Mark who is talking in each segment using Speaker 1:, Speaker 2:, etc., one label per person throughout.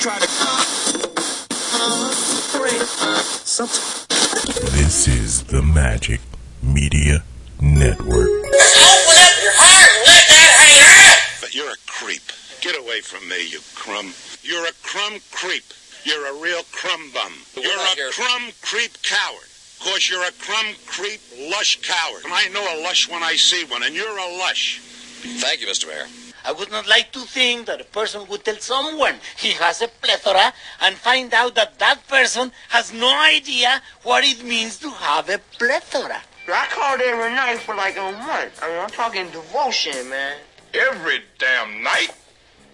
Speaker 1: try to.
Speaker 2: This is the Magic Media Network.
Speaker 3: Open up your heart and let that hang out.
Speaker 4: But you're a creep. Get away from me, you crumb. You're a crumb creep. You're a real crumb bum.
Speaker 3: But we're
Speaker 4: you're
Speaker 3: not
Speaker 4: a
Speaker 3: here-
Speaker 4: crumb creep coward. Of course, you're a crumb creep lush coward. And I know a lush when I see one, and you're a lush.
Speaker 3: Thank you, Mr. Mayor.
Speaker 1: I would not like to think that a person would tell someone he has a plethora and find out that that person has no idea what it means to have a plethora.
Speaker 5: I called every night for like a month. I mean, I'm talking devotion, man.
Speaker 6: Every damn night?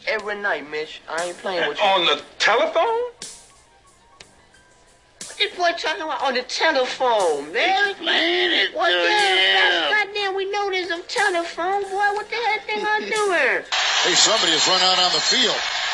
Speaker 5: Every night, Mitch. I ain't playing with you.
Speaker 6: On the telephone?
Speaker 5: This boy talking about on the telephone, man.
Speaker 1: Explain it
Speaker 5: What
Speaker 1: to
Speaker 5: the hell?
Speaker 1: him.
Speaker 5: Goddamn, we know there's a telephone, boy. What the hell thing I doing?
Speaker 7: Hey, somebody has run out on the field.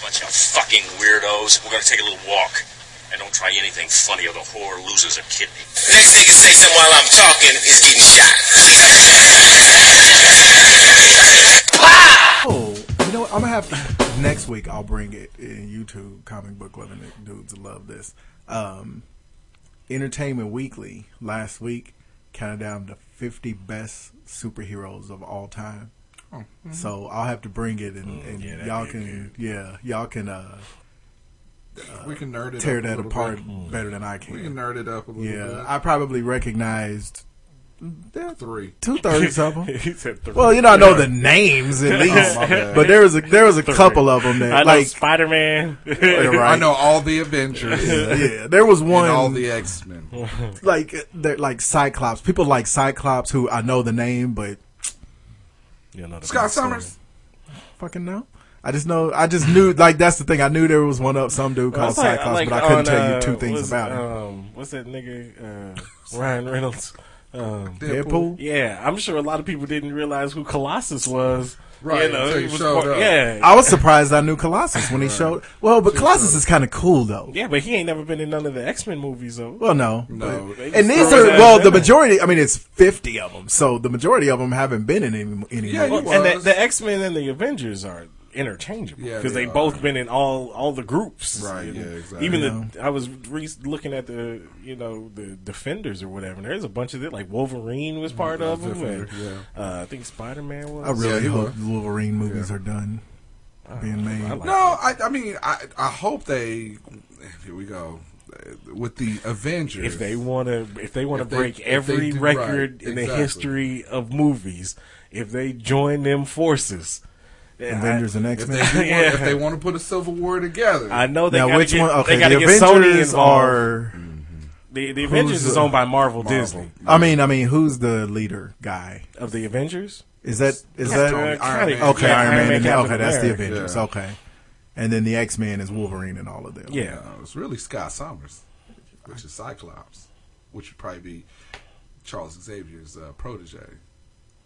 Speaker 3: Bunch of fucking weirdos. We're gonna take a little walk. And don't try anything funny or the whore loses a kidney. Next thing you say something while I'm talking is getting shot.
Speaker 8: Oh, you know what? I'm gonna have to next week. I'll bring it in YouTube. Comic book loving dudes love this. Um, Entertainment Weekly last week counted down the 50 best superheroes of all time.
Speaker 9: Oh, mm-hmm.
Speaker 8: So I'll have to bring it, and, and
Speaker 2: Mm, yeah, that'd
Speaker 8: y'all
Speaker 2: be
Speaker 8: can, yeah, y'all can uh,
Speaker 9: We can nerd it
Speaker 8: tear
Speaker 9: up a
Speaker 8: that
Speaker 9: little
Speaker 8: apart
Speaker 9: bit.
Speaker 8: better than I
Speaker 9: Mm. We can
Speaker 8: can.
Speaker 9: nerd it up a little
Speaker 8: Yeah, I probably recognized
Speaker 9: bit. Three.
Speaker 8: two thirds of them.
Speaker 2: he said three.
Speaker 8: Well, you know, I know the names at least,
Speaker 9: Oh, my bad.
Speaker 8: but there was a there was a couple of them that
Speaker 2: I know
Speaker 8: like
Speaker 2: Spider Man.
Speaker 8: Yeah, right.
Speaker 9: I know all the Avengers and
Speaker 8: yeah, there was one
Speaker 9: all the X Men.
Speaker 8: like they're like Cyclops. People like Cyclops who I know the name, but
Speaker 9: Scott Summers.
Speaker 8: fucking no. I just know. I just knew. Like that's the thing. I knew there was one up some dude called Cyclops, but I couldn't tell you two things about it.
Speaker 2: uh, Um, what's that nigga? Uh, Ryan Reynolds. Um,
Speaker 8: Deadpool.
Speaker 2: yeah, I'm sure a lot of people didn't realize who Colossus was.
Speaker 9: Right, until
Speaker 2: he
Speaker 9: you
Speaker 2: was
Speaker 9: showed up.
Speaker 2: Yeah,
Speaker 8: I was surprised I knew Colossus when he showed. Well, but Colossus is kind of cool though.
Speaker 2: yeah, but he ain't never been in none of the X Men movies though.
Speaker 8: Well, no.
Speaker 9: No.
Speaker 8: But- and these
Speaker 2: throw
Speaker 8: are
Speaker 2: his ass
Speaker 8: well,
Speaker 2: in
Speaker 8: the
Speaker 2: there.
Speaker 8: majority. I mean, it's fifty of them, so the majority of them haven't been in any. any
Speaker 9: Yeah,
Speaker 8: movie.
Speaker 9: he
Speaker 2: and the,
Speaker 9: was.
Speaker 2: the X Men and the Avengers are interchangeable
Speaker 9: Yeah,
Speaker 2: because
Speaker 9: they
Speaker 2: they,
Speaker 9: are.
Speaker 2: both been in all all the groups.
Speaker 9: Right,
Speaker 2: And
Speaker 9: yeah, exactly.
Speaker 2: Even the I was re- looking at the you know the Defenders or whatever. And there's a bunch of it. Like Wolverine was part of them. And,
Speaker 9: Mm-hmm. Uh, Defender, yeah.
Speaker 2: uh, I think Spider Man was.
Speaker 8: I really
Speaker 9: Yeah, he
Speaker 8: hope
Speaker 9: was.
Speaker 8: Wolverine movies are done being made.
Speaker 2: I like
Speaker 9: No, I, I mean, I, I hope they. Here we go with the Avengers.
Speaker 2: if they want to if they want
Speaker 9: If
Speaker 2: to
Speaker 9: they-
Speaker 2: break
Speaker 9: if they
Speaker 2: every
Speaker 9: do
Speaker 2: record
Speaker 9: right,
Speaker 2: in the
Speaker 9: exactly.
Speaker 2: history of movies if they join them forces and
Speaker 8: Avengers
Speaker 2: I,
Speaker 8: and X
Speaker 9: if they,
Speaker 8: Men.
Speaker 9: do want,
Speaker 2: Yeah.
Speaker 9: if they want to put a Civil War together,
Speaker 2: I know they
Speaker 8: now,
Speaker 2: gotta
Speaker 8: which
Speaker 2: get,
Speaker 8: one? Okay,
Speaker 2: they gotta
Speaker 8: the
Speaker 2: get Sony
Speaker 8: Avengers
Speaker 2: involved
Speaker 8: are.
Speaker 2: the, the Avengers is owned by Marvel, Disney
Speaker 8: I mean, I mean, who's the leader guy?
Speaker 2: of the Avengers
Speaker 8: Is that is
Speaker 2: Captain
Speaker 8: that
Speaker 2: America. Iron Man.
Speaker 8: okay? Iron Man.
Speaker 2: Iron Man,
Speaker 8: and-
Speaker 2: Captain
Speaker 8: okay, that's the
Speaker 2: America.
Speaker 8: Avengers.
Speaker 9: Yeah.
Speaker 8: Okay, and then the X Men is Wolverine and all of them.
Speaker 2: yeah
Speaker 9: Uh, it's really Scott Summers, which is Cyclops, which would probably be Charles Xavier's uh, protege.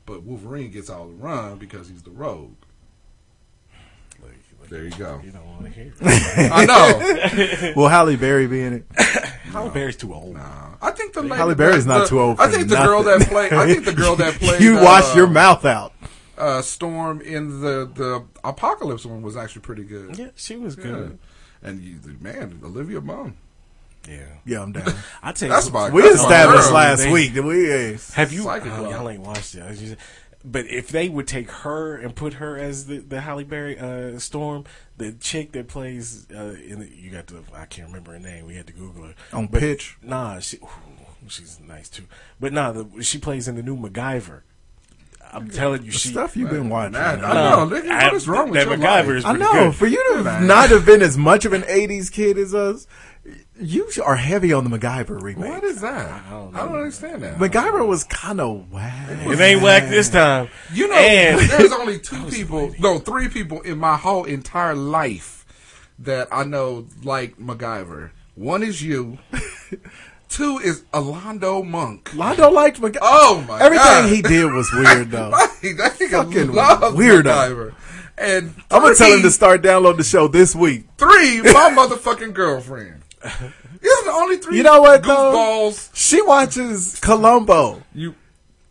Speaker 9: But Wolverine gets all the run because he's the rogue. There you go.
Speaker 2: you don't want to hear
Speaker 9: I know.
Speaker 8: Will Halle Berry be in it?
Speaker 2: Halle Berry's too old
Speaker 9: I think the lady,
Speaker 8: Halle Berry's
Speaker 9: the-
Speaker 8: not
Speaker 9: the-
Speaker 8: too old. For
Speaker 9: I think the girl
Speaker 8: nothing.
Speaker 9: that played. I think the girl that played.
Speaker 8: you
Speaker 9: uh,
Speaker 8: wash your mouth out.
Speaker 9: Uh, Storm in the the Apocalypse one was actually pretty good.
Speaker 2: yeah she was good
Speaker 9: And you, man, Olivia Munn.
Speaker 2: yeah,
Speaker 8: Yeah, I'm down.
Speaker 2: I tell you
Speaker 9: That's my.
Speaker 8: We
Speaker 9: that's my
Speaker 8: established
Speaker 9: girl.
Speaker 8: last
Speaker 2: They-
Speaker 8: week that we. eh,
Speaker 2: Have you?
Speaker 9: Psychic
Speaker 2: oh,
Speaker 9: Love.
Speaker 2: y'all ain't watched it. I was just- But if they would take her and put her as the the Halle Berry uh, Storm, the chick that plays uh, in the, you got the I can't remember her name. We had to Google her.
Speaker 8: On
Speaker 2: But-
Speaker 8: Pitch?
Speaker 2: Nah, she ooh, she's nice too. But nah, the, she plays in the new MacGyver. I'm telling you, she. uh,
Speaker 8: Stuff you've been watching.
Speaker 9: Man,
Speaker 8: I,
Speaker 9: I know. nigga, what is wrong with
Speaker 2: that
Speaker 9: your
Speaker 2: MacGyver
Speaker 9: life?
Speaker 2: is pretty
Speaker 8: know.
Speaker 2: good.
Speaker 8: For you to not have been as much of an '80s kid as us, you are heavy on the MacGyver remake.
Speaker 9: What is that? I don't, understand that.
Speaker 8: MacGyver was kind of whack.
Speaker 2: It ain't whack this time.
Speaker 9: You know,
Speaker 2: and
Speaker 9: there's only two people, no, three people in my whole entire life that I know like MacGyver. One is you. Two is Alondo Monk.
Speaker 8: Londo liked MacGyver.
Speaker 9: Oh my
Speaker 8: Everything
Speaker 9: God.
Speaker 8: he did was weird though.
Speaker 9: That nigga
Speaker 8: Fucking
Speaker 9: loves
Speaker 8: weirdo.
Speaker 9: MacGyver. And
Speaker 8: I'm gonna tell him
Speaker 9: three-
Speaker 8: to start downloading the show this week.
Speaker 9: Three, my motherfucking girlfriend. These are the only three.
Speaker 8: You know what, though?
Speaker 9: Goofballs.
Speaker 8: She watches Columbo.
Speaker 9: You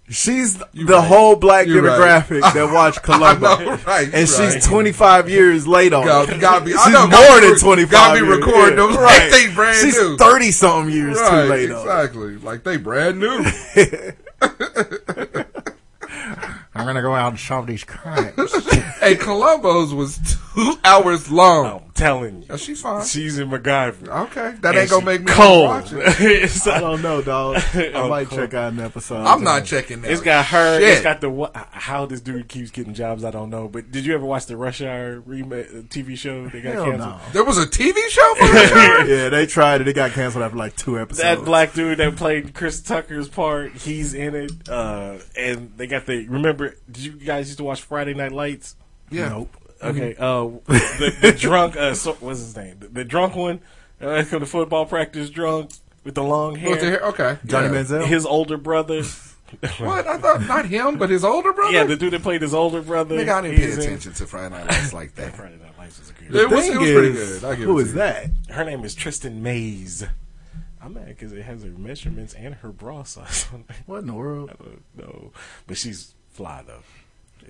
Speaker 8: She's
Speaker 9: You
Speaker 8: the
Speaker 9: right.
Speaker 8: whole black
Speaker 9: You right.
Speaker 8: demographic that watch Columbo,
Speaker 9: know, right,
Speaker 8: and
Speaker 9: you right.
Speaker 8: she's 25 years late on.
Speaker 9: gotta,
Speaker 8: it.
Speaker 9: gotta be.
Speaker 8: She's
Speaker 9: I know,
Speaker 8: more
Speaker 9: gotta
Speaker 8: than
Speaker 9: be-
Speaker 8: 25.
Speaker 9: Gotta be
Speaker 8: years.
Speaker 9: recording
Speaker 8: Yeah,
Speaker 9: them.
Speaker 8: right.
Speaker 9: Like they brand
Speaker 8: she's
Speaker 9: new.
Speaker 8: 30 something years
Speaker 9: Right,
Speaker 8: too late on. it.
Speaker 9: exactly. Like they brand new.
Speaker 8: I'm gonna go out and solve these crimes.
Speaker 9: and Columbo's was two hours long.
Speaker 2: I'm telling
Speaker 9: Now,
Speaker 2: you,
Speaker 9: she's fine.
Speaker 2: she's in MacGyver.
Speaker 9: okay, that
Speaker 2: Oh. And
Speaker 9: ain't gonna
Speaker 2: she
Speaker 9: make me
Speaker 2: cold.
Speaker 9: watch it.
Speaker 2: It's
Speaker 8: I
Speaker 2: like-
Speaker 8: don't know, dog. I
Speaker 2: Oh,
Speaker 8: might
Speaker 2: cool.
Speaker 8: check out an episode.
Speaker 9: I'm not checking that.
Speaker 2: It's got her. It's
Speaker 9: Shit.
Speaker 2: got the wha- how this dude keeps getting jobs. I don't know. But did you ever watch the Rush Hour remake TV show that got
Speaker 8: Hell
Speaker 2: canceled?
Speaker 8: no.
Speaker 9: There was a TV show for her.
Speaker 8: Yeah, they tried it. It got canceled after like two episodes.
Speaker 2: That black dude that played Chris Tucker's part, he's in it. Uh, and they got the remember. Did you guys used to watch Friday Night Lights?
Speaker 9: yeah. Mm-hmm.
Speaker 8: Nope.
Speaker 2: Okay. Uh, the, the drunk. Uh, so, what's his name? The, the drunk one. Uh, the football practice drunk with the long hair. Uh,
Speaker 9: What the hell? Okay.
Speaker 8: Johnny
Speaker 9: yeah.
Speaker 8: Manziel.
Speaker 2: His older brother.
Speaker 9: What? I thought not him, but his older brother.
Speaker 2: yeah, the dude that played his older brother.
Speaker 9: Nigga, I didn't pay
Speaker 2: he's in-
Speaker 9: attention to Friday Night Lights like that.
Speaker 2: Friday Night Lights is a good.
Speaker 9: It was,
Speaker 8: Thing
Speaker 9: it was pretty
Speaker 8: is,
Speaker 9: good. I give
Speaker 8: who
Speaker 9: it to
Speaker 8: is
Speaker 9: you.
Speaker 8: that?
Speaker 2: Her name is Tristan Mays. I'm mad because it has her measurements and her bra size on there.
Speaker 8: What in the world?
Speaker 2: I don't know. But she's fly, though.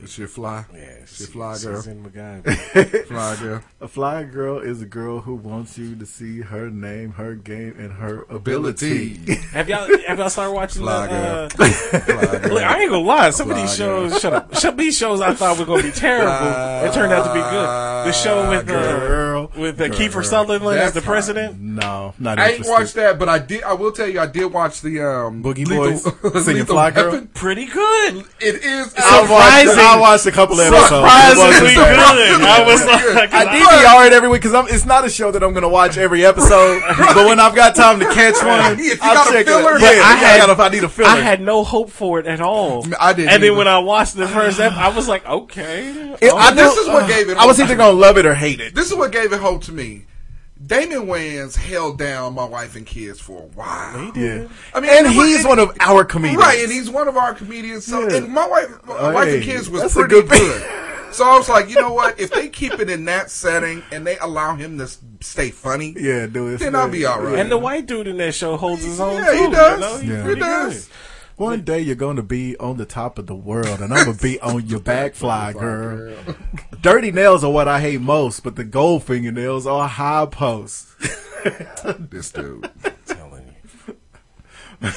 Speaker 9: It's your fly.
Speaker 2: Yeah,
Speaker 9: it's your fly girl.
Speaker 2: She's in MacGyver.
Speaker 9: Fly girl.
Speaker 8: A fly girl is a girl who wants you to see her name, her game, and her ability.
Speaker 9: Ability.
Speaker 2: have, y'all, have y'all started watching
Speaker 9: Fly
Speaker 2: the... Uh,
Speaker 9: Fly girl.
Speaker 2: look, I ain't gonna lie. Some of
Speaker 9: Fly
Speaker 2: these
Speaker 9: girl.
Speaker 2: shows, shut up. Some of these shows I thought were gonna be terrible, it turned out to be good. The show with
Speaker 8: Girl.
Speaker 2: uh, with uh, Kiefer Sutherland as
Speaker 9: That's
Speaker 2: the
Speaker 9: fine.
Speaker 2: president.
Speaker 8: No, not
Speaker 9: I ain't
Speaker 8: interested.
Speaker 9: watched that, but I did. I will tell you, I did watch the um,
Speaker 8: Boogie Boys singing
Speaker 9: Lethal
Speaker 8: Fly Girl?
Speaker 9: Weapon.
Speaker 2: Pretty good.
Speaker 9: It is
Speaker 8: I watched,
Speaker 2: Surprising.
Speaker 8: I watched a couple episodes.
Speaker 9: Oh,
Speaker 2: Surprisingly
Speaker 8: It wasn't bad.
Speaker 2: good. I was like,
Speaker 8: I DVR it every week because it's not a show that I'm going to watch every episode. But when I've got time to catch one,
Speaker 9: If you got
Speaker 8: I'll
Speaker 9: a
Speaker 8: check
Speaker 9: filler,
Speaker 8: it. Yeah,
Speaker 9: but I
Speaker 8: I
Speaker 9: had-
Speaker 8: got if I need a filler.
Speaker 2: I had no hope for it at all.
Speaker 9: I didn't
Speaker 2: And then
Speaker 9: either.
Speaker 2: when I watched the first ep, I was like, okay.
Speaker 8: It- I
Speaker 9: this
Speaker 8: knew-
Speaker 9: is what gave it
Speaker 8: Oh, uh, I was
Speaker 9: hope.
Speaker 8: either going to love it or hate it.
Speaker 9: This is what gave it hope to me. Damon Wayans held down my wife and kids for a while. He
Speaker 8: Yeah.
Speaker 9: I mean,
Speaker 8: and
Speaker 9: it was-
Speaker 8: he's
Speaker 9: it-
Speaker 8: one of our comedians.
Speaker 9: Right, and he's one of our comedians. So,
Speaker 8: Yeah.
Speaker 9: and my wife, my
Speaker 8: Oh,
Speaker 9: wife and
Speaker 8: hey,
Speaker 9: kids was
Speaker 8: that's a
Speaker 9: pretty
Speaker 8: good
Speaker 9: good.
Speaker 8: pick.
Speaker 9: So I was like, you know what? If they keep it in that setting and they allow him to s- stay funny,
Speaker 8: Yeah, dude.
Speaker 9: then I'll be all right.
Speaker 2: And the white dude in that show holds his own. too,
Speaker 9: Yeah, he does.
Speaker 2: You know? He's
Speaker 8: Yeah.
Speaker 2: pretty
Speaker 9: He does.
Speaker 2: good.
Speaker 8: One day you're going to be on the top of the world, and I'm going to be on your back fly, girl. Dirty nails are what I hate most, but the gold fingernails are high posts.
Speaker 9: This dude.
Speaker 2: telling you.
Speaker 8: My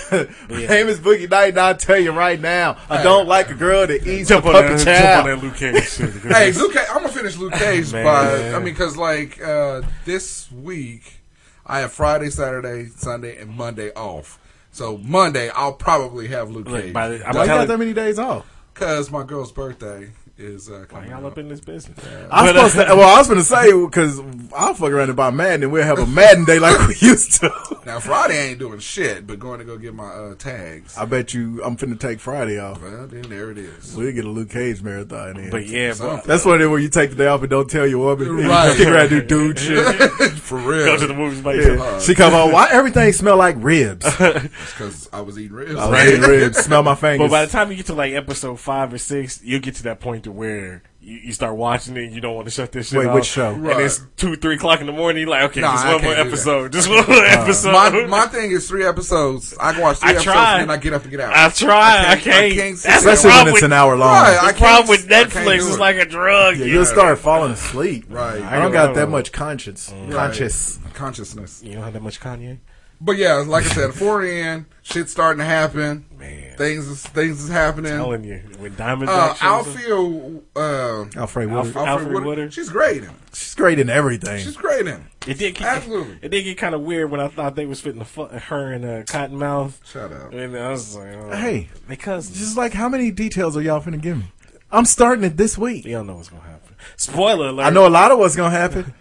Speaker 8: name is Boogie Night, and I'll tell you right now, I don't like a girl that eats a
Speaker 2: Jump on, that,
Speaker 8: puppy
Speaker 2: jump on
Speaker 8: child.
Speaker 2: that Luke Cage shit.
Speaker 9: hey, Luke, Cage- I'm gonna finish Luke Cage,
Speaker 2: Man.
Speaker 9: but I mean, because like uh, this week, I have Friday, Saturday, Sunday, and Monday off. So Monday, I'll probably have Luke
Speaker 2: Look,
Speaker 9: Cage
Speaker 2: by the- I'm
Speaker 8: Why you got
Speaker 2: telling-
Speaker 8: that many days off?
Speaker 9: because my girl's birthday is uh, coming
Speaker 2: y'all
Speaker 9: up.
Speaker 2: up in this business.
Speaker 8: I was
Speaker 2: But, uh,
Speaker 8: supposed to, well, I was going to say, because I'll fuck around and buy Madden, and we'll have a Madden day like we used to.
Speaker 9: Now Friday, I ain't doing shit, but going to go get my uh, tags.
Speaker 8: I bet you I'm finna take Friday off.
Speaker 9: Well, then there it is.
Speaker 8: We'll get a Luke Cage marathon in.
Speaker 2: But yeah, bro.
Speaker 9: Something.
Speaker 8: That's one of them where you take the day off and don't tell your woman.
Speaker 9: Right.
Speaker 8: Right. Kick around do dude shit.
Speaker 9: For
Speaker 2: Go to the
Speaker 9: real,
Speaker 2: movies by yourself.
Speaker 8: Yeah. She come home. Why everything smell like ribs?
Speaker 9: because I was eating ribs.
Speaker 8: I was eating ribs. Smell my
Speaker 2: But
Speaker 8: fingers.
Speaker 2: by the time you get to like episode five or six, you'll get to that point to where you, you start watching it. and You don't want to shut this shit
Speaker 8: Wait,
Speaker 2: off.
Speaker 8: which show?
Speaker 2: And
Speaker 9: Right.
Speaker 2: it's two, three o'clock in the morning. You're like, okay,
Speaker 9: Nah,
Speaker 2: just
Speaker 9: I
Speaker 2: one more
Speaker 9: can't do that.
Speaker 2: episode. Just one more episode.
Speaker 9: My, my thing is three episodes. I can watch three
Speaker 2: I
Speaker 9: episodes
Speaker 2: tried.
Speaker 9: and then I get up and get out.
Speaker 2: I try. I can't.
Speaker 9: I can't sit
Speaker 2: That's the
Speaker 8: Especially
Speaker 9: there.
Speaker 8: when
Speaker 2: problem
Speaker 8: it's an
Speaker 2: with-
Speaker 8: hour long.
Speaker 9: Right,
Speaker 2: The
Speaker 9: I can't-
Speaker 2: problem with
Speaker 9: I can't
Speaker 2: Netflix
Speaker 9: do
Speaker 2: is
Speaker 9: it.
Speaker 2: like a drug.
Speaker 8: yeah,
Speaker 2: you
Speaker 8: you'll
Speaker 2: know?
Speaker 8: start falling asleep.
Speaker 9: Right.
Speaker 8: I don't got that much conscience.
Speaker 9: Right.
Speaker 8: Conscious.
Speaker 9: consciousness.
Speaker 2: You don't have that much Kanye.
Speaker 9: But yeah, like I said, four in, shit's starting to happen.
Speaker 2: Man.
Speaker 9: Things is things is happening.
Speaker 2: telling you, when Diamond
Speaker 9: Uh
Speaker 2: Doc shows up-
Speaker 9: Alfie uh
Speaker 8: Alfred Woodard.
Speaker 2: Alfred-
Speaker 9: Alfred Wood-
Speaker 2: Woodard.
Speaker 9: She's great in it.
Speaker 8: She's great in everything.
Speaker 9: She's great in it.
Speaker 2: it did get,
Speaker 9: Absolutely.
Speaker 2: It did get kind of weird when I thought they was fitting the fu- her and uh, Cottonmouth.
Speaker 9: Shut up.
Speaker 2: And I was like, oh,
Speaker 8: Hey.
Speaker 2: because
Speaker 8: Just like how many details are y'all finna give me? I'm starting it this week.
Speaker 2: you don't know what's gonna happen. Spoiler alert!
Speaker 8: I know a lot of what's gonna happen.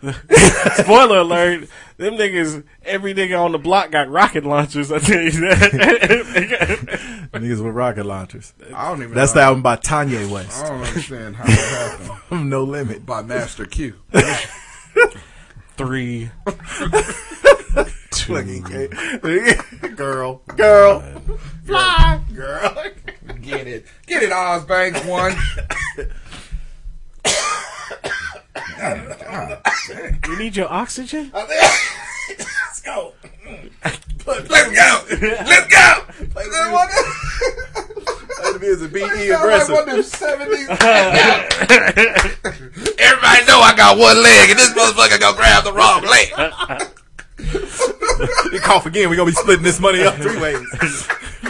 Speaker 2: Spoiler alert! Them niggas, every nigga on the block got rocket launchers. I tell you that.
Speaker 8: Niggas with rocket launchers.
Speaker 9: I don't even
Speaker 8: That's the
Speaker 9: know. Oh.
Speaker 8: album by Tanya West.
Speaker 9: I don't understand how that happened
Speaker 8: no limit.
Speaker 9: by Master Q.
Speaker 2: three, two,
Speaker 8: Fucking
Speaker 9: Mm.
Speaker 8: kid. girl, girl, fly, girl.
Speaker 9: Get it. Get it, Oz Banks one.
Speaker 2: You need your oxygen?
Speaker 9: Let's go. Let's go. Let's go. Play
Speaker 8: That is a be E aggressive.
Speaker 9: Everybody know I got one leg, and this motherfucker gonna grab the wrong leg.
Speaker 8: You cough again, we gonna be splitting this money up three ways.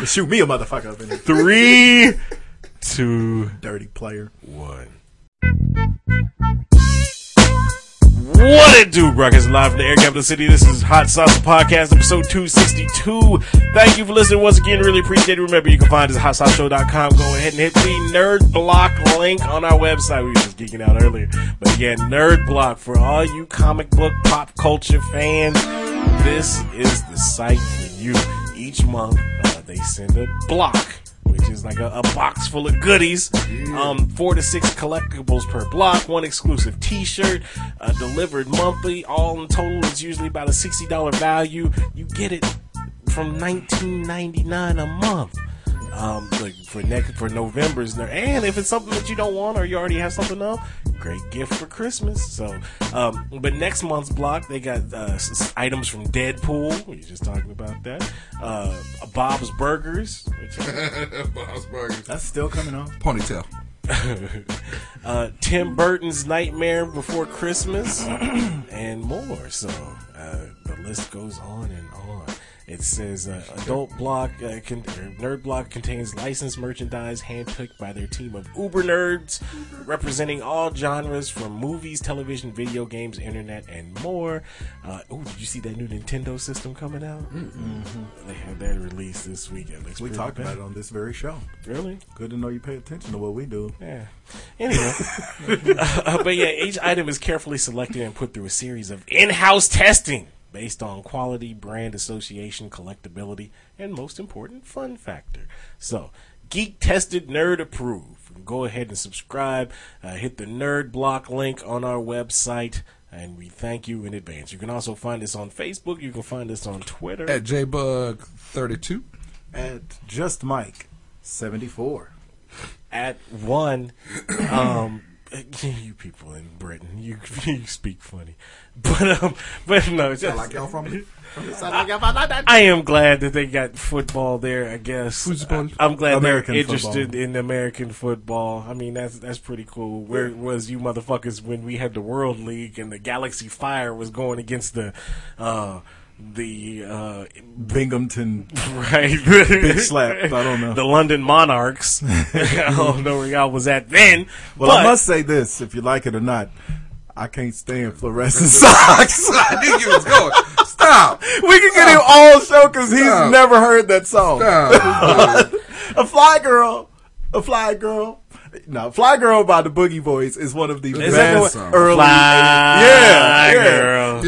Speaker 8: Shoot me a motherfucker up in this
Speaker 2: Three, two,
Speaker 8: dirty player.
Speaker 2: one. What it do, Rockets live from the Air Capital City. This is Hot Sauce Podcast, episode 262. Thank you for listening once again. Really appreciate it. Remember, you can find us at hotsauceshow.com. Go ahead and hit the nerd block link on our website. We were just geeking out earlier. But yeah, nerd block for all you comic book pop culture fans. This is the site for you. Each month, uh, they send a block which is like a, a box full of goodies. Um, four to six collectibles per block, one exclusive T-shirt, uh, delivered monthly. All in total is usually about a sixty dollar value. You get it from nineteen ninety nine a month. Um, like for next for November's there, and if it's something that you don't want or you already have something of, great gift for Christmas. So, um, but next month's block they got uh, s- s- items from Deadpool. We were just talking about that. Uh, Bob's Burgers, which is
Speaker 9: Boss Burger.
Speaker 8: That's still coming on.
Speaker 9: Ponytail.
Speaker 2: uh, Tim Burton's Nightmare Before Christmas, and more. So uh, the list goes on and on. It says uh, adult block uh, con- or nerd block contains licensed merchandise handpicked by their team of uber nerds, representing all genres from movies, television, video games, internet, and more. Uh, oh, did you see that new Nintendo system coming out? Mm-hmm. They had that released this week. It looks
Speaker 8: We
Speaker 2: pretty
Speaker 8: talked
Speaker 2: bad.
Speaker 8: about it on this very show.
Speaker 2: Really?
Speaker 8: Good to know you pay attention to what we do.
Speaker 2: Yeah. Anyway, Uh, but yeah, each item is carefully selected and put through a series of in-house testing based on quality, brand association, collectability, and most important, fun factor. So, geek tested, nerd approved. Go ahead and subscribe. Uh, hit the nerd block link on our website. And we thank you in advance. You can also find us on Facebook. You can find us on Twitter.
Speaker 9: At J Bug thirty two.
Speaker 8: At just Mike, seventy four.
Speaker 2: at one, um, you people in Britain, you, you speak funny, but um, but no, it's just,
Speaker 9: Like y'all from it.
Speaker 2: I am glad that they got football there. I guess
Speaker 9: Foosball.
Speaker 2: I, am glad
Speaker 8: American
Speaker 2: they're interested
Speaker 8: football.
Speaker 2: in American football. I mean, that's that's pretty cool. Where was you motherfuckers when we had the World League and the Galaxy Fire was going against the uh, the uh,
Speaker 8: Binghamton.
Speaker 2: Right.
Speaker 8: slap. I don't know.
Speaker 2: The London Monarchs. I don't know where y'all was at then.
Speaker 8: Well, I must say this, if you like it or not, I can't stand fluorescent socks.
Speaker 9: I knew you was going. Stop.
Speaker 8: we can get him all show because he's
Speaker 9: Stop.
Speaker 8: never heard that song.
Speaker 9: Stop.
Speaker 8: A fly girl, a fly girl. No, Fly Girl by the Boogie Boys is one of the
Speaker 9: Is that the
Speaker 8: best
Speaker 9: one-
Speaker 8: early.
Speaker 2: Fly
Speaker 8: yeah, yeah.
Speaker 2: girl.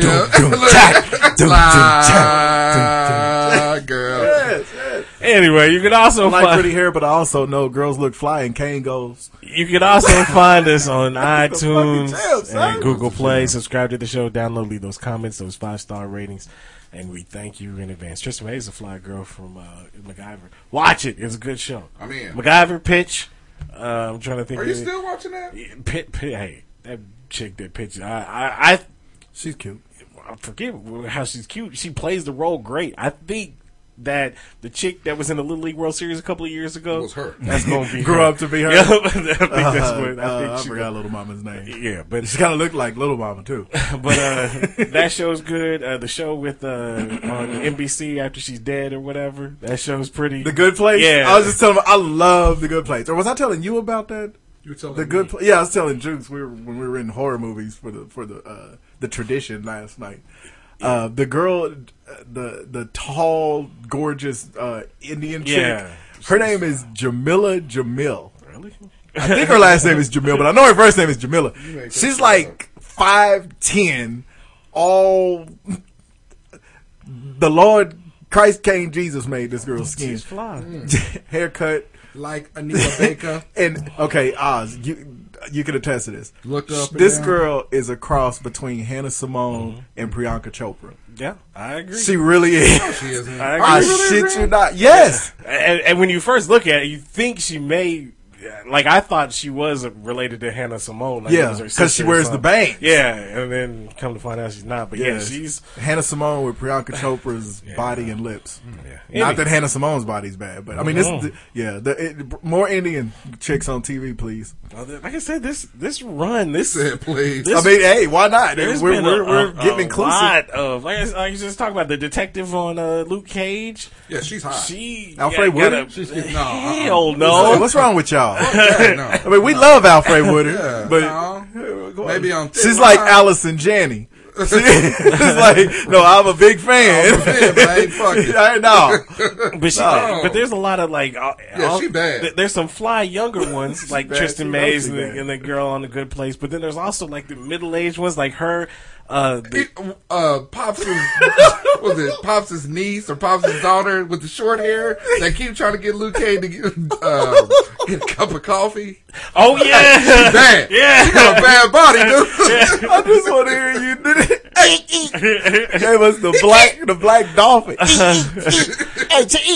Speaker 9: Yeah. Fly, girl.
Speaker 8: Yes, yes.
Speaker 2: Anyway, you can also
Speaker 8: I like
Speaker 2: find
Speaker 8: pretty hair, but I also know girls look fly and Kane goes.
Speaker 2: you can also find us on iTunes
Speaker 8: hell, son?
Speaker 2: and Google Play. Subscribe to the show, download, leave those comments, those five star ratings, and we thank you in advance. Tristan May is a fly girl from uh, MacGyver. Watch it; it's a good show.
Speaker 9: I'm in.
Speaker 2: MacGyver pitch. Uh, I'm trying to think.
Speaker 9: Are
Speaker 2: of
Speaker 9: you
Speaker 2: it.
Speaker 9: still watching that?
Speaker 2: Pit, pit, hey, that chick that pitches. I, I, I
Speaker 8: She's cute.
Speaker 2: I forget how she's cute. She plays the role great. I think that the chick that was in the Little League World Series a couple of years ago
Speaker 9: Was her.
Speaker 2: That's gonna be
Speaker 8: Grew
Speaker 2: her.
Speaker 8: up to be her.
Speaker 2: Yeah, I think that's
Speaker 8: Uh,
Speaker 2: what
Speaker 8: uh,
Speaker 2: I think.
Speaker 8: I
Speaker 2: she
Speaker 8: forgot Little Mama's name.
Speaker 2: Yeah, but
Speaker 8: She kind of looked like Little Mama too.
Speaker 2: but uh, that show's good. Uh, the show with uh, on NBC after she's dead or whatever. That show's pretty.
Speaker 8: The Good Place.
Speaker 2: Yeah.
Speaker 8: I was just telling. Him, I love The Good Place. Or was I telling you about that?
Speaker 9: You were telling
Speaker 8: The
Speaker 9: me.
Speaker 8: Good Place. Yeah, I was telling Jukes we were when we were in horror movies for the for the uh, the tradition last night. Uh, the girl, uh, the the tall, gorgeous uh, Indian chick.
Speaker 2: Yeah.
Speaker 8: Her name is Jamila Jamil.
Speaker 2: really?
Speaker 8: I think her last name is Jamil, but I know her first name is Jamila.
Speaker 9: make
Speaker 8: She's
Speaker 9: that
Speaker 8: like five ten, all the Lord Christ King Jesus made this girl's skin,
Speaker 2: She's fly.
Speaker 8: haircut,
Speaker 9: Like Anita Baker.
Speaker 8: and okay, Oz, you you can attest to this.
Speaker 9: Looked up and
Speaker 8: this
Speaker 9: down.
Speaker 8: girl is a cross between Hannah Simone
Speaker 2: Mm-hmm.
Speaker 8: and Priyanka Chopra.
Speaker 2: Yeah, I agree.
Speaker 8: She really is.
Speaker 9: She is,
Speaker 2: I agree.
Speaker 8: I shit you not. Yes.
Speaker 2: and, and when you first look at it, you think she may. Like I thought she was related to Hannah Simone. Like
Speaker 8: Yeah,
Speaker 2: it was her
Speaker 8: 'cause
Speaker 2: sister
Speaker 8: she
Speaker 2: or
Speaker 8: wears the
Speaker 2: something.
Speaker 8: bangs.
Speaker 2: Yeah, and then come to find out she's not. But yeah,
Speaker 8: Yes.
Speaker 2: she's.
Speaker 8: Hannah Simone with Priyanka Chopra's body and lips.
Speaker 9: Mm.
Speaker 2: Yeah.
Speaker 8: Not that Hannah Simone's body's bad, but I mean, this,
Speaker 2: No.
Speaker 8: yeah, the, it, more Indian chicks on TV, please.
Speaker 2: Other- Like I said, this this run, this
Speaker 9: Said, please.
Speaker 2: This-
Speaker 8: I mean, hey, why not?
Speaker 2: There's
Speaker 8: we're
Speaker 2: been
Speaker 8: we're,
Speaker 2: a,
Speaker 8: we're
Speaker 2: a-
Speaker 8: getting
Speaker 2: a
Speaker 8: inclusive.
Speaker 2: lot of like I, was- I was just talking about the detective on uh, Luke Cage.
Speaker 9: yeah, she's hot.
Speaker 2: She
Speaker 8: Alfred
Speaker 2: got-
Speaker 8: Woodard?
Speaker 2: got
Speaker 9: She's
Speaker 2: a,
Speaker 9: getting- no, uh-uh.
Speaker 2: hell
Speaker 8: Hey,
Speaker 2: no.
Speaker 8: what's wrong with y'all?
Speaker 9: Yeah, no.
Speaker 8: I mean, we love Alfred Woodard,
Speaker 9: Yeah,
Speaker 8: but
Speaker 9: no. maybe on
Speaker 8: she's like Allison Janney. She- it's like, no, I'm a big fan.
Speaker 9: I'm a fan, but I ain't fucking.
Speaker 8: I know.
Speaker 2: But she,
Speaker 9: No.
Speaker 2: but there's a lot of like, uh,
Speaker 9: Yeah, she bad.
Speaker 2: th- there's some fly younger ones like
Speaker 8: bad.
Speaker 2: Tristan
Speaker 8: She
Speaker 2: Mays and
Speaker 8: really bad.
Speaker 2: the, and the girl on the Good Place. But then there's also like the middle aged ones like her. Uh, the,
Speaker 9: It- uh, pops his, was it pops' niece or pops' daughter with the short hair that keep trying to get Luke Cage to get, um, get a cup of coffee.
Speaker 2: oh yeah,
Speaker 9: Bad,
Speaker 2: Yeah.
Speaker 9: she got a bad body, dude.
Speaker 8: I just want to hear you do it. Gave us the black, the black dolphin.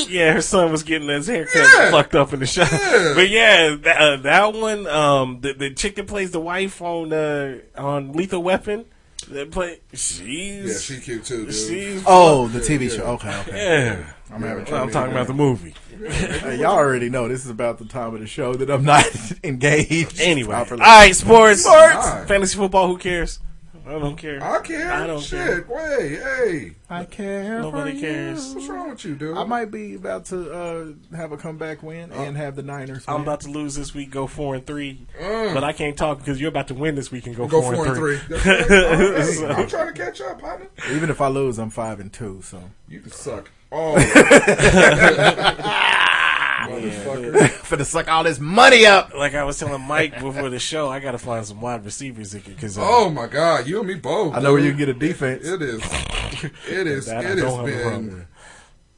Speaker 2: Yeah, her son was getting his haircut
Speaker 9: Yeah.
Speaker 2: fucked up in the shop. But yeah, that, uh, that one, um, the, the chick that plays the wife on uh, on Lethal Weapon, that play,
Speaker 9: Yeah,
Speaker 2: she's
Speaker 9: she cute too, dude.
Speaker 2: she's
Speaker 8: Oh, the TV show. Okay, okay.
Speaker 2: yeah.
Speaker 8: I'm having
Speaker 2: Well, I'm
Speaker 8: trouble.
Speaker 2: talking about the movie.
Speaker 8: Hey, y'all already know this is about the time of the show that I'm not engaged.
Speaker 2: Anyway, all
Speaker 8: properly.
Speaker 2: right, sports, sports,
Speaker 9: All right.
Speaker 2: fantasy football. Who cares? I don't care.
Speaker 9: I care.
Speaker 2: I don't
Speaker 9: Shit, wait, hey,
Speaker 8: I care.
Speaker 2: Nobody
Speaker 8: for you.
Speaker 2: cares.
Speaker 9: what's wrong with you, dude?
Speaker 8: I might be about to uh, have a comeback win and have the Niners.
Speaker 2: I'm
Speaker 8: win.
Speaker 2: about to lose this week, go four and three, but I can't talk because you're about to win this week and go,
Speaker 9: Mm. go
Speaker 2: four,
Speaker 9: four and three. That's
Speaker 2: three.
Speaker 9: right. Hey, I'm trying to catch up, partner.
Speaker 8: Even if I lose, I'm five and two. So
Speaker 9: You can suck. Oh, motherfucker!
Speaker 8: for to suck all this money up.
Speaker 2: like I was telling Mike before the show, I got to find some wide receivers because uh,
Speaker 9: Oh my god, you and me both.
Speaker 8: I know where you can get a defense.
Speaker 9: It is. It is.
Speaker 2: That I
Speaker 9: it has
Speaker 2: don't have a problem
Speaker 9: been.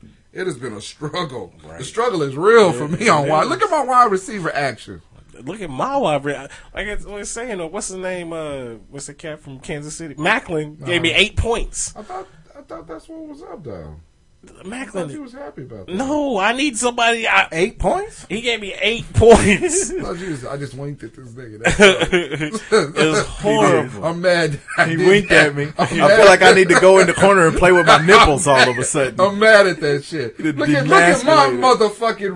Speaker 2: with.
Speaker 9: It has been a struggle. The struggle is real for me on wide.
Speaker 2: is.
Speaker 9: Look at my wide receiver action.
Speaker 2: Look at my wide re- Like I was saying, uh, what's the name? Uh, what's the cat from Kansas City? Macklin gave
Speaker 9: Uh-huh.
Speaker 2: me eight points.
Speaker 9: I thought. I thought that's what was up though. I thought you
Speaker 2: Macklin.
Speaker 9: was happy about that.
Speaker 2: No, I need somebody. I,
Speaker 8: Eight points.
Speaker 2: he gave me eight points.
Speaker 9: I, thought you was, I just winked at this nigga. That's
Speaker 2: it was horrible.
Speaker 9: I'm mad. I
Speaker 8: He
Speaker 9: did
Speaker 8: winked
Speaker 9: that.
Speaker 8: at me. I
Speaker 9: I'm
Speaker 8: feel like I need to go in the corner and play with my nipples all of a sudden.
Speaker 9: I'm mad at that shit.
Speaker 8: It
Speaker 9: Look at, look at my
Speaker 8: demasculated.
Speaker 9: motherfucking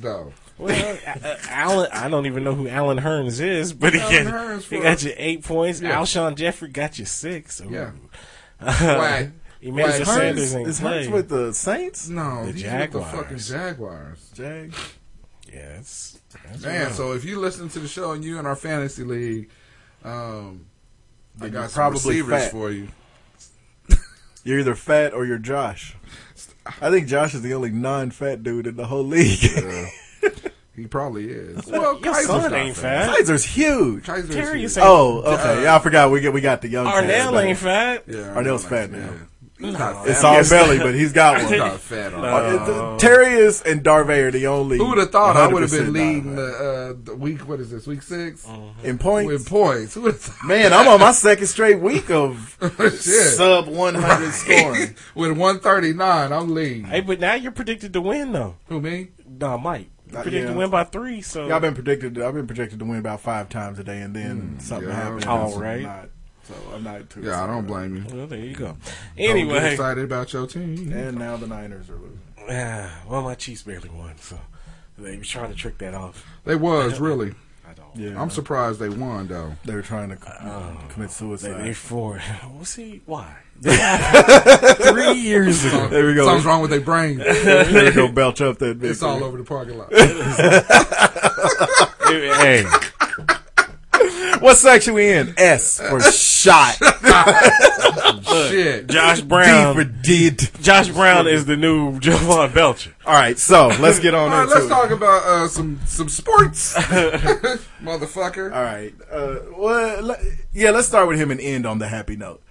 Speaker 9: though.
Speaker 2: Well, uh, uh, Alan, I don't even know who Alan Hearns is, but he,
Speaker 9: Alan
Speaker 2: got,
Speaker 9: Hearns
Speaker 2: he
Speaker 9: for-
Speaker 2: got you eight points. Alshon Jeffrey got you six. Ooh.
Speaker 9: Yeah.
Speaker 2: Uh,
Speaker 9: Why?
Speaker 2: Emmanuel
Speaker 9: Why?
Speaker 2: Sanders ain't
Speaker 8: Is Hurts
Speaker 2: played.
Speaker 8: with the Saints?
Speaker 9: No,
Speaker 2: The
Speaker 9: he's with the fucking
Speaker 2: Jaguars.
Speaker 9: Jaguars.
Speaker 8: Jag.
Speaker 2: yeah, it's, that's
Speaker 9: Man,
Speaker 2: rough.
Speaker 9: so if you listen to the show and you in our fantasy league, um, I
Speaker 8: Then
Speaker 9: got
Speaker 8: you're
Speaker 9: some
Speaker 8: probably
Speaker 9: receivers
Speaker 8: fat.
Speaker 9: for you.
Speaker 8: You're either fat or you're Josh. I think Josh is the only non-fat dude in the whole league.
Speaker 9: He probably is. Well,
Speaker 2: your
Speaker 9: Kaiser's
Speaker 2: son
Speaker 9: not
Speaker 2: ain't
Speaker 9: fat.
Speaker 2: fat.
Speaker 8: Kaiser's huge.
Speaker 9: Kaiser's
Speaker 2: Terry
Speaker 9: huge.
Speaker 2: is saying-
Speaker 8: Oh,
Speaker 9: uh,
Speaker 8: okay. Yeah, I forgot. We get we got the young. kids.
Speaker 2: Arnell ain't fat.
Speaker 9: yeah,
Speaker 8: Arnell's
Speaker 9: I'm
Speaker 8: fat
Speaker 9: like,
Speaker 8: now.
Speaker 9: yeah. He's not fat.
Speaker 8: It's all belly, but he's got
Speaker 9: He's
Speaker 8: one.
Speaker 9: not fat. Arnell.
Speaker 8: Uh, Terrius and Darvey are the only.
Speaker 9: Who would have thought I would have
Speaker 8: 100%
Speaker 9: been leading
Speaker 8: non-fat.
Speaker 9: the, uh, the week? What is this? Week six
Speaker 8: in points.
Speaker 9: with points. Who would have thought?
Speaker 8: Man, I'm on my second straight week of
Speaker 9: Shit.
Speaker 8: sub 100 scoring.
Speaker 9: with one thirty nine, I'm leading.
Speaker 2: Hey, but now you're predicted to win though.
Speaker 9: Who me?
Speaker 2: Nah, Mike. You're
Speaker 8: Uh,
Speaker 2: predicted
Speaker 8: yeah.
Speaker 2: to win by three. So
Speaker 8: Y'all been predicted. I've been predicted to win about five times a day, and then something
Speaker 9: Mm, yeah.
Speaker 8: happened.
Speaker 2: All
Speaker 8: so I'm
Speaker 2: right.
Speaker 8: not- so I'm not too.
Speaker 9: Yeah, I don't blame you.
Speaker 2: well, there you go.
Speaker 9: Don't get
Speaker 2: Anyway,
Speaker 9: excited about your team.
Speaker 8: And now the Niners are losing.
Speaker 2: Ah, well, my Chiefs barely won, so they were trying to trick that off.
Speaker 9: They was really.
Speaker 2: I don't.
Speaker 8: Yeah,
Speaker 9: I'm surprised they won though.
Speaker 8: they were trying to
Speaker 2: Oh,
Speaker 8: commit
Speaker 2: They,
Speaker 8: suicide.
Speaker 2: they four. We'll see why. Three years ago.
Speaker 8: there we go.
Speaker 9: Something's wrong with their brain.
Speaker 8: there we go. Belch up that
Speaker 9: It's
Speaker 8: victory.
Speaker 9: all over the parking lot.
Speaker 2: hey,
Speaker 8: What section we in? S for shot.
Speaker 9: Shit.
Speaker 2: Josh
Speaker 8: D for
Speaker 2: Brown.
Speaker 8: did.
Speaker 2: Josh Brown is the new Javon Belcher.
Speaker 8: All right, so let's get on
Speaker 9: All right,
Speaker 8: into
Speaker 9: let's
Speaker 8: it.
Speaker 9: talk about uh, some some sports, motherfucker.
Speaker 8: All right. Uh, well, le- yeah, let's start with him and end on the happy note.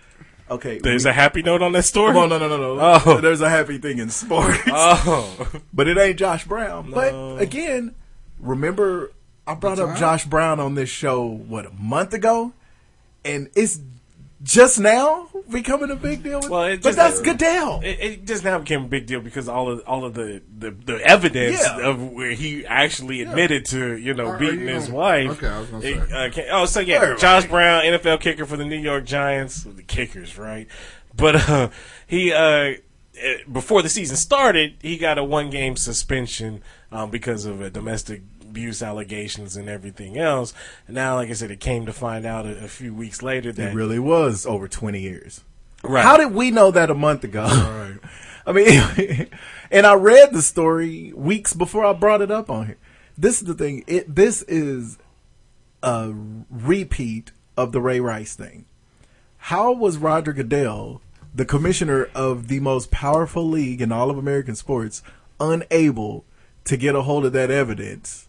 Speaker 8: Okay.
Speaker 2: There's
Speaker 8: we-
Speaker 2: a happy note on that story.
Speaker 8: Well, no, no, no, no.
Speaker 2: Oh.
Speaker 8: There's a happy thing in sports,
Speaker 2: Oh,
Speaker 8: but it ain't Josh Brown. But again, remember I brought up
Speaker 9: Brown?
Speaker 8: Josh Brown on this show what a month ago, and it's just now becoming a big deal. With,
Speaker 2: Well, it
Speaker 8: but
Speaker 2: just-
Speaker 8: that's Goodell.
Speaker 2: It, it just now became a big deal because all of all of the the, the evidence
Speaker 8: Yeah.
Speaker 2: of where he actually admitted to you know
Speaker 9: Are- are
Speaker 2: beating
Speaker 9: you
Speaker 2: his
Speaker 9: gonna-
Speaker 2: wife.
Speaker 9: okay, I was gonna
Speaker 2: It,
Speaker 9: say.
Speaker 2: uh, ca- oh, so yeah,
Speaker 8: Everybody.
Speaker 2: Josh Brown, NFL kicker for the New York Giants, the kickers, right? But uh, he uh, eh, before the season started, he got a one game suspension um, because of a domestic. Abuse allegations and everything else. Now, like I said, it came to find out a, a few weeks later that
Speaker 8: It really was over 20 years.
Speaker 2: Right.
Speaker 8: How did we know that a month ago? I mean, and I read the story weeks before I brought it up on here. This is the thing. It this is a repeat of the Ray Rice thing. How was Roger Goodell, the commissioner of the most powerful league in all of American sports, unable to get a hold of that evidence?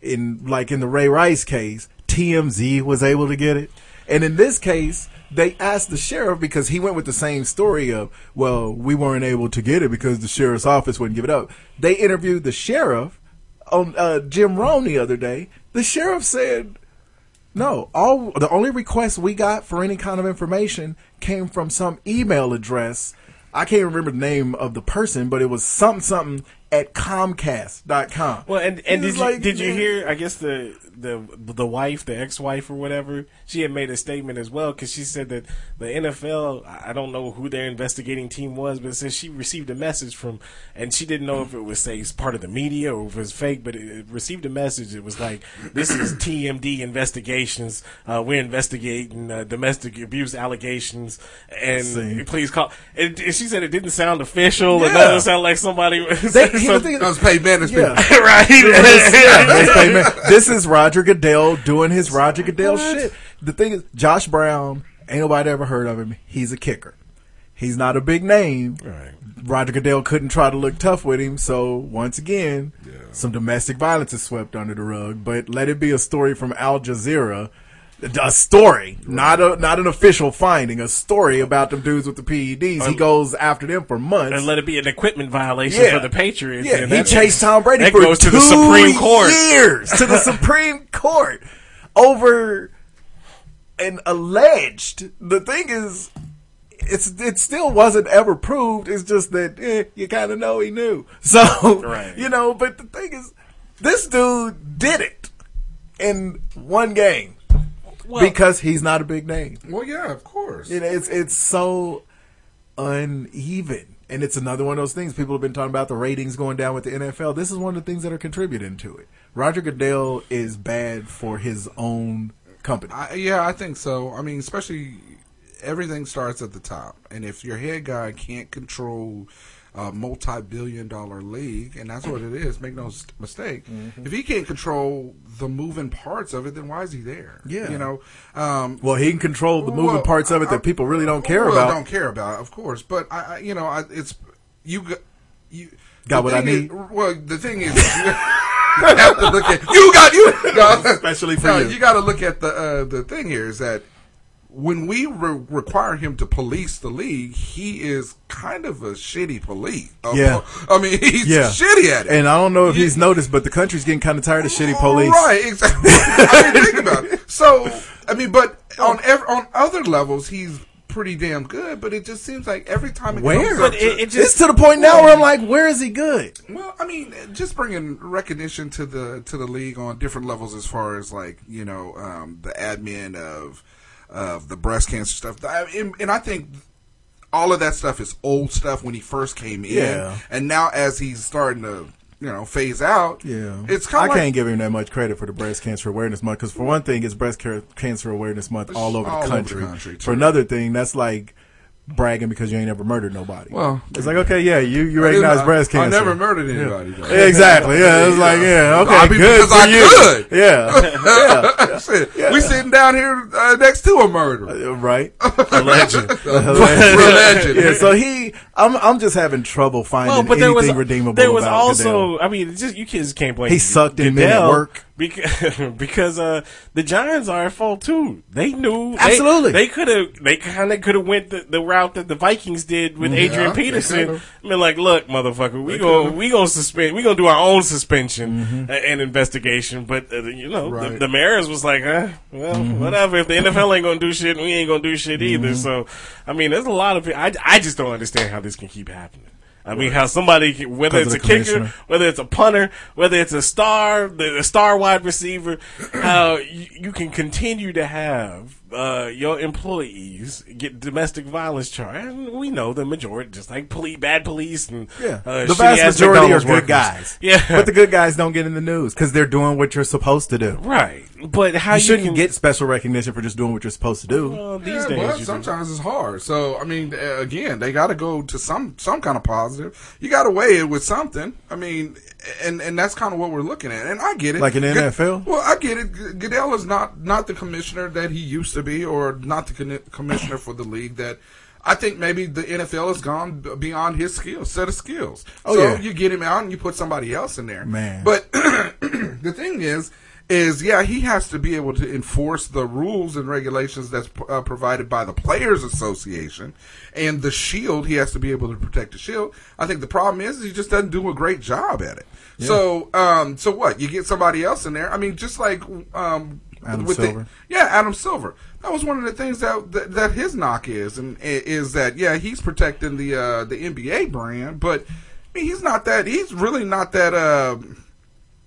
Speaker 8: in like in the Ray Rice case, TMZ was able to get it. And in this case, they asked the sheriff because he went with the same story of, well, we weren't able to get it because the sheriff's office wouldn't give it up. They interviewed the sheriff on uh, Jim Rohn the other day. The sheriff said, no, all the only requests we got for any kind of information came from some email address. I can't remember the name of the person, but it was something something at Comcast.com.
Speaker 2: Well, and and did
Speaker 8: He was
Speaker 2: you
Speaker 8: like,
Speaker 2: did you
Speaker 8: "Man,
Speaker 2: hear? I guess the the the wife, the ex wife or whatever, she had made a statement as well because she said that the NFL, I I don't know who their investigating team was, but it says she received a message from, and she didn't know if it was say it's part of the media or if it was fake, but it, it received a message. It was like this is TMD investigations. Uh, we're investigating uh, domestic abuse allegations, and
Speaker 8: See.
Speaker 2: please call. And, and she said it didn't sound official. It
Speaker 8: Yeah.
Speaker 2: doesn't sound like somebody.
Speaker 8: They,
Speaker 2: said
Speaker 8: here's the
Speaker 2: something-
Speaker 8: thing,
Speaker 9: That was paid management.
Speaker 8: Yeah.
Speaker 2: right.
Speaker 8: Let's play man- This is Roger Goodell doing his Roger Goodell shit. The thing is, Josh Brown, ain't nobody ever heard of him. He's a kicker. He's not a big name.
Speaker 2: Right.
Speaker 8: Roger Goodell couldn't try to look tough with him, so once again, some domestic violence is swept under the rug. But let it be a story from Al Jazeera, a story, not a not an official finding, a story about them dudes with the PEDs. He goes after them for months.
Speaker 2: and let it be an equipment violation
Speaker 8: Yeah.
Speaker 2: for the Patriots.
Speaker 8: Yeah,
Speaker 2: and
Speaker 8: he
Speaker 2: that-
Speaker 8: chased Tom Brady
Speaker 2: that
Speaker 8: for
Speaker 2: goes to
Speaker 8: two
Speaker 2: the Supreme Court.
Speaker 8: years to the Supreme Court over an alleged. The thing is, it's it still wasn't ever proved. It's just that eh, you kind of know he knew. So
Speaker 2: Right.
Speaker 8: you know, but the thing is, this dude did it in one game
Speaker 2: Well-
Speaker 8: because he's not a big name.
Speaker 9: Well, yeah, of course.
Speaker 8: You know, it's it's so uneven, and it's another one of those things people have been talking about the ratings going down with the NFL. This is one of the things that are contributing to it. Roger Goodell is bad for his own company.
Speaker 9: I, yeah, I think so. I mean, especially everything starts at the top, and if your head guy can't control a multi-billion-dollar league, and that's what it is. Make no s- mistake. If he can't control the moving parts of it, then why is he there?
Speaker 8: Yeah.
Speaker 9: you know. Um,
Speaker 8: Well, he can control the moving
Speaker 9: well,
Speaker 8: parts of it
Speaker 9: I-
Speaker 8: that people really don't care
Speaker 9: well,
Speaker 8: about.
Speaker 9: Don't care about, of course. But I, I you know, I, it's you. g- You
Speaker 8: Got
Speaker 9: the
Speaker 8: what I
Speaker 9: thing is-
Speaker 8: need?
Speaker 9: well, the thing is. you have to look at you got you
Speaker 8: Especially for
Speaker 9: no,
Speaker 8: you.
Speaker 9: you got to look at the uh, the thing here is that when we re- require him to police the league, he is kind of a shitty police. Uh,
Speaker 8: Yeah.
Speaker 9: I mean he's
Speaker 8: Yeah.
Speaker 9: shitty at it.
Speaker 8: And I don't know if
Speaker 9: You-
Speaker 8: he's noticed, but the country's getting kind of tired of shitty police.
Speaker 9: Right, exactly. I mean, think about it. So, I mean, but
Speaker 8: Oh.
Speaker 9: on ev- on other levels, he's pretty damn good. But it just seems like every time it
Speaker 8: Where?
Speaker 9: comes
Speaker 8: But
Speaker 9: up
Speaker 2: it-
Speaker 9: to,
Speaker 2: it
Speaker 8: It's to the point now where I'm like, where is he good?
Speaker 9: well, I mean, just bringing recognition to the to the league on different levels, as far as like you know um, the admin of of the breast cancer stuff, I, and, and I think all of that stuff is old stuff when he first came in,
Speaker 8: Yeah.
Speaker 9: and now as he's starting to you know phase out,
Speaker 8: Yeah,
Speaker 9: it's kind
Speaker 8: I
Speaker 9: of
Speaker 8: can't
Speaker 9: like,
Speaker 8: give him that much credit for the Breast Cancer Awareness Month because for one thing, it's Breast Care- Cancer Awareness Month all over
Speaker 9: all
Speaker 8: the
Speaker 9: over the
Speaker 8: country.
Speaker 9: country, too.
Speaker 8: for another thing, that's like bragging because you ain't ever murdered nobody.
Speaker 9: Well-
Speaker 8: it's like okay, yeah, you you recognize
Speaker 9: I-
Speaker 8: breast
Speaker 9: I
Speaker 8: cancer.
Speaker 9: never murdered anybody. though.
Speaker 8: Yeah, exactly. Yeah, it's like yeah, okay,
Speaker 9: I mean,
Speaker 8: good
Speaker 9: because
Speaker 8: for
Speaker 9: I
Speaker 8: you.
Speaker 9: could.
Speaker 8: Yeah,
Speaker 9: Shit, We sitting down here uh, next to a murderer.
Speaker 8: Uh, right.
Speaker 2: a legend.
Speaker 9: Legend.
Speaker 8: yeah, so he, I'm I'm just having trouble finding
Speaker 2: Well, Oh, but there was
Speaker 8: anything redeemable.
Speaker 2: there was
Speaker 8: about
Speaker 2: also
Speaker 8: Goodell.
Speaker 2: I mean, it's just you kids can't blame.
Speaker 8: He sucked in men at
Speaker 2: Goodell
Speaker 8: work.
Speaker 2: because because uh, the Giants are at fault too. They knew they-
Speaker 8: Absolutely.
Speaker 2: They could have they kind of could have went the, the route that the Vikings did with Adrian
Speaker 9: they
Speaker 2: Peterson.
Speaker 9: could've.
Speaker 2: Been like, look, motherfucker, we gonna we gonna suspend, we gonna do our own suspension a- and investigation. But uh, you know, the,
Speaker 9: Right.
Speaker 2: the Mariners was like, huh, well, whatever. If the NFL ain't gonna do shit, we ain't gonna do shit either. So, I mean, there's a lot of pe- I I just don't understand how this can keep happening. I mean, how somebody, can- whether it's
Speaker 8: 'Cause of
Speaker 2: a
Speaker 8: the
Speaker 2: kicker,
Speaker 8: commissioner.
Speaker 2: whether it's a punter, whether it's a star, the, the star wide receiver, how you, you can continue to have uh, your employees get domestic violence charged. And we know the majority, just like police, bad police, and
Speaker 8: Yeah,
Speaker 2: uh,
Speaker 8: the vast
Speaker 2: shitty-ass
Speaker 8: majority
Speaker 2: McDonald's
Speaker 8: are
Speaker 2: workers.
Speaker 8: good guys.
Speaker 2: Yeah,
Speaker 8: but the good guys don't get in the news because they're doing what you're supposed to do.
Speaker 2: right. But how
Speaker 8: You
Speaker 2: you,
Speaker 8: shouldn't
Speaker 2: can,
Speaker 8: get special recognition for just doing what you're supposed to do.
Speaker 2: well, these
Speaker 9: Yeah,
Speaker 2: days?
Speaker 9: but
Speaker 2: you do.
Speaker 9: sometimes it's hard. So I mean, uh, again, they got to go to some some kind of positive. You got to weigh it with something. I mean, and and that's kind of what we're looking at. And I get it,
Speaker 8: Like in the
Speaker 9: Good-
Speaker 8: NFL?
Speaker 9: Well, I get it. G- Goodell is not not the commissioner that he used to be, or not the con- commissioner for the league that. I think maybe the NFL has gone b- beyond his skill set of skills.
Speaker 8: Oh,
Speaker 9: so
Speaker 8: yeah.
Speaker 9: you get him out and you put somebody else in there.
Speaker 8: Man.
Speaker 9: But the thing is, is yeah, he has to be able to enforce the rules and regulations that's uh, provided by the Players Association and the Shield. He has to be able to protect the Shield. I think the problem is he just doesn't do a great job at it. So, um, so what? You get somebody else in there. I mean, just like um,
Speaker 8: Adam
Speaker 9: the-
Speaker 8: Silver.
Speaker 9: yeah, Adam Silver. That was one of the things that that, that his knock is, and i- is that yeah, he's protecting the uh, the NBA brand, but I mean, he's not that. He's really not that. Uh,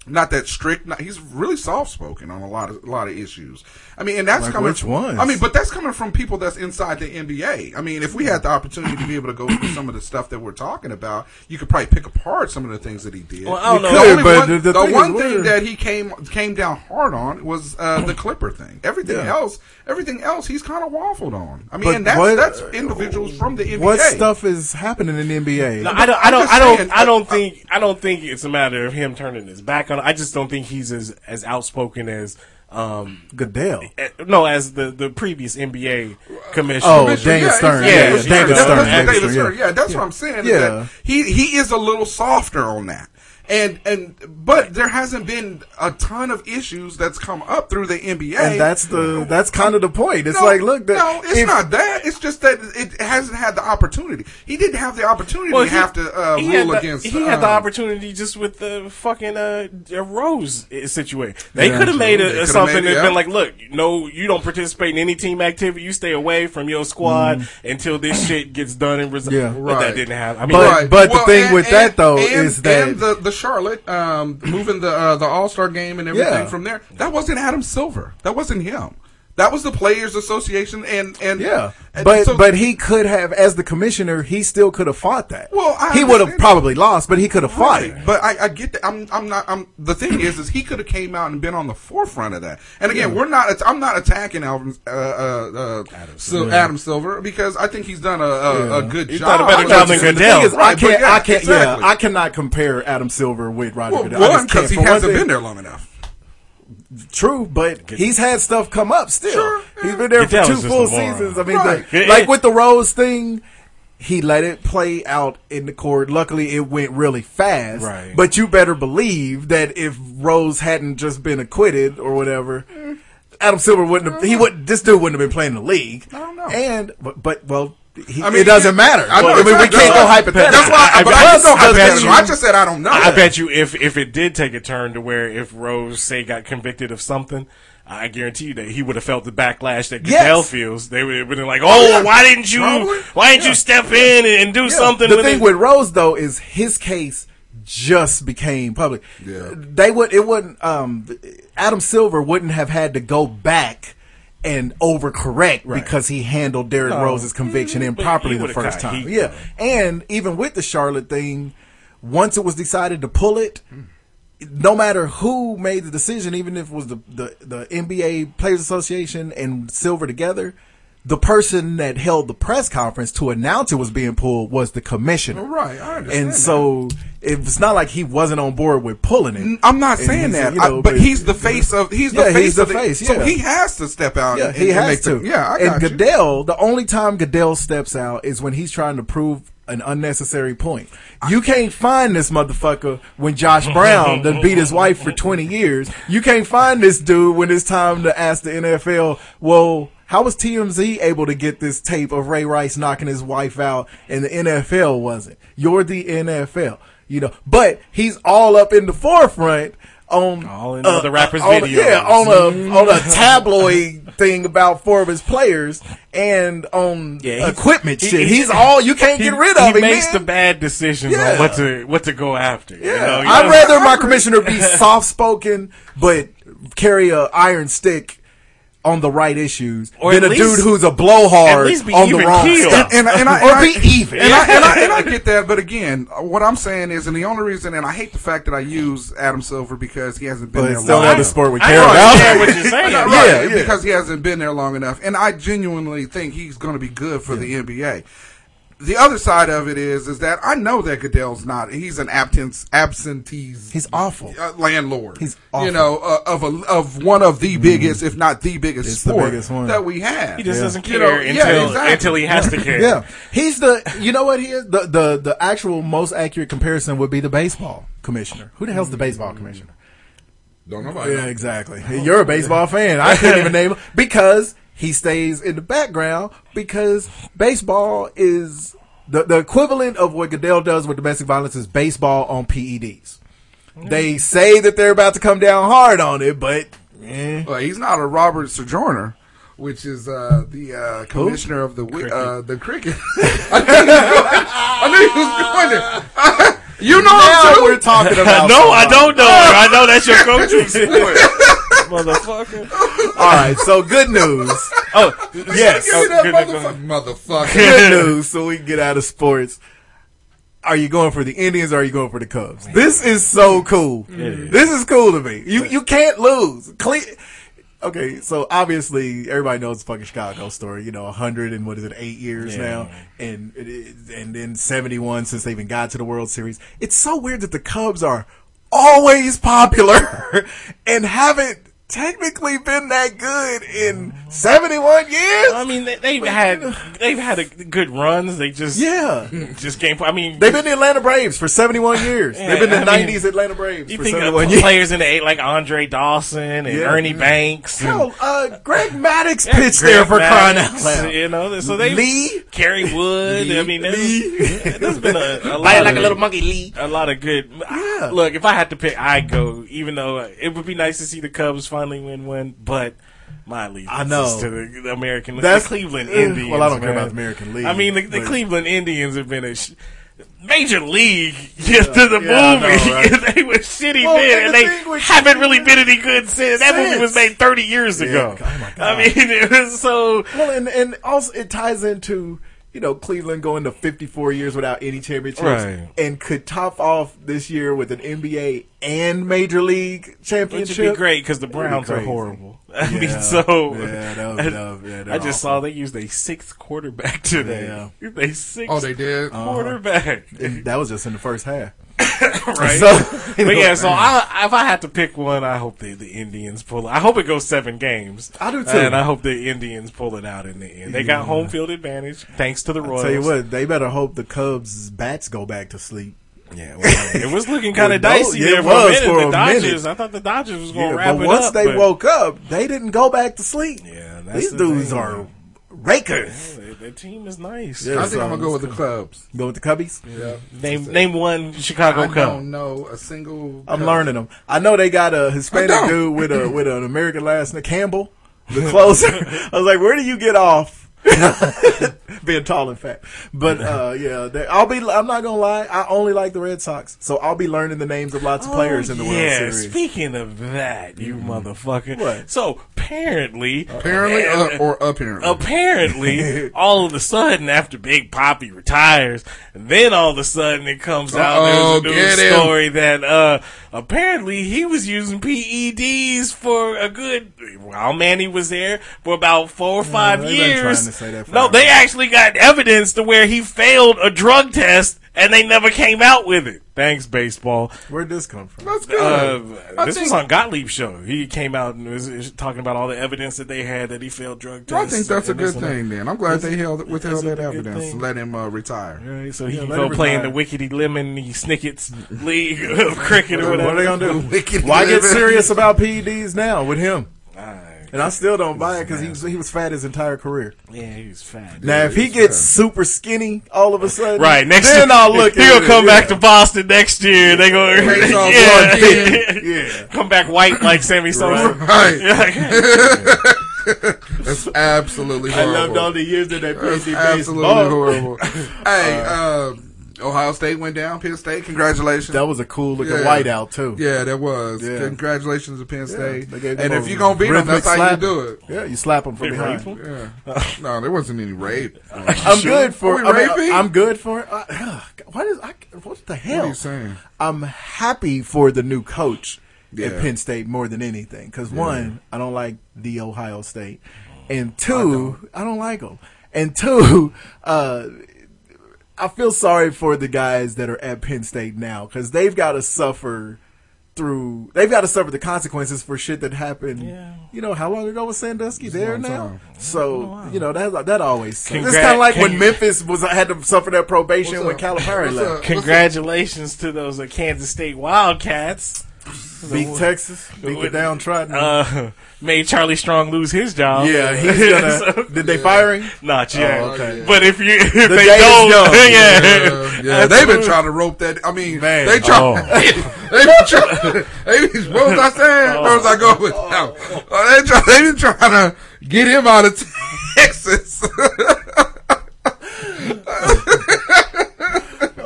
Speaker 9: not that strict. Not, he's really soft spoken on a lot of a lot of issues. I mean, and that's
Speaker 8: Like
Speaker 9: coming.
Speaker 8: which ones?
Speaker 9: I mean, but that's coming from people that's inside the NBA. I mean, if we had the opportunity to be able to go through some of the stuff that we're talking about, you could probably pick apart some of the things that he did.
Speaker 2: Well, I don't
Speaker 8: You
Speaker 2: know.
Speaker 8: could,
Speaker 9: The only
Speaker 8: but
Speaker 9: one,
Speaker 8: the- the
Speaker 9: the
Speaker 8: thing is
Speaker 9: one
Speaker 8: we're-
Speaker 9: thing that he came came down hard on was uh, the Clipper thing. Everything
Speaker 8: Yeah.
Speaker 9: else, everything else, he's kind of waffled on. I mean,
Speaker 8: But
Speaker 9: and that's
Speaker 8: what-
Speaker 9: that's individuals from the NBA.
Speaker 8: What stuff is happening in the NBA?
Speaker 2: No, I don't. I
Speaker 9: I'm
Speaker 2: don't.
Speaker 9: just
Speaker 2: I
Speaker 9: saying,
Speaker 2: don't. I
Speaker 9: uh,
Speaker 2: don't think. I don't think it's a matter of him turning his back on. it. I just don't think he's as as outspoken as um
Speaker 8: Goodell.
Speaker 2: eh, no as the the previous NBA commissioner.
Speaker 8: Oh,
Speaker 9: Commissioner,
Speaker 8: Daniel
Speaker 9: yeah,
Speaker 8: Stern.
Speaker 9: he's-
Speaker 2: yeah,
Speaker 8: Yeah,
Speaker 2: he's-
Speaker 8: David
Speaker 2: yeah,
Speaker 8: Stern.
Speaker 9: That's, that's
Speaker 8: David
Speaker 9: David Stern.
Speaker 8: Stern,
Speaker 9: Yeah, that's what I'm saying. is
Speaker 8: Yeah.
Speaker 9: that he he is a little softer on that. And and but there hasn't been a ton of issues that's come up through the NBA.
Speaker 8: And that's the that's kind of the point. It's
Speaker 9: No,
Speaker 8: like, look, that-
Speaker 9: no, it's
Speaker 8: if-
Speaker 9: not that. It's just that it hasn't had the opportunity. He didn't have the opportunity to
Speaker 2: he-
Speaker 9: have to uh,
Speaker 2: he had
Speaker 9: rule
Speaker 2: the-
Speaker 9: against.
Speaker 2: He had the
Speaker 9: um,
Speaker 2: opportunity just with the fucking uh, uh, Rose uh, situation. They
Speaker 9: Yeah,
Speaker 2: could have
Speaker 9: true.
Speaker 2: made
Speaker 9: They
Speaker 2: a, a
Speaker 9: coulda
Speaker 2: something
Speaker 9: made it,
Speaker 2: that's been
Speaker 9: yeah.
Speaker 2: like, look, no, you don't participate in any team activity. You stay away from your squad until this shit gets done and resolved.
Speaker 8: Mm. Yeah.
Speaker 2: but that
Speaker 9: Right.
Speaker 2: didn't happen. I mean,
Speaker 8: But-
Speaker 9: Right.
Speaker 8: the thing with that, though,
Speaker 9: and-
Speaker 8: is that-
Speaker 9: and the, the Charlotte um, moving the uh, the All Star game and everything
Speaker 8: Yeah.
Speaker 9: from there that wasn't Adam Silver. That wasn't him. That was the Players Association and and
Speaker 8: Yeah,
Speaker 9: and
Speaker 8: but
Speaker 9: so-
Speaker 8: but he could have, as the commissioner, he still could have fought that.
Speaker 9: Well, I
Speaker 8: he would have
Speaker 9: understand.
Speaker 8: probably lost, but he could have fought
Speaker 9: Right,
Speaker 8: it.
Speaker 9: but I, I get that. I'm, I'm not. I'm. The thing is, is he could have came out and been on the forefront of that. And again, we're not. I'm not attacking Alvin, uh, uh, uh, Adam, Sil- Adam Silver because I think he's done a, a, a good
Speaker 2: He's
Speaker 9: job.
Speaker 2: done a better
Speaker 9: I
Speaker 2: job
Speaker 9: just-
Speaker 2: than
Speaker 8: The thing
Speaker 2: Goodell.
Speaker 8: is, I
Speaker 9: Right, but
Speaker 8: can't.
Speaker 9: yeah,
Speaker 8: I can't.
Speaker 9: exactly.
Speaker 8: Yeah, I cannot compare Adam Silver with Roger Goodell. I
Speaker 9: well, one
Speaker 8: just can't.
Speaker 9: because he
Speaker 8: For one
Speaker 9: hasn't
Speaker 8: thing-
Speaker 9: been there long enough.
Speaker 8: True, but he's had stuff come up still.
Speaker 9: Sure,
Speaker 8: He's been there
Speaker 2: Goodell
Speaker 8: for
Speaker 2: is just
Speaker 8: two full
Speaker 2: a moron.
Speaker 8: seasons. I mean,
Speaker 9: Right.
Speaker 8: the- like with the Rose thing, he let it play out in the court. Luckily, it went really fast.
Speaker 2: Right.
Speaker 8: But you better believe that if Rose hadn't just been acquitted or whatever, Adam Silver wouldn't have, he would, this dude wouldn't have been playing in the league. I
Speaker 9: don't know.
Speaker 8: And, but, but well, he,
Speaker 9: I mean,
Speaker 8: it doesn't
Speaker 9: he-
Speaker 8: matter.
Speaker 9: I know
Speaker 8: I mean, we
Speaker 9: exactly.
Speaker 8: can't go
Speaker 9: That's-
Speaker 8: hypothetical.
Speaker 9: That's why,
Speaker 2: I-
Speaker 9: but
Speaker 2: I
Speaker 9: I just don't
Speaker 2: bet
Speaker 9: hypothetical.
Speaker 2: you-
Speaker 9: I just said I don't know.
Speaker 2: I bet you if if it did take a turn to where if Rose say got convicted of something, I guarantee you that he would have felt the backlash that
Speaker 8: Yes.
Speaker 2: Goodell feels. They would have been like, "Oh, why didn't you?
Speaker 9: Probably.
Speaker 2: Why didn't you step in and, and do
Speaker 8: Yeah.
Speaker 2: something?"
Speaker 8: The
Speaker 2: with
Speaker 8: thing
Speaker 2: it?
Speaker 8: with Rose though is his case just became public.
Speaker 9: Yeah.
Speaker 8: They would it wouldn't um Adam Silver wouldn't have had to go back and overcorrect because he handled Derrick Rose's conviction improperly
Speaker 2: he
Speaker 8: the
Speaker 2: would've
Speaker 8: first
Speaker 2: got
Speaker 8: time.
Speaker 2: heat,
Speaker 8: yeah. And even with the Charlotte thing, once it was decided to pull it, no matter who made the decision, even if it was the, the, the NBA Players Association and Silver together, the person that held the press conference to announce it was being pulled was the commissioner.
Speaker 9: Well, right, I understand
Speaker 8: And
Speaker 9: that.
Speaker 8: so it was not like he wasn't on board with pulling it.
Speaker 9: I'm not
Speaker 8: And
Speaker 9: saying
Speaker 8: he's,
Speaker 9: that,
Speaker 8: you
Speaker 9: I-
Speaker 8: know,
Speaker 9: but he's the face of he's the
Speaker 8: Yeah,
Speaker 9: face
Speaker 8: he's the
Speaker 9: of
Speaker 8: face,
Speaker 9: So
Speaker 8: yeah.
Speaker 9: he has to step out.
Speaker 8: Yeah,
Speaker 9: and,
Speaker 8: he
Speaker 9: and
Speaker 8: has
Speaker 9: make
Speaker 8: to.
Speaker 9: The, yeah, I
Speaker 8: and
Speaker 9: got you.
Speaker 8: Goodell, the only time Goodell steps out is when he's trying to prove an unnecessary point. You can't find this motherfucker when Josh Brown done beat his wife for 20 years. You can't find this dude when it's time to ask the NFL, well, how was TMZ able to get this tape of Ray Rice knocking his wife out and the NFL wasn't? You're the NFL, you know, but he's all up in the forefront on uh,
Speaker 2: All in other rappers'
Speaker 8: on-
Speaker 2: videos.
Speaker 8: Yeah, on
Speaker 2: Mm.
Speaker 8: a on a tabloid thing about four of his players and on
Speaker 2: Yeah, he's-
Speaker 8: equipment
Speaker 2: he-
Speaker 8: shit.
Speaker 2: he-
Speaker 8: he's all you can't get rid of
Speaker 2: He
Speaker 8: him.
Speaker 2: makes
Speaker 8: man.
Speaker 2: the bad decisions
Speaker 8: Yeah.
Speaker 2: on what to what to go after. you know? You
Speaker 8: I'd
Speaker 2: know?
Speaker 8: rather my commissioner be soft spoken but carry a iron stick on the right issues
Speaker 2: Or
Speaker 8: than
Speaker 2: at
Speaker 8: a
Speaker 2: least-
Speaker 8: dude who's a
Speaker 2: at
Speaker 8: blowhard
Speaker 2: least be
Speaker 8: on the
Speaker 2: even
Speaker 8: wrong
Speaker 2: keel.
Speaker 8: stuff.
Speaker 9: And- and I- and
Speaker 8: or
Speaker 9: I-
Speaker 8: be even.
Speaker 9: and, I, and, I, and I get that, but again, what I'm saying is, and the only reason, and I hate the fact that I use Adam Silver because he hasn't been
Speaker 8: but
Speaker 9: there
Speaker 8: it's still
Speaker 9: long
Speaker 8: another
Speaker 9: enough.
Speaker 8: sport we
Speaker 2: I
Speaker 8: care
Speaker 2: understand
Speaker 8: about.
Speaker 2: what you're saying.
Speaker 9: Right,
Speaker 8: Yeah,
Speaker 9: right,
Speaker 8: yeah.
Speaker 9: because he hasn't been there long enough, and I genuinely think he's going to be good for the NBA. The other side of it is, is that I know that Goodell's not. He's an absentee, absentees
Speaker 8: He's awful.
Speaker 9: uh, landlord.
Speaker 8: He's
Speaker 9: you
Speaker 8: awful. Mm.
Speaker 9: know uh, of a, of one of the biggest, if not the biggest,
Speaker 8: It's the
Speaker 9: sport
Speaker 8: biggest one.
Speaker 9: that we have.
Speaker 2: He just doesn't care
Speaker 9: You know, yeah,
Speaker 2: until
Speaker 9: exactly.
Speaker 2: until he has to care.
Speaker 8: Yeah, he's the. You know what he is? The the the actual most accurate comparison would be the baseball commissioner. Who the hell's the baseball commissioner?
Speaker 9: Don't nobody.
Speaker 8: Yeah, exactly. You're a baseball fan. I couldn't even name him because he stays in the background because baseball is the the equivalent of what Goodell does with domestic violence is baseball on PEDs. They say that they're about to come down hard on it, but eh.
Speaker 9: Well, he's not a Robert Sojourner, which is uh, the uh, commissioner of the wi- uh, the cricket. I knew he was going, I knew he was going there. you know
Speaker 8: now
Speaker 9: him too.
Speaker 8: we're talking about.
Speaker 2: no, I
Speaker 8: somebody.
Speaker 2: don't know. her. I know that's your coaching sport, motherfucker.
Speaker 8: All right, so good news.
Speaker 2: Oh, yes.
Speaker 9: Give
Speaker 2: Oh,
Speaker 9: me that
Speaker 2: good, good, good.
Speaker 9: motherfucker. motherfucker.
Speaker 8: good news so we can get out of sports. Are you going for the Indians or are you going for the Cubs? This is so cool. This is cool to me. You you can't lose. Cle Okay, so obviously everybody knows the fucking Chicago story. You know, hundred and what is it, eight years
Speaker 2: Yeah.
Speaker 8: now, and it is- and then seventy one since they even got to the World Series. It's so weird that the Cubs are always popular and haven't technically been that good in seventy one years.
Speaker 2: I mean, they, they've had they've had a good runs. They just
Speaker 8: Yeah.
Speaker 2: just game. I mean,
Speaker 8: They've been the Atlanta Braves for 71 years. They've been the
Speaker 2: I mean,
Speaker 8: 90s Atlanta Braves
Speaker 2: you
Speaker 8: for
Speaker 2: think of
Speaker 8: 71 years.
Speaker 2: players in the eight like Andre Dawson and
Speaker 8: Yeah. Mm-hmm.
Speaker 2: Ernie Banks. and-
Speaker 8: Hell, uh, Greg Maddox
Speaker 2: Yeah,
Speaker 8: pitched
Speaker 2: Greg
Speaker 8: there for
Speaker 2: Maddox,
Speaker 8: crying out loud.
Speaker 2: You know, so they
Speaker 8: Lee?
Speaker 2: Kerry Wood. I mean,
Speaker 8: Lee.
Speaker 2: there's, there's been a, a lot of,
Speaker 1: monkey, Lee.
Speaker 2: a lot of good.
Speaker 8: Yeah.
Speaker 2: Look, if I had to pick, I go. Even though it would be nice to see the Cubs finally win one, but my allegiance
Speaker 8: I know.
Speaker 2: is to the, the American.
Speaker 8: That's-
Speaker 2: the Cleveland
Speaker 8: eh,
Speaker 2: Indians.
Speaker 8: well, I don't care
Speaker 2: man.
Speaker 8: about the American League,
Speaker 2: I mean, the, the
Speaker 8: but-
Speaker 2: Cleveland Indians have been a. Sh- Major League, yes, to the
Speaker 8: Yeah, I know,
Speaker 2: movie.
Speaker 8: right?
Speaker 2: they were shitty
Speaker 8: Well,
Speaker 2: men,
Speaker 8: and
Speaker 2: and
Speaker 8: the
Speaker 2: they
Speaker 8: thing with-
Speaker 2: haven't really been any good since. That movie was
Speaker 8: Since.
Speaker 2: made 30 years ago.
Speaker 8: oh my
Speaker 2: I mean, it was so.
Speaker 8: Well, and, and also it ties into, you know, Cleveland going to 54 years without any championships
Speaker 2: Right.
Speaker 8: and could top off this year with an NBA and Major League
Speaker 2: Which
Speaker 8: championship.
Speaker 2: would be great because the Browns are
Speaker 8: crazy.
Speaker 2: horrible. I
Speaker 8: Yeah.
Speaker 2: mean, so
Speaker 8: Yeah, that would- that would- yeah, they're
Speaker 2: I just
Speaker 8: awful.
Speaker 2: saw they used a sixth quarterback today. They sixth
Speaker 9: Oh, they did.
Speaker 8: Uh-huh. Uh,
Speaker 2: quarterback,
Speaker 8: And that was just in the first half.
Speaker 2: right?
Speaker 8: So-
Speaker 2: but yeah, so I, if I had to pick one, I hope the, the Indians pull. I hope it goes seven games.
Speaker 8: I do too.
Speaker 2: and I hope the Indians pull it out in the end. They got home field advantage thanks to the Royals.
Speaker 8: Tell you what, they better hope the Cubs' bats go back to sleep.
Speaker 2: Yeah, well, it was looking kind
Speaker 8: Well,
Speaker 2: of dicey
Speaker 8: no, it
Speaker 2: there for
Speaker 8: was
Speaker 2: a minute.
Speaker 8: for a
Speaker 2: the Dodgers,
Speaker 8: minute.
Speaker 2: I thought the Dodgers was going to
Speaker 8: Yeah,
Speaker 2: wrap
Speaker 8: but
Speaker 2: it
Speaker 8: once
Speaker 2: up,
Speaker 8: they
Speaker 2: but-
Speaker 8: woke up, they didn't go back to sleep.
Speaker 2: Yeah, that's
Speaker 8: These
Speaker 2: the
Speaker 8: dudes
Speaker 2: thing.
Speaker 8: are rakers.
Speaker 2: The, the team is nice.
Speaker 8: Yeah.
Speaker 9: I think I'm gonna go with the Cubs.
Speaker 8: Go with the Cubbies.
Speaker 9: Yeah.
Speaker 2: Name name one Chicago
Speaker 9: I
Speaker 2: Cub.
Speaker 9: don't know a single.
Speaker 8: I'm
Speaker 9: Cub.
Speaker 8: learning them. I know they got a Hispanic
Speaker 9: don't.
Speaker 8: dude with a with an American last name, Campbell. The closer, I was like, where do you get off being tall and fat? But uh, yeah, they, I'll be. I'm not gonna lie. I only like the Red Sox, so I'll be learning the names of lots of
Speaker 2: Oh,
Speaker 8: players in the World
Speaker 2: yeah,
Speaker 8: Series. Mm-hmm.
Speaker 2: speaking of that, you motherfucker.
Speaker 8: What?
Speaker 2: So apparently,
Speaker 9: Apparently uh, or apparently.
Speaker 2: apparently, all of a sudden, after Big Poppy retires, then all of a sudden it comes out
Speaker 9: Uh-oh,
Speaker 2: there's a
Speaker 9: get
Speaker 2: new
Speaker 9: him.
Speaker 2: story that uh, apparently he was using PEDs for a good while Manny was there for about four or five
Speaker 8: they've been
Speaker 2: years.
Speaker 8: trying to say that
Speaker 2: no,
Speaker 8: forever.
Speaker 2: they actually got evidence to where he failed a drug test. and they never came out with it. Thanks, baseball.
Speaker 8: Where'd this come from?
Speaker 9: That's good.
Speaker 2: Uh,
Speaker 9: I
Speaker 2: this
Speaker 9: think-
Speaker 2: was on Gottlieb's show. He came out and was, was talking about all the evidence that they had that he failed drug
Speaker 9: I
Speaker 2: tests.
Speaker 9: think that's a
Speaker 2: and this
Speaker 9: good
Speaker 2: and that.
Speaker 9: thing. Then I'm glad
Speaker 2: Is
Speaker 9: they
Speaker 2: it-
Speaker 9: held withheld
Speaker 2: is it
Speaker 9: that
Speaker 2: a good
Speaker 9: evidence.
Speaker 2: thing?
Speaker 9: Let him uh, retire.
Speaker 2: Right, so he
Speaker 8: Yeah,
Speaker 2: can
Speaker 8: let
Speaker 2: go
Speaker 8: him
Speaker 2: play in the
Speaker 8: retire.
Speaker 2: Wickety Lemony Snickets League of Cricket or
Speaker 8: What
Speaker 2: whatever.
Speaker 8: are they gonna do?
Speaker 9: Wicked
Speaker 8: Why get
Speaker 9: living.
Speaker 8: serious about PEDs now with him?
Speaker 2: Alright.
Speaker 8: And I still don't buy it because he was, he was fat his entire career.
Speaker 2: Yeah, he was fat.
Speaker 8: Now if he gets super skinny all of a sudden,
Speaker 2: Right next
Speaker 8: then
Speaker 2: year,
Speaker 8: I'll look. at
Speaker 2: He'll
Speaker 8: it,
Speaker 2: come
Speaker 8: yeah.
Speaker 2: back to Boston next year. They gonna
Speaker 9: Race all blood
Speaker 2: yeah.
Speaker 9: in.
Speaker 8: Yeah.
Speaker 2: come back white like Sammy Sosa.
Speaker 9: Right.
Speaker 2: Yeah.
Speaker 9: That's absolutely
Speaker 8: I
Speaker 9: horrible.
Speaker 8: loved all the years that they played
Speaker 9: That's
Speaker 8: the
Speaker 9: absolutely
Speaker 8: baseball. Uh,
Speaker 9: horrible. hey, um, Ohio State went down. Penn State, congratulations.
Speaker 8: That was a cool looking
Speaker 9: Yeah.
Speaker 8: whiteout too.
Speaker 9: yeah, that was.
Speaker 8: Yeah.
Speaker 9: Congratulations to Penn State.
Speaker 8: They gave them
Speaker 9: and
Speaker 8: a
Speaker 9: if you're gonna beat them,
Speaker 8: rhythmic
Speaker 9: that's how
Speaker 8: slap.
Speaker 9: you do it.
Speaker 8: Yeah, you slap him from behind.
Speaker 9: Yeah. no, there wasn't any rape.
Speaker 8: I'm good
Speaker 9: Are
Speaker 8: for.
Speaker 9: we
Speaker 8: I mean, uh,
Speaker 9: raping?
Speaker 8: I'm good for. it. Uh, what is? I, what the hell?
Speaker 9: What are you saying?
Speaker 8: I'm happy for the new coach
Speaker 9: Yeah.
Speaker 8: at Penn State more than anything because one, I don't like the Ohio State,
Speaker 9: Oh,
Speaker 8: and two, I don't, like them, and two, uh, I feel sorry for the guys that are at Penn State now because they've got to suffer through. They've got to suffer the consequences for shit that happened. You know how long ago was Sandusky there
Speaker 9: long
Speaker 8: now?
Speaker 9: time.
Speaker 8: So you know that that always. Sucks. It's
Speaker 2: Congrat-
Speaker 8: kind of like when
Speaker 2: congr-
Speaker 8: Memphis was had to suffer that probation
Speaker 9: What's
Speaker 8: when
Speaker 9: up?
Speaker 8: Calipari
Speaker 9: What's
Speaker 8: left.
Speaker 9: up?
Speaker 2: Congratulations to those uh, Kansas State Wildcats.
Speaker 8: Beat Texas, beat the
Speaker 2: what-
Speaker 8: downtrodden.
Speaker 2: Uh, made Charlie Strong lose his job.
Speaker 8: yeah, he's gonna.
Speaker 2: So-
Speaker 8: did they fire him?
Speaker 2: not yet.
Speaker 8: Oh, okay.
Speaker 2: But if you if they
Speaker 8: day is
Speaker 2: don't,
Speaker 8: young.
Speaker 2: yeah,
Speaker 9: Yeah, yeah, they've been trying to rope that. I mean,
Speaker 8: Man. oh.
Speaker 9: they try. they been trying. They been, what was I
Speaker 8: Oh.
Speaker 9: saying? Where was I going with that? Oh, they try, they been trying to get him out of Texas.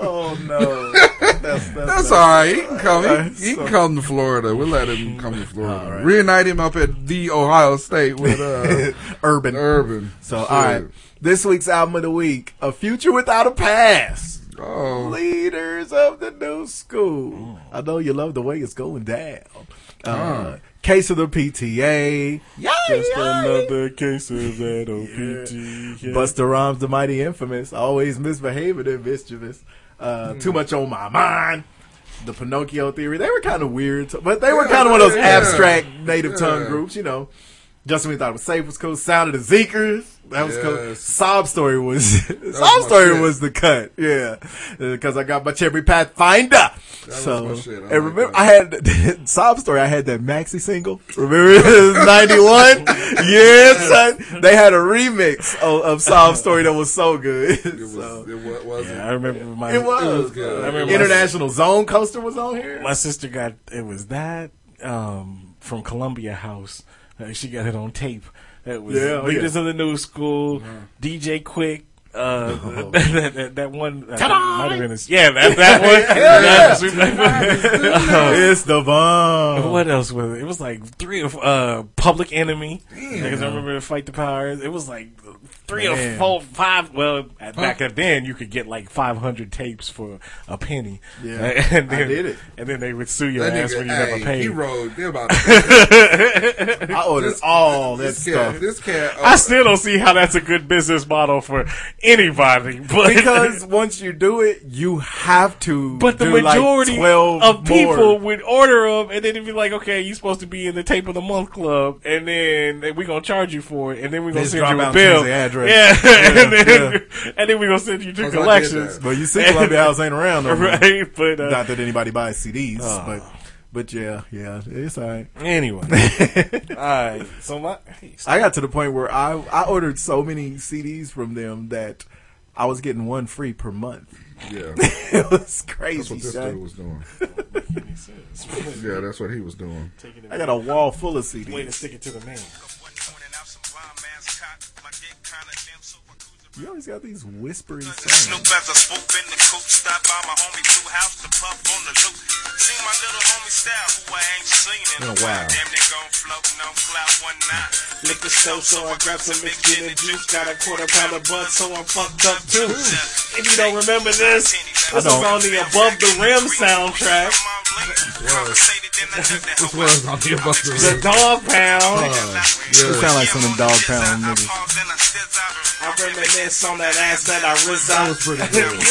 Speaker 8: Oh no, that's, that's,
Speaker 9: That's all right. He can come. He,
Speaker 8: That's
Speaker 9: he can
Speaker 8: so-
Speaker 9: come to Florida. We'll let him come to Florida. Reunite him up at the Ohio State with uh,
Speaker 8: urban.
Speaker 9: Urban.
Speaker 8: So all right, this week's album of the week: "A Future Without a Past."
Speaker 9: Oh,
Speaker 8: Leaders of the new school.
Speaker 2: Oh.
Speaker 8: I know you love the way it's going down. Uh, Case of the PTA.
Speaker 2: Just another case of that OPT.
Speaker 8: Buster Rhymes, the mighty infamous, always misbehaving and mischievous. Uh,
Speaker 9: Hmm.
Speaker 8: Too much on my mind. The Pinocchio theory. They were kind of weird, t- but they were
Speaker 9: Yeah,
Speaker 8: kind of one of those
Speaker 9: yeah.
Speaker 8: abstract native tongue
Speaker 9: Yeah.
Speaker 8: groups, you know. Justin, we thought it was safe was cool. Sound of the Zekers. That was cool.
Speaker 9: Yes.
Speaker 8: Sob story was,
Speaker 9: my
Speaker 8: sob story
Speaker 9: shit.
Speaker 8: was the cut. Yeah. Because I got my cherry pathfinder. so,
Speaker 9: my shit. I
Speaker 8: and
Speaker 9: like
Speaker 8: remember,
Speaker 9: that.
Speaker 8: I had, sob story, I had that maxi single. Remember, 91? yes, son. They had a remix of, of sob story that was so good.
Speaker 9: it was.
Speaker 8: so,
Speaker 9: It wa- wasn't.
Speaker 2: I remember my
Speaker 8: it was.
Speaker 9: it was good.
Speaker 2: I remember my,
Speaker 8: International Zone Coaster was on here.
Speaker 2: my sister got it was that um, from Columbia House. Uh, she got it on tape. It was
Speaker 8: Yeah, oh,
Speaker 2: Leaders
Speaker 8: yeah. Uh-huh.
Speaker 2: of the New School, DJ Quick. Uh,
Speaker 8: Oh.
Speaker 2: that, that, that one, I think it might have been his, yeah, that, that one.
Speaker 8: it's the bomb.
Speaker 2: What else was it? It was like three of uh, Public Enemy. Because I remember the Fight the Powers. It was like three or
Speaker 8: Man.
Speaker 2: four, five. Well, at, back at then you could get like five hundred tapes for a penny.
Speaker 8: Yeah.
Speaker 2: and
Speaker 8: I
Speaker 2: then,
Speaker 8: did it.
Speaker 2: And then they would sue your
Speaker 9: That
Speaker 2: ass
Speaker 9: nigga,
Speaker 2: when you
Speaker 9: hey,
Speaker 2: never paid.
Speaker 9: he rode. They're about
Speaker 8: I ordered all that
Speaker 9: this cat.
Speaker 8: stuff.
Speaker 9: This cat. oh,
Speaker 2: I still don't see how that's a good business model for anybody. But
Speaker 8: Because once you do it, you have to.
Speaker 2: But the
Speaker 8: do, like,
Speaker 2: majority
Speaker 8: 12
Speaker 2: of people
Speaker 8: more.
Speaker 2: would order them, and then it'd be like, "Okay, you're supposed to be in the tape of the month club, and then we're gonna charge you for it, and then we're gonna
Speaker 8: Just
Speaker 2: send
Speaker 8: drop
Speaker 2: you a
Speaker 8: out
Speaker 2: bill,
Speaker 8: the address.
Speaker 2: yeah, and then and then we're gonna send you to
Speaker 9: Once I did
Speaker 2: collections,
Speaker 8: But you see, Columbia House ain't around no more.
Speaker 2: right? Ah. But uh,
Speaker 8: Not that anybody buys CDs, but but yeah, yeah, it's all right.
Speaker 2: anyway, all right. So my hey,
Speaker 8: I got to the point where I I ordered so many CDs from them that I was getting one free per month.
Speaker 9: Yeah,
Speaker 8: it was
Speaker 9: that's
Speaker 8: crazy.
Speaker 9: what this
Speaker 8: son.
Speaker 9: dude was doing. Yeah, that's what he was doing.
Speaker 8: I got a wall full of
Speaker 2: way to
Speaker 8: CDs.
Speaker 2: stick it to the man.
Speaker 8: You always got these whispery
Speaker 3: Snoop
Speaker 8: sounds.
Speaker 3: as I swoop in the coop, stop by my homie Blue House to puff on the loop. See my little homie style, who I ain't seen in a
Speaker 8: Oh, wow.
Speaker 3: while. Damn, they gon' float, no cloud one night. Lick the stove, so I grab some mixed gin and juice. Got a quarter pound of bud, so I'm fucked up too.
Speaker 2: If you don't remember this, this
Speaker 3: I
Speaker 2: is
Speaker 8: don't.
Speaker 2: on the Above the Rim soundtrack.
Speaker 9: This was on the
Speaker 2: The
Speaker 9: Buster.
Speaker 2: dog pound.
Speaker 8: It sound like some of them dog pound niggas.
Speaker 2: I reminisce on that ass that I
Speaker 9: That
Speaker 2: reside.
Speaker 9: was pretty good.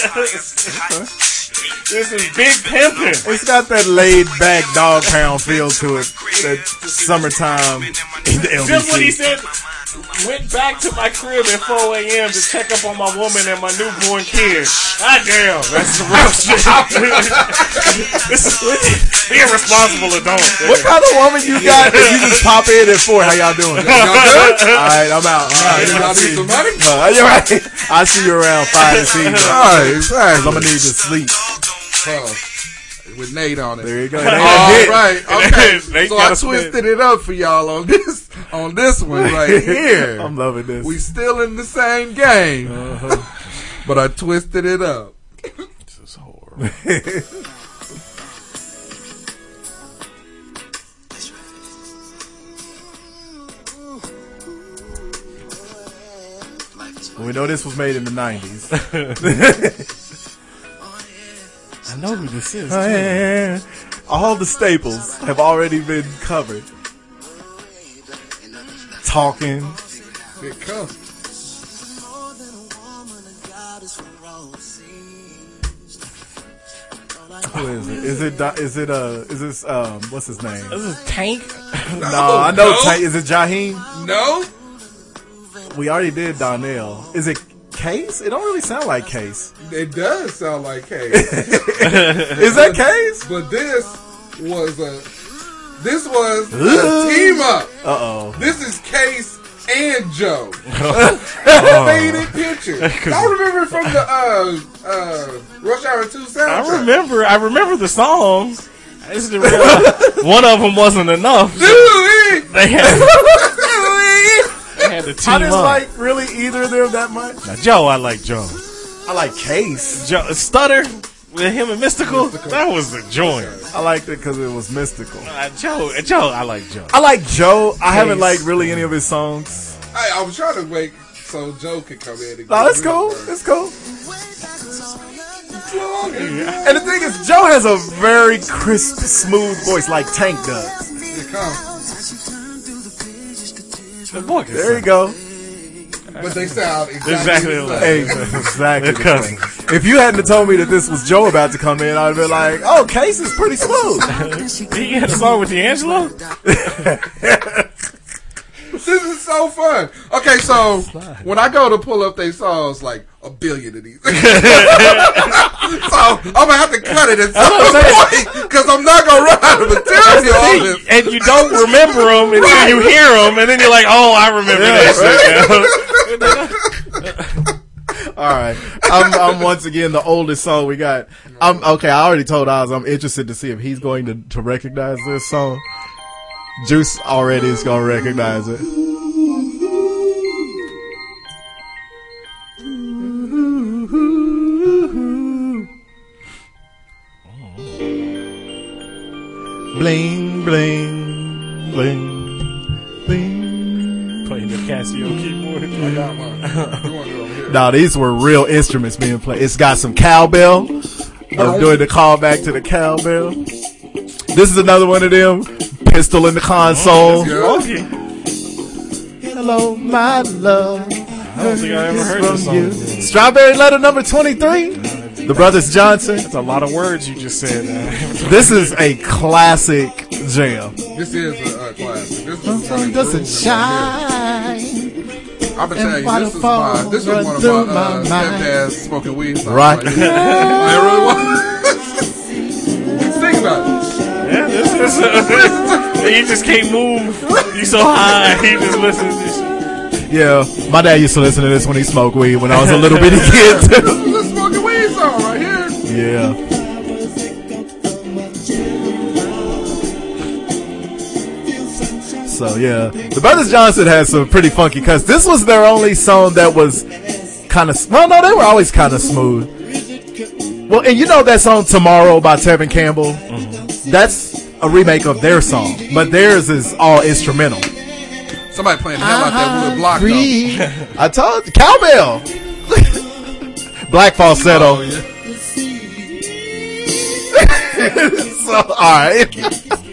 Speaker 2: This is big pimpin'.
Speaker 8: It's got that laid back dog pound feel to it. That summertime in the
Speaker 2: Just when he
Speaker 8: LBC.
Speaker 2: said, went back to my crib at 4 a.m. to check up on my woman and my newborn kid. God damn, that's some real shit. this is being responsible adult.
Speaker 8: What kind of woman you got? that You just pop in at four. How y'all doing?
Speaker 9: Y'all good?
Speaker 8: All right, I'm out. All right,
Speaker 9: Y'all
Speaker 8: I'll see
Speaker 9: need
Speaker 8: you.
Speaker 9: some money?
Speaker 8: Uh, you're right. I'll see you around five this evening. I'm
Speaker 9: All right, exactly.
Speaker 8: gonna need to sleep.
Speaker 9: Uh, With Nate on it.
Speaker 8: There you go.
Speaker 9: All right, okay.
Speaker 2: Nate
Speaker 9: so
Speaker 2: got
Speaker 9: I
Speaker 2: a spin.
Speaker 9: twisted it up for y'all on this on this one right here. Uh-huh.
Speaker 8: I'm loving this.
Speaker 9: we still in the same game, but I twisted it up.
Speaker 8: We know this was made in the 90s.
Speaker 2: I know who this is.
Speaker 8: Oh, All the staples have already been covered. Talking.
Speaker 9: Here it comes.
Speaker 8: Who is it? Is it? Do- Is it? Uh, is this? Um, what's his name?
Speaker 2: This is Tank.
Speaker 8: No, I know.
Speaker 9: no.
Speaker 8: Ta- is it Jaheim?
Speaker 9: No,
Speaker 8: We already did Donnell. Is it Case? It don't really sound like Case.
Speaker 9: it does sound like hey,
Speaker 8: Is that Case?
Speaker 9: but this was a this was a team up.
Speaker 8: Uh oh.
Speaker 9: This is Case and Joe. Faded picture. Y'all remember from the uh, uh, Rush Hour 2 soundtrack?
Speaker 2: I remember. I remember the songs. I just didn't realize one of them wasn't enough.
Speaker 9: Do it!
Speaker 2: They had,
Speaker 9: Do it!
Speaker 2: they had to team
Speaker 8: I
Speaker 2: up.
Speaker 8: didn't like really either of them that much.
Speaker 2: Now, Joe, I like Joe.
Speaker 8: I like Case.
Speaker 2: Joe Stutter with him and Mystical. That was a joint.
Speaker 8: I liked it because it was mystical.
Speaker 2: Uh, Joe, uh, Joe, I like Joe.
Speaker 8: I like Joe. I haven't
Speaker 2: Case.
Speaker 8: liked really any of his songs.
Speaker 9: Hey, I was trying to make so Joe could come in. and
Speaker 8: No,
Speaker 9: get
Speaker 8: that's
Speaker 9: rid
Speaker 8: cool.
Speaker 9: of her.
Speaker 8: That's cool.
Speaker 9: Here
Speaker 8: And the thing is, Joe has a very crisp, smooth voice like Tank does.
Speaker 9: it comes.
Speaker 2: The boy can
Speaker 8: There you
Speaker 2: sing.
Speaker 8: go.
Speaker 9: But they sound exactly,
Speaker 2: Exactly
Speaker 9: the
Speaker 2: alike.
Speaker 9: same.
Speaker 8: Hey, exactly.
Speaker 2: They're cousins.
Speaker 8: If you hadn't have told me that this was Joe about to come in, I'd be like, "Oh, Case is pretty smooth."
Speaker 2: He had a song with D'Angelo.
Speaker 9: This is so fun. Okay, so when I go to pull up they songs, like a billion of these. so I'm gonna have to cut it at some point because I'm not gonna run out of material on this.
Speaker 2: and you don't remember him, and then you hear him, and then you're like, "Oh, I remember that
Speaker 8: All right, I'm, I'm once again the oldest song we got. I'm okay. I already told Oz I'm interested to see if he's going to, to recognize this song. Juice already is gonna recognize it. Bling bling bling bling.
Speaker 2: shit." Playing the Casio keyboard.
Speaker 9: Got one. You want it over here.
Speaker 8: No, these were real instruments being played. It's got some cowbell. I'm doing the callback to the cowbell. This is another one of them. Pistol in the console.
Speaker 9: Good.
Speaker 8: Hello, my love.
Speaker 2: I don't think I ever heard this song.
Speaker 8: You.
Speaker 2: before.
Speaker 8: Strawberry letter number 23. The Brothers Johnson.
Speaker 2: It's a lot of words you just said. man.
Speaker 8: This is a classic jam.
Speaker 9: This is a, a classic. This is
Speaker 8: Sun doesn't shine.
Speaker 9: I'm gonna tell
Speaker 8: and while
Speaker 9: you, this
Speaker 8: the
Speaker 9: is my,
Speaker 8: phone
Speaker 9: this is one
Speaker 8: run
Speaker 9: of my, uh,
Speaker 8: through my mind.
Speaker 9: stepdad's smoking weed. songs.
Speaker 8: Right.
Speaker 9: Like, it really was. Think about it.
Speaker 2: yeah, this is. you just can't move. You so high. You just listen. To this.
Speaker 8: Yeah, my dad used to listen to this when he smoked weed when I was a little bitty kid, too.
Speaker 9: This is a smoking weed song right here.
Speaker 8: Yeah. So yeah, the Brothers Johnson had some pretty funky cuts. This was their only song that was kind of well, no, they were always kind of smooth. Well, and you know that song "Tomorrow" by Tevin Campbell. That's a remake of their song, but theirs is all instrumental.
Speaker 9: Somebody playing the hell out that wood block though.
Speaker 8: Uh-huh. I told you, cowbell, black falsetto.
Speaker 9: Oh, yeah.
Speaker 8: so, all right.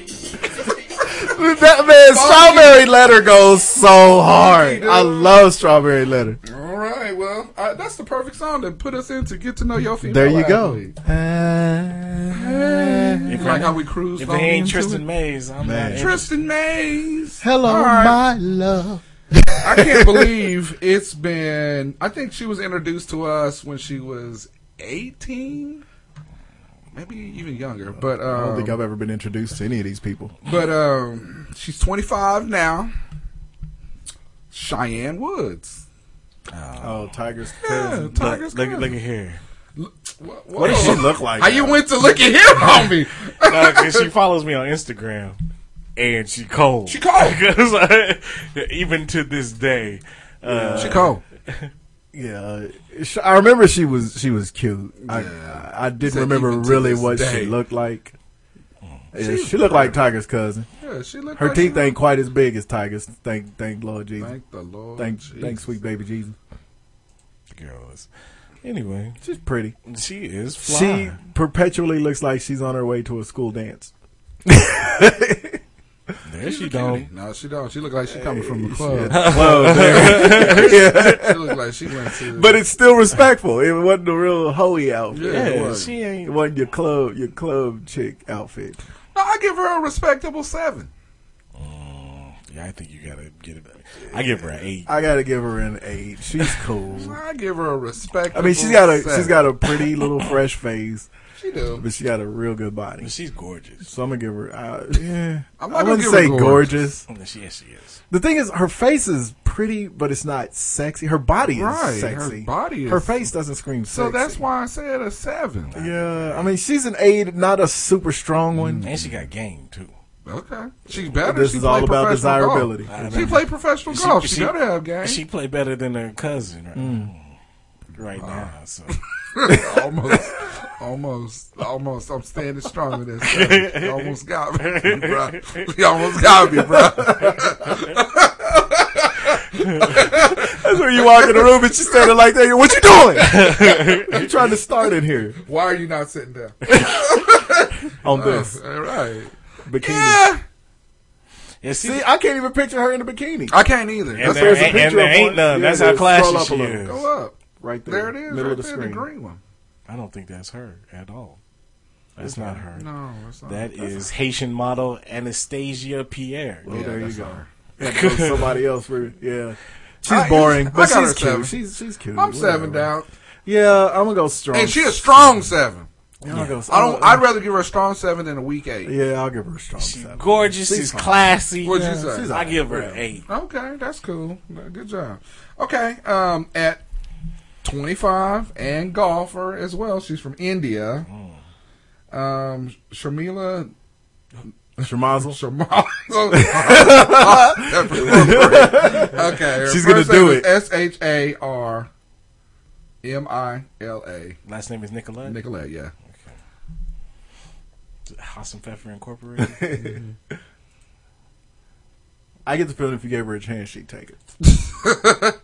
Speaker 8: that man, strawberry letter goes so hard. I love strawberry letter.
Speaker 9: All right, well, uh, that's the perfect song to put us in to get to know your female.
Speaker 8: There you go.
Speaker 9: athlete.
Speaker 8: Uh,
Speaker 2: If
Speaker 9: Like
Speaker 2: it-
Speaker 9: how we cruised.
Speaker 2: If it
Speaker 9: on
Speaker 2: ain't
Speaker 9: into
Speaker 2: Tristan
Speaker 9: it.
Speaker 2: Mays, I'm
Speaker 8: Man.
Speaker 2: not. Tristan.
Speaker 9: Tristan Mays.
Speaker 8: hello,
Speaker 9: All right.
Speaker 8: my love.
Speaker 9: I can't believe it's been. I think she was introduced to us when she was eighteen, maybe even younger. But um,
Speaker 8: I don't think I've ever been introduced to any of these people.
Speaker 9: But um, she's 25 now. Cheyenne Woods.
Speaker 8: Oh, Tiger's
Speaker 9: Yeah, Tiger's
Speaker 2: Look, look,
Speaker 9: cousin.
Speaker 2: look at here.
Speaker 9: Wha-
Speaker 8: What does she
Speaker 9: whoa.
Speaker 8: look like?
Speaker 9: How you went to look at him, homie?
Speaker 2: No, 'cause she follows me on Instagram, and she cold.
Speaker 9: She cold.
Speaker 2: 'Cause I- even to this day, uh,
Speaker 9: She cold.
Speaker 8: Yeah, sh- I remember she was she was cute. I I, I didn't
Speaker 9: Said
Speaker 8: remember
Speaker 9: even to
Speaker 8: really
Speaker 9: this
Speaker 8: what
Speaker 9: day. Mm.
Speaker 8: she looked like. Yeah,
Speaker 9: She
Speaker 8: she,
Speaker 9: was
Speaker 8: looked like Tiger's cousin.
Speaker 9: Yeah, she looked.
Speaker 8: Her
Speaker 9: like
Speaker 8: teeth
Speaker 9: she-
Speaker 8: ain't quite as big as Tiger's. Thank thank Lord Jesus. Thank
Speaker 9: Thank the Lord.
Speaker 8: thank,
Speaker 9: Jesus.
Speaker 8: sweet baby Jesus.
Speaker 2: girl is. Anyway,
Speaker 8: She's pretty.
Speaker 2: she is fly.
Speaker 8: She perpetually looks like she's on her way to a school dance.
Speaker 2: there she
Speaker 9: Cutie.
Speaker 2: don't.
Speaker 9: No, she don't. She look like she coming from the
Speaker 8: Yeah,
Speaker 9: club.
Speaker 8: whoa, there. Yeah.
Speaker 9: she look like she went to.
Speaker 8: But it's still respectful. It wasn't a real hoey outfit.
Speaker 9: Yeah, it
Speaker 2: Yeah,
Speaker 9: was.
Speaker 2: she
Speaker 8: It
Speaker 2: ain't.
Speaker 8: wasn't your club your club chick outfit.
Speaker 9: no, I give her a respectable seven.
Speaker 2: Yeah, I think you gotta get it. I give her an eight.
Speaker 8: I gotta give her an eight. She's cool.
Speaker 9: I give her a respectable.
Speaker 8: I mean, she's got a
Speaker 9: seven.
Speaker 8: she's got a pretty little fresh face,
Speaker 9: She do.
Speaker 8: but she got a real good body.
Speaker 2: She's gorgeous.
Speaker 8: So I'm gonna give her. Uh, yeah,
Speaker 9: I'm
Speaker 8: I
Speaker 9: not gonna
Speaker 8: wouldn't
Speaker 9: give her
Speaker 8: say
Speaker 9: gorgeous.
Speaker 8: gorgeous.
Speaker 2: She, yes, she is.
Speaker 8: The thing is, her face is pretty, but it's not sexy. Her body is
Speaker 9: Right, her
Speaker 8: sexy.
Speaker 9: body is-
Speaker 8: Her face doesn't scream.
Speaker 9: So
Speaker 8: sexy.
Speaker 9: that's why I said a seven.
Speaker 8: Yeah, I mean, she's an eight, not a super strong one.
Speaker 2: And she got game too.
Speaker 9: Okay, she's better.
Speaker 8: This
Speaker 9: Mm. she
Speaker 8: is
Speaker 9: play
Speaker 8: all about
Speaker 9: professional
Speaker 8: desirability.
Speaker 9: golf. She played professional golf. She, better have game.
Speaker 2: She play better than her cousin right, right now. Mm. So
Speaker 9: almost, almost, almost. I'm standing strong with this. You almost got me, bro. You almost got me, bro.
Speaker 8: That's when you walk in the room and she's standing like that. What you doing? you trying to start in here
Speaker 9: Why are you not sitting down?
Speaker 8: on
Speaker 9: Oh,
Speaker 8: this
Speaker 9: all right.
Speaker 8: bikini?
Speaker 9: Yeah,
Speaker 2: yeah, see,
Speaker 8: See, I can't even picture her in a bikini.
Speaker 9: I can't either.
Speaker 2: and
Speaker 9: That's
Speaker 2: there,
Speaker 8: there's a
Speaker 2: ain't, and
Speaker 8: picture
Speaker 2: there
Speaker 8: of
Speaker 2: ain't
Speaker 8: one.
Speaker 2: none.
Speaker 8: Yeah,
Speaker 2: That's
Speaker 8: yeah,
Speaker 2: how
Speaker 8: scroll
Speaker 2: classy
Speaker 8: up a
Speaker 2: she
Speaker 8: little.
Speaker 2: is.
Speaker 9: go up.
Speaker 8: Right there,
Speaker 9: There it is.
Speaker 8: middle
Speaker 9: right
Speaker 8: of the
Speaker 9: there,
Speaker 8: screen.
Speaker 9: the green one.
Speaker 2: I don't think that's her at all. That's not her.
Speaker 9: No, it's not.
Speaker 2: That
Speaker 9: That's
Speaker 2: is Haitian model Anastasia Pierre.
Speaker 8: Well,
Speaker 9: Yeah,
Speaker 8: oh, there you
Speaker 9: that's
Speaker 8: go.
Speaker 9: her.
Speaker 8: And go somebody else for yeah. She's
Speaker 9: I-
Speaker 8: boring,
Speaker 9: I
Speaker 8: but
Speaker 9: got
Speaker 8: she's
Speaker 9: her
Speaker 8: cute.
Speaker 9: seven.
Speaker 8: She's she's cute.
Speaker 9: not- I'm seven
Speaker 8: Whatever. Oh,
Speaker 9: down,
Speaker 8: Yeah, I'm gonna go strong.
Speaker 9: and she a strong seven.
Speaker 8: Yeah, I'll go,
Speaker 9: I don't. I'd rather give her a strong seven than a weak eight.
Speaker 8: Oh, yeah, I'll give her a strong
Speaker 2: She's
Speaker 8: seven.
Speaker 2: gorgeous. She's,
Speaker 8: fine.
Speaker 2: classy.
Speaker 9: What'd you
Speaker 2: Yeah,
Speaker 9: say?
Speaker 2: she's I give her an eight.
Speaker 9: Okay, that's cool. Uh, Good job. Okay, um, at 25 and golfer as well. She's from India.
Speaker 8: Mm.
Speaker 9: Um, Shamila
Speaker 8: Shemazel.
Speaker 9: Shamal. okay,
Speaker 8: She's gonna do it.
Speaker 9: S H A R M I L A
Speaker 2: Last name is Nicolette.
Speaker 9: Nicolette. Yeah,
Speaker 2: House and Pfeffer Incorporated.
Speaker 8: I get the feeling if you gave her a chance, she'd take it.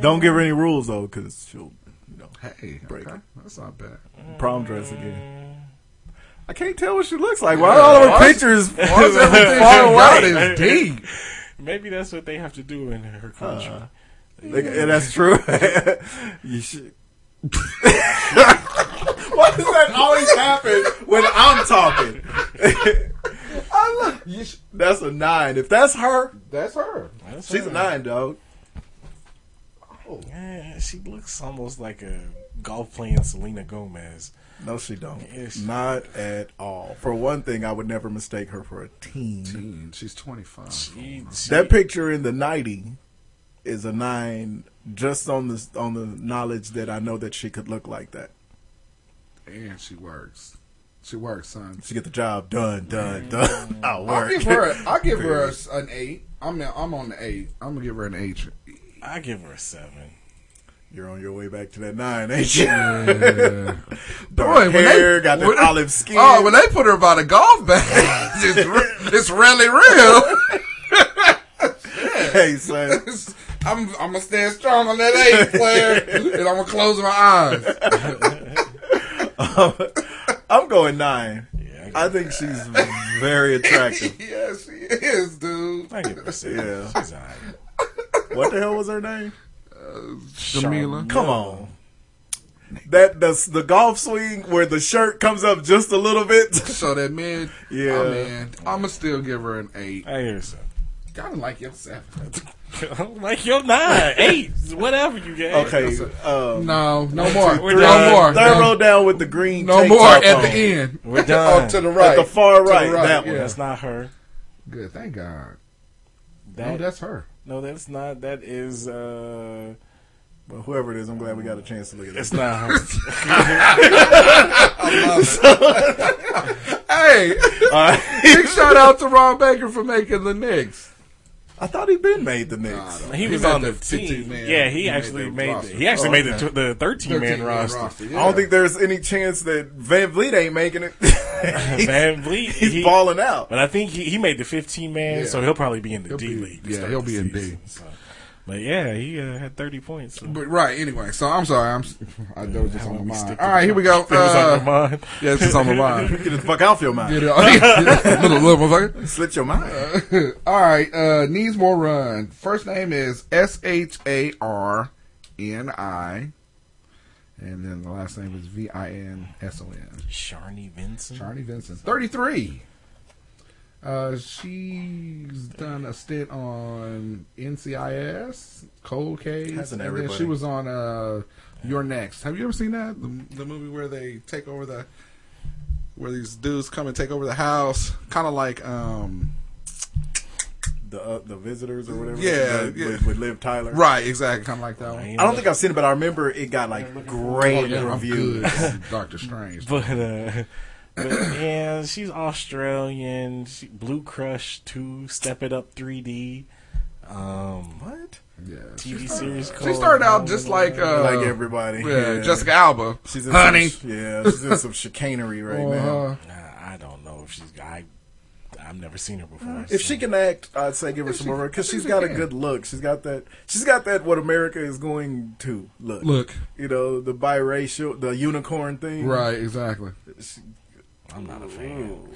Speaker 8: don't give her any rules though, because she'll you know
Speaker 9: hey,
Speaker 8: Break
Speaker 9: okay.
Speaker 8: it.
Speaker 9: that's not bad.
Speaker 8: prom dress again. I can't tell what she looks like. Why are all of her
Speaker 9: Why-
Speaker 8: pictures
Speaker 9: Why is everything
Speaker 8: far
Speaker 9: she got
Speaker 8: away?
Speaker 9: is deep?
Speaker 2: Maybe that's what they have to do in her country.
Speaker 8: Like, yeah, that's true. you should. Why does that always happen when I'm talking? I love- you sh- that's a nine. If that's her,
Speaker 9: That's her.
Speaker 2: That's
Speaker 8: she's
Speaker 2: her.
Speaker 8: a nine, dog.
Speaker 2: Yeah, eh, she looks almost like a golf playing Selena Gomez.
Speaker 8: No, she don't.
Speaker 2: Yes.
Speaker 8: Not at all. For one thing, I would never mistake her for a teen.
Speaker 9: She's 25.
Speaker 2: She, she,
Speaker 8: That picture in the ninety is a nine, just on the on the knowledge that I know that she could look like that.
Speaker 9: And she works. She works, son.
Speaker 8: She get the job done, done, done. I'll work.
Speaker 9: I'll give her. A, I'll give her a, an eight. I'm. A, I'm on the eight. I'm gonna give her an eight.
Speaker 2: I give her a seven.
Speaker 8: You're on your way back to that nine, ain't you?
Speaker 9: Boy,
Speaker 8: Dark
Speaker 9: when they-
Speaker 8: hair, got the
Speaker 9: when-
Speaker 8: olive skin.
Speaker 9: Oh, when they put her by the golf bag, it's, re- it's really real.
Speaker 8: hey, son.
Speaker 9: It's- I'm. I'm gonna stand strong on that eight player, and I'm gonna close my eyes.
Speaker 8: I'm going nine.
Speaker 2: Yeah, I
Speaker 8: I think she's very attractive.
Speaker 9: yes, he is, dude.
Speaker 2: I give her a six.
Speaker 8: Yeah.
Speaker 2: She's all right.
Speaker 8: What the hell was her name?
Speaker 9: Jamila.
Speaker 8: Come on. That the the golf swing where the shirt comes up just a little bit.
Speaker 9: So that mid,
Speaker 8: Yeah.
Speaker 9: yeah, man, I'ma still give her an eight.
Speaker 2: I hear so.
Speaker 9: Gotta like your seven.
Speaker 2: like you're nine, eight, whatever you get.
Speaker 8: Okay, um,
Speaker 9: No, no more,
Speaker 2: We're
Speaker 9: no
Speaker 2: done.
Speaker 9: more,
Speaker 8: third
Speaker 9: no,
Speaker 8: row down with the green.
Speaker 9: no
Speaker 8: tank
Speaker 9: more
Speaker 8: top
Speaker 9: at
Speaker 8: on.
Speaker 9: the end.
Speaker 2: We're done.
Speaker 9: Up to the right,
Speaker 8: At the far
Speaker 9: To the
Speaker 8: right, that one.
Speaker 9: yeah.
Speaker 2: That's not her.
Speaker 9: Good, thank God.
Speaker 2: That,
Speaker 9: oh, that's her.
Speaker 2: no, that's not. That is. uh
Speaker 8: But whoever it is, I'm glad we got a chance to look at it.
Speaker 2: It's not her.
Speaker 9: Hey, big shout out to Ron Baker for making the Knicks.
Speaker 8: I thought he'd been made the Knicks.
Speaker 2: He
Speaker 9: He
Speaker 2: was
Speaker 9: made
Speaker 2: on the
Speaker 9: the
Speaker 2: team.
Speaker 9: 15 man.
Speaker 2: Yeah, he,
Speaker 9: He made
Speaker 2: actually
Speaker 9: the
Speaker 2: made. The,
Speaker 9: roster.
Speaker 2: he actually
Speaker 9: Oh,
Speaker 2: made
Speaker 9: okay.
Speaker 2: the, tw- the thirteen man
Speaker 9: 13-man
Speaker 2: roster.
Speaker 9: yeah.
Speaker 8: I don't think there's any chance that Van Vliet ain't making it. he's,
Speaker 2: Van Vliet,
Speaker 8: he's
Speaker 2: he-
Speaker 8: balling out.
Speaker 2: But I think he, he made the 15 man,
Speaker 9: Yeah.
Speaker 2: so he'll probably be in the
Speaker 9: He'll
Speaker 2: D
Speaker 9: be-
Speaker 2: league. to
Speaker 9: yeah,
Speaker 2: start
Speaker 9: he'll
Speaker 2: the
Speaker 9: be in D.
Speaker 2: season, so. But yeah, he uh, had 30 points. So.
Speaker 9: But right, anyway. So I'm sorry. I'm. s- I that was just on
Speaker 2: we
Speaker 9: my
Speaker 2: stick
Speaker 9: mind.
Speaker 2: to
Speaker 9: All right, here we go.
Speaker 2: That was on
Speaker 9: Uh,
Speaker 2: your mind.
Speaker 9: yeah, it's just on my mind.
Speaker 8: Get the fuck off your mind.
Speaker 9: Get it out. little little motherfucker.
Speaker 8: Slit your mind.
Speaker 9: All right, uh, needs more run. First name is S H A R N I, and then the last name is V I N S O N.
Speaker 2: Sharni Vincent.
Speaker 9: Charlie Vincent, thirty-three. Uh, she's done a stint on NCIS, Cold Case,
Speaker 8: Hasn't
Speaker 9: and then
Speaker 8: everybody?
Speaker 9: she was on uh, Your Next. Have you ever seen that? The, the movie where they take over the, where these dudes come and take over the house, kind of like um.
Speaker 8: The uh, the visitors or whatever.
Speaker 9: Yeah,
Speaker 8: with,
Speaker 9: yeah.
Speaker 8: With, with Liv Tyler.
Speaker 9: Right, exactly. Kind of like that one.
Speaker 8: I don't think I've seen it, but I remember it got like great reviews.
Speaker 9: Doctor Strange.
Speaker 2: But, uh, but yeah, she's Australian. She, Blue Crush 2, Step It Up 3D. Um,
Speaker 8: What?
Speaker 9: Yeah. She,
Speaker 2: TV series
Speaker 9: she started out just like uh,
Speaker 8: Like everybody.
Speaker 9: yeah, Jessica Alba.
Speaker 8: She's in
Speaker 9: Honey.
Speaker 8: Some, yeah, she's in some chicanery right now.
Speaker 9: Uh,
Speaker 2: Nah, I don't know if she's. I, I've never seen her before.
Speaker 8: If
Speaker 2: so-
Speaker 8: she can act, I'd say give her some more because she's got a good look. She's got that. She's got that what America is going to look.
Speaker 9: look.
Speaker 8: you know the biracial, the unicorn thing.
Speaker 9: Right. Exactly.
Speaker 2: I'm not a fan.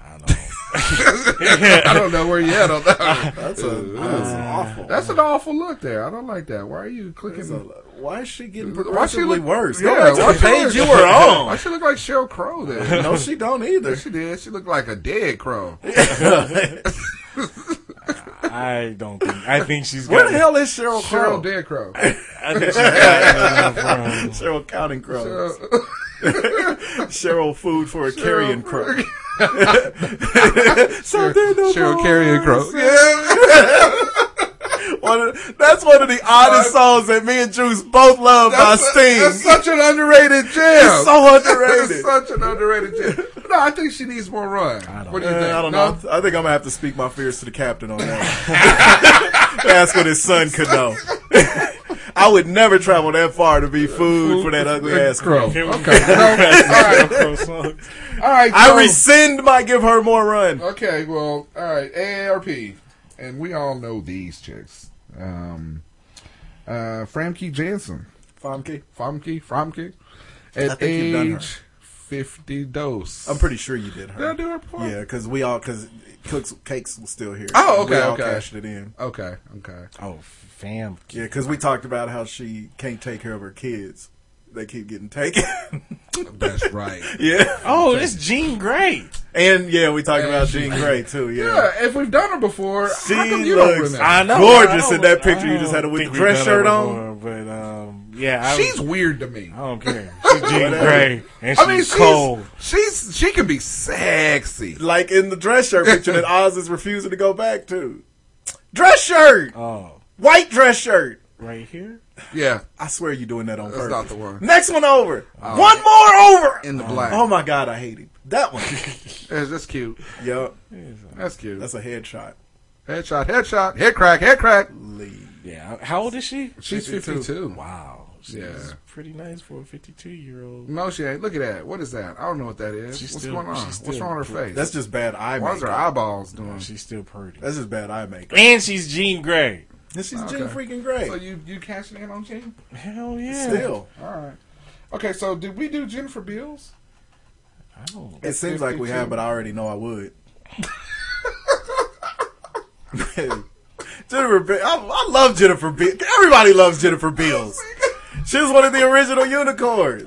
Speaker 2: I don't know.
Speaker 9: I don't know where you at on that.
Speaker 8: That's a that's an awful.
Speaker 9: That's an awful look there. I don't like that. Why are you
Speaker 8: that's
Speaker 9: clicking?
Speaker 8: a, why is she getting
Speaker 9: Why she
Speaker 8: progressively
Speaker 9: look
Speaker 8: worse?
Speaker 9: Yeah,
Speaker 8: Go
Speaker 9: why
Speaker 8: back to
Speaker 9: she
Speaker 8: the page
Speaker 9: look-
Speaker 8: you were
Speaker 9: Why
Speaker 8: on.
Speaker 9: she look like Cheryl Crow there?
Speaker 8: no, she don't either.
Speaker 9: she did. She looked like a dead crow.
Speaker 2: I don't think. I think she's.
Speaker 8: Where
Speaker 2: got-
Speaker 8: the hell is Cheryl Crow?
Speaker 9: Cheryl dead crow.
Speaker 2: I think she's got enough room.
Speaker 8: Cheryl counting crows.
Speaker 9: Cheryl-
Speaker 8: Cheryl food for a carrion crow. Something
Speaker 9: Cheryl, Cheryl
Speaker 8: about
Speaker 9: carrying crow. Yeah.
Speaker 8: One of- that's one of the oddest songs that me and Juice both love by
Speaker 9: Uh, That's,
Speaker 8: Sting.
Speaker 9: that's such an underrated jam.
Speaker 8: It's so underrated.
Speaker 9: It's such an underrated jam. No, I think she needs more run.
Speaker 2: I don't
Speaker 9: what do you
Speaker 8: Uh,
Speaker 9: think?
Speaker 8: I don't
Speaker 9: No?
Speaker 8: know. I think I'm gonna have to speak my fears to the captain on that. one. Ask what his son could know. I would never travel that far to be food for that ugly ass crow.
Speaker 9: Okay.
Speaker 2: Can we-
Speaker 9: No,
Speaker 2: Crow songs.
Speaker 9: all right. All right.
Speaker 8: I
Speaker 9: so-
Speaker 8: rescind my give her more run.
Speaker 9: Okay. Well. All right. AARP, and we all know these chicks. Um, uh, Framke Jansen,
Speaker 8: Fomke,
Speaker 9: Framke, Framke, at
Speaker 8: think you've done her.
Speaker 9: age fifty dose.
Speaker 8: I'm pretty sure you did
Speaker 9: Did I
Speaker 8: her.
Speaker 9: do her part?
Speaker 8: Yeah, because we all because cooks cakes was still here.
Speaker 9: Oh, okay,
Speaker 8: We all
Speaker 9: okay.
Speaker 8: cashed it in.
Speaker 9: Okay. Okay.
Speaker 2: Oh, fam.
Speaker 8: Yeah, because we talked about how she can't take care of her kids. They keep getting taken.
Speaker 9: That's right.
Speaker 8: yeah,
Speaker 2: Oh, it's Jean Grey.
Speaker 8: and yeah, we talked about Jean Grey too.
Speaker 9: Yeah. If we've done her before,
Speaker 8: She
Speaker 9: how come you
Speaker 8: looks-
Speaker 9: don't remember?
Speaker 2: I know.
Speaker 8: Gorgeous
Speaker 2: I don't-
Speaker 8: in that picture you
Speaker 2: I
Speaker 8: just had
Speaker 2: don't
Speaker 8: with the
Speaker 2: think
Speaker 8: dress
Speaker 2: we've done
Speaker 8: shirt
Speaker 2: it
Speaker 8: on.
Speaker 2: before, But um, yeah, I,
Speaker 9: She's weird to me.
Speaker 2: I don't care. She's Jean
Speaker 8: Whatever.
Speaker 2: Grey, and she's
Speaker 9: I mean, she's,
Speaker 2: cold.
Speaker 9: she's she can be sexy.
Speaker 8: like in the dress shirt picture that Oz is refusing to go back to. Dress shirt,
Speaker 2: Oh,
Speaker 8: white dress shirt.
Speaker 2: right here.
Speaker 9: Yeah,
Speaker 8: I swear you're doing that on
Speaker 9: That's
Speaker 8: purpose.
Speaker 9: not the Oh, one.
Speaker 8: Next one over. One more over.
Speaker 9: in the black.
Speaker 8: Oh my god, I hate him. That one.
Speaker 9: That's, that's cute.
Speaker 8: Yup,
Speaker 9: That's cute.
Speaker 8: that's a headshot.
Speaker 9: headshot, headshot, head crack, head crack.
Speaker 8: Lee.
Speaker 2: Yeah. How old is she?
Speaker 9: She's
Speaker 8: 52.
Speaker 9: fifty-two.
Speaker 2: Wow. She's
Speaker 9: Yeah.
Speaker 2: pretty nice for a 52 year old.
Speaker 9: No, she ain't. Look at that. What is that? I don't know what that is.
Speaker 2: She's
Speaker 9: What's
Speaker 2: still-
Speaker 9: going on?
Speaker 2: she's
Speaker 9: What's
Speaker 2: still-
Speaker 9: wrong with her face?
Speaker 8: That's just bad eye
Speaker 9: Why is her
Speaker 8: makeup.
Speaker 9: eyeballs doing?
Speaker 2: She's still pretty.
Speaker 8: That's just bad eye makeup.
Speaker 2: And she's Jean Grey.
Speaker 8: And she's Jean
Speaker 9: Okay.
Speaker 8: freaking Grey.
Speaker 9: So Oh, you you cashing in on Jean?
Speaker 2: Hell yeah.
Speaker 8: Still,
Speaker 9: All right. Okay, so did we do Jennifer Beals?
Speaker 2: I don't.
Speaker 8: it seems like we have, but I already know I would. Jennifer, Be- I, I love Jennifer Beals. Everybody loves Jennifer Beals. She was one of the original unicorns.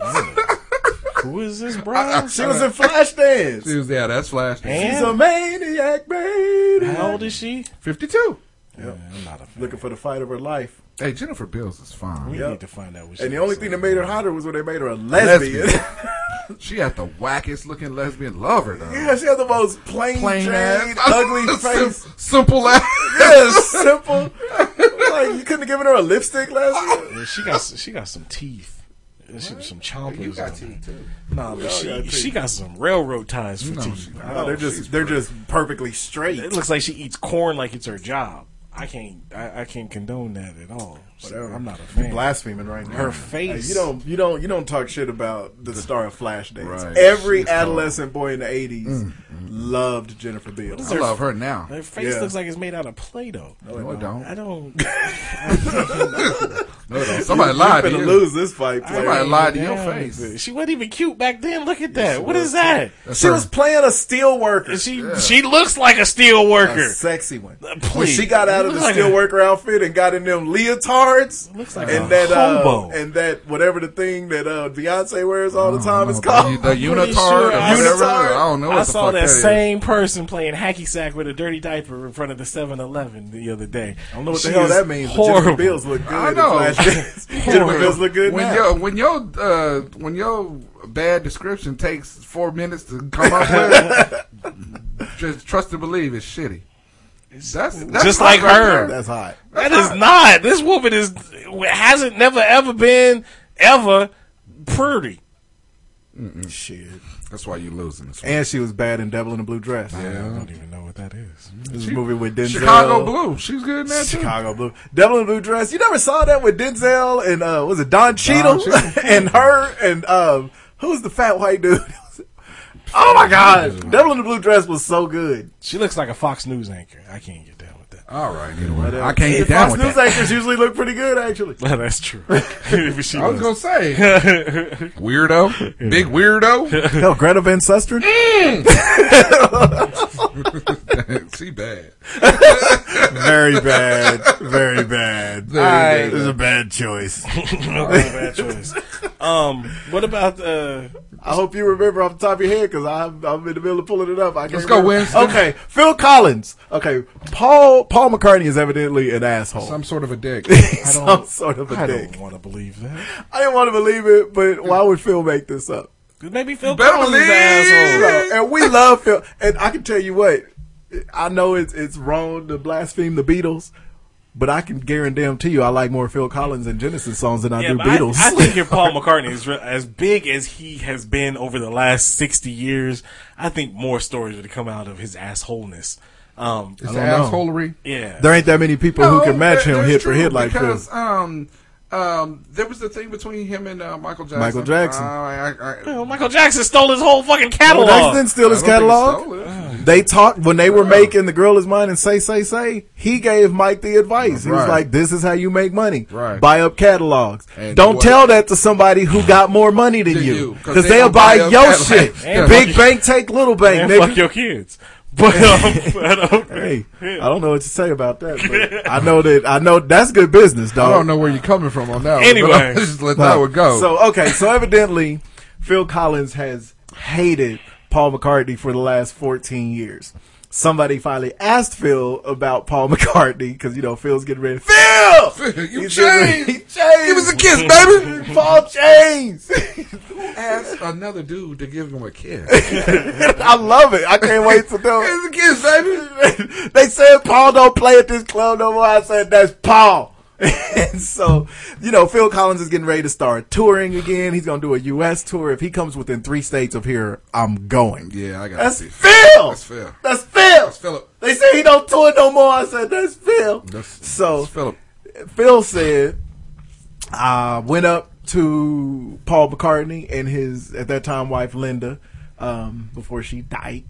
Speaker 2: Who is this, bro?
Speaker 8: She was in Flashdance.
Speaker 9: She was, yeah, that's Flash.
Speaker 8: She's a maniac, baby.
Speaker 2: How old is she?
Speaker 9: 52.
Speaker 2: I'm not a fan.
Speaker 8: Looking for the fight of her life.
Speaker 9: Hey, Jennifer Bills is fine.
Speaker 2: We
Speaker 8: Yep.
Speaker 2: need to find out what she
Speaker 8: And the
Speaker 2: looks
Speaker 8: only thing that
Speaker 2: like.
Speaker 8: made her hotter was when they made her a lesbian.
Speaker 9: Lesbian. She had the wackest looking lesbian lover, though.
Speaker 8: yeah, she had the most plain,
Speaker 9: Plain
Speaker 8: Jane,
Speaker 9: ass,
Speaker 8: ugly
Speaker 9: Sim-
Speaker 8: face.
Speaker 9: simple ass.
Speaker 8: Yeah, simple. like you couldn't have given her a lipstick last year.
Speaker 2: Yeah, she got she got some teeth. She got some chompers.
Speaker 9: You got
Speaker 2: on
Speaker 9: teeth, too.
Speaker 2: her. Nah, but she Oh,
Speaker 8: got teeth.
Speaker 2: she got some railroad ties for
Speaker 9: No,
Speaker 2: teeth.
Speaker 9: she don't.
Speaker 8: No, they're just they're just perfectly straight.
Speaker 2: It looks like she eats corn like it's her job. I can't I, I can't condone that at all. So
Speaker 8: Whatever.
Speaker 2: I'm not a fan.
Speaker 8: blaspheming right now.
Speaker 2: Her face.
Speaker 8: Hey, you don't you don't you don't talk shit about the star of Flashdance.
Speaker 9: Right.
Speaker 8: Every
Speaker 9: She's
Speaker 8: adolescent boy in the '80s loved Jennifer Beals.
Speaker 9: I love her now.
Speaker 2: Her face
Speaker 8: Yeah.
Speaker 2: looks like it's made out of Play-Doh.
Speaker 9: No, it
Speaker 2: I
Speaker 9: don't.
Speaker 2: don't.
Speaker 9: No, it don't. Somebody lied to
Speaker 8: You're
Speaker 9: you.
Speaker 8: gonna lose this fight.
Speaker 2: I
Speaker 8: Player.
Speaker 9: Somebody lied to your
Speaker 2: damn,
Speaker 9: face.
Speaker 2: She wasn't even cute back then. Look at that. What is that?
Speaker 9: That's
Speaker 8: She
Speaker 9: her.
Speaker 8: was playing a steel worker,
Speaker 2: And She she looks like a steel
Speaker 8: a
Speaker 2: worker.
Speaker 8: sexy one. When
Speaker 2: Uh, please.
Speaker 8: she got out of
Speaker 2: Look
Speaker 8: the
Speaker 2: like a-
Speaker 8: steel worker outfit and got in them leotards,
Speaker 2: Looks like a
Speaker 8: and that uh,
Speaker 2: hobo.
Speaker 8: and that whatever the thing that uh, Beyonce wears all the time
Speaker 2: Mm,
Speaker 8: is
Speaker 9: The,
Speaker 8: called.
Speaker 9: the unitard
Speaker 2: sure
Speaker 9: or
Speaker 2: I-
Speaker 9: whatever.
Speaker 8: Unitard?
Speaker 9: I don't know what
Speaker 2: I
Speaker 9: the
Speaker 2: saw
Speaker 9: fuck
Speaker 2: that,
Speaker 9: that is.
Speaker 2: same person playing hacky sack with a dirty diaper in front of the 7-Eleven the other day.
Speaker 8: I don't know what the
Speaker 2: She
Speaker 8: hell
Speaker 2: is
Speaker 8: that means. but
Speaker 2: Horrible.
Speaker 8: Jennifer Beals look good.
Speaker 9: I
Speaker 8: in
Speaker 9: know.
Speaker 8: Flashdance. Jennifer Beals look good
Speaker 9: when
Speaker 8: now.
Speaker 9: your when your uh, when your bad description takes four minutes to come up with, just trust and believe it's shitty. That's, that's
Speaker 2: Just
Speaker 9: hot
Speaker 2: like
Speaker 9: right
Speaker 2: her.
Speaker 9: there.
Speaker 8: That's hot.
Speaker 2: That is not. This woman is hasn't never ever been ever pretty.
Speaker 8: Shit.
Speaker 9: That's why you're losing this. One.
Speaker 8: And she was bad in Devil in the Blue Dress.
Speaker 2: I don't even know what that is.
Speaker 8: This movie with Denzel.
Speaker 9: Chicago Blue, she's good in that too.
Speaker 8: Chicago Blue. Devil in the Blue Dress. You never saw that with Denzel and uh was it Don Cheadle
Speaker 9: Cheadle.
Speaker 8: and her and um who's the fat white dude? oh my god. Devil in the Blue Dress was so good.
Speaker 2: She looks like a Fox News anchor. I can't get down with that.
Speaker 9: All right, anyway, I can't get down
Speaker 8: Fox
Speaker 9: with
Speaker 8: News
Speaker 9: that.
Speaker 8: actors usually look pretty good actually.
Speaker 2: That's true. But she
Speaker 9: I was gonna
Speaker 2: was.
Speaker 9: say weirdo, big weirdo.
Speaker 8: Hell, Greta Van Susteren?
Speaker 9: she bad.
Speaker 8: Very bad. Very bad.
Speaker 9: Very
Speaker 8: This is a bad choice.
Speaker 2: Bad choice. Um, what about uh,
Speaker 8: I hope you remember off the top of your head because I'm, I'm in the middle of pulling it up. I can't
Speaker 9: Let's go,
Speaker 8: remember.
Speaker 9: Winston.
Speaker 8: Okay, Phil Collins. Okay, Paul Paul McCartney is evidently an asshole.
Speaker 9: Some sort of a dick.
Speaker 2: I don't,
Speaker 8: Some sort of a
Speaker 2: I
Speaker 8: dick.
Speaker 2: don't want to believe that.
Speaker 8: I didn't want to believe it, but why would Phil make this up?
Speaker 2: Maybe Phil
Speaker 9: better
Speaker 2: Collins is an
Speaker 9: believe
Speaker 2: asshole.
Speaker 9: it.
Speaker 8: So, and we love Phil. And I can tell you what, I know it's it's wrong to blaspheme the Beatles, but I can guarantee you, I like more Phil Collins and Genesis songs than I do
Speaker 2: but I-
Speaker 8: Beatles.
Speaker 2: I, think if Paul McCartney is re- as big as he has been over the last sixty years, I think more stories would come out of his assholeness. Um,
Speaker 9: It's
Speaker 8: don't
Speaker 9: an
Speaker 8: know.
Speaker 9: assholery.
Speaker 2: yeah,
Speaker 8: there ain't that many people who can match
Speaker 9: that-
Speaker 8: him
Speaker 9: that's
Speaker 8: hit for
Speaker 9: true,
Speaker 8: hit like Phil.
Speaker 9: because, Um, um, there was the thing between him and uh, Michael Jackson.
Speaker 8: Michael Jackson.
Speaker 9: Uh, I, I, I,
Speaker 2: Well, Michael Jackson stole his whole fucking
Speaker 8: Well,
Speaker 2: catalog.
Speaker 8: Jackson didn't steal his
Speaker 9: I don't
Speaker 8: catalog.
Speaker 9: think he stole it.
Speaker 8: They talked when they were making "The Girl Is Mine" and "Say Say Say." He gave Mike the advice. He was
Speaker 9: Right.
Speaker 8: like, "This is how you make money:
Speaker 9: Right.
Speaker 8: buy up catalogs.
Speaker 9: And
Speaker 8: Don't
Speaker 9: what-
Speaker 8: tell that to somebody who got more money than
Speaker 9: Than
Speaker 8: you,
Speaker 9: you, 'cause
Speaker 8: because
Speaker 9: they
Speaker 8: they'll
Speaker 9: gonna
Speaker 8: buy
Speaker 9: buy
Speaker 8: your
Speaker 9: up catalogs.
Speaker 8: shit.
Speaker 2: And fuck
Speaker 8: Big
Speaker 2: you.
Speaker 8: bank take little bank,
Speaker 2: and
Speaker 8: nigga.
Speaker 2: fuck your kids. But, um, but, um,
Speaker 8: Hey, I don't know what to say about that. But I know that I know that's good business, dog.
Speaker 9: I don't know where you're coming from on that. one,
Speaker 2: Anyway.
Speaker 9: but I'll just let that one go.
Speaker 8: So okay, so evidently Phil Collins has hated Paul McCartney for the last 14 years. Somebody finally asked Phil about Paul McCartney because you know Phil's getting ready. Phil,
Speaker 9: you
Speaker 8: He's getting ready-
Speaker 9: changed.
Speaker 8: He changed.
Speaker 9: Give us a kiss, baby.
Speaker 8: Paul changed.
Speaker 9: Ask another dude to give him a kiss. Give
Speaker 8: I love it. I can't wait to
Speaker 9: us
Speaker 8: do
Speaker 9: a kiss, baby.
Speaker 8: it. they said Paul don't play at this club no more. I said that's Paul. and so, you know, Phil Collins is getting ready to start touring again. He's gonna do a U.S. tour. If he comes within three states of here, I'm going.
Speaker 9: Yeah, I got
Speaker 8: That's
Speaker 9: you.
Speaker 8: Phil.
Speaker 9: That's Phil.
Speaker 8: That's Phil.
Speaker 9: That's Philip.
Speaker 8: They said he don't tour no more. I said that's Phil.
Speaker 9: That's,
Speaker 8: so
Speaker 9: that's Philip.
Speaker 8: Phil said, I went up to Paul McCartney and his at that time wife Linda, um, before she died,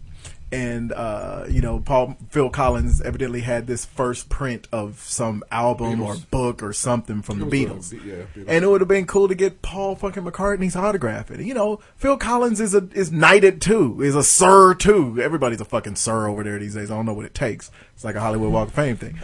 Speaker 8: and uh, you know Paul Phil Collins evidently had this first print of some album or
Speaker 9: Beatles.
Speaker 8: book or something from the
Speaker 9: It
Speaker 8: Beatles.
Speaker 9: was a- yeah, Beatles.
Speaker 8: And it would have been cool to get Paul fucking McCartney's autograph. And you know, Phil Collins is a is knighted too, is a sir too. Everybody's a fucking sir over there these days. I don't know what it takes. It's like a Hollywood Walk of Fame thing.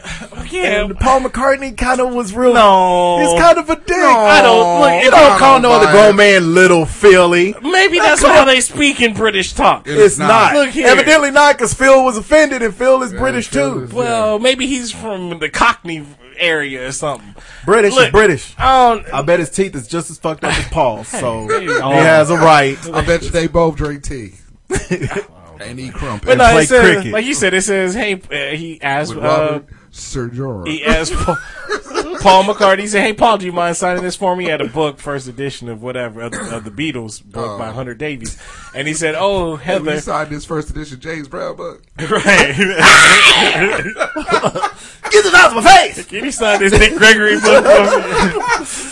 Speaker 2: Yeah.
Speaker 8: And Paul McCartney kind of was real.
Speaker 2: No.
Speaker 8: he's kind of a dick.
Speaker 2: I don't- look,
Speaker 8: You
Speaker 2: it-
Speaker 8: don't
Speaker 2: I
Speaker 8: call
Speaker 2: don't
Speaker 8: no other
Speaker 2: buy
Speaker 8: grown
Speaker 2: it.
Speaker 8: man little Philly.
Speaker 2: Maybe that's
Speaker 8: come
Speaker 2: how
Speaker 8: on.
Speaker 2: they speak in British talk.
Speaker 8: It's, not.
Speaker 2: Look here.
Speaker 8: Evidently not, because Phil was offended, and Phil is British too.
Speaker 2: Well, maybe he's from the Cockney area or something.
Speaker 8: British is
Speaker 2: Look,
Speaker 8: British.
Speaker 2: I don't.
Speaker 8: I bet his teeth is just as fucked up as Paul's, so he
Speaker 2: Oh.
Speaker 8: has a right.
Speaker 9: I bet you they both drink tea. and eat crumpets.
Speaker 2: But no,
Speaker 8: play
Speaker 2: it says,
Speaker 8: cricket.
Speaker 2: like you said, it says, "Hey, uh, he asked,
Speaker 9: with
Speaker 2: uh,
Speaker 9: Robert Sir George.
Speaker 2: he asked Paul, Paul McCartney. He said, "Hey, Paul, do you mind signing this for me?" He had a book, first edition of whatever of, of the Beatles book by Hunter Davies, and he said, "Oh,
Speaker 9: When
Speaker 2: Heather,
Speaker 9: he signed his first edition James Brown book.
Speaker 2: right?
Speaker 8: Get it out of my face!
Speaker 2: Can you sign this Dick Gregory book?" for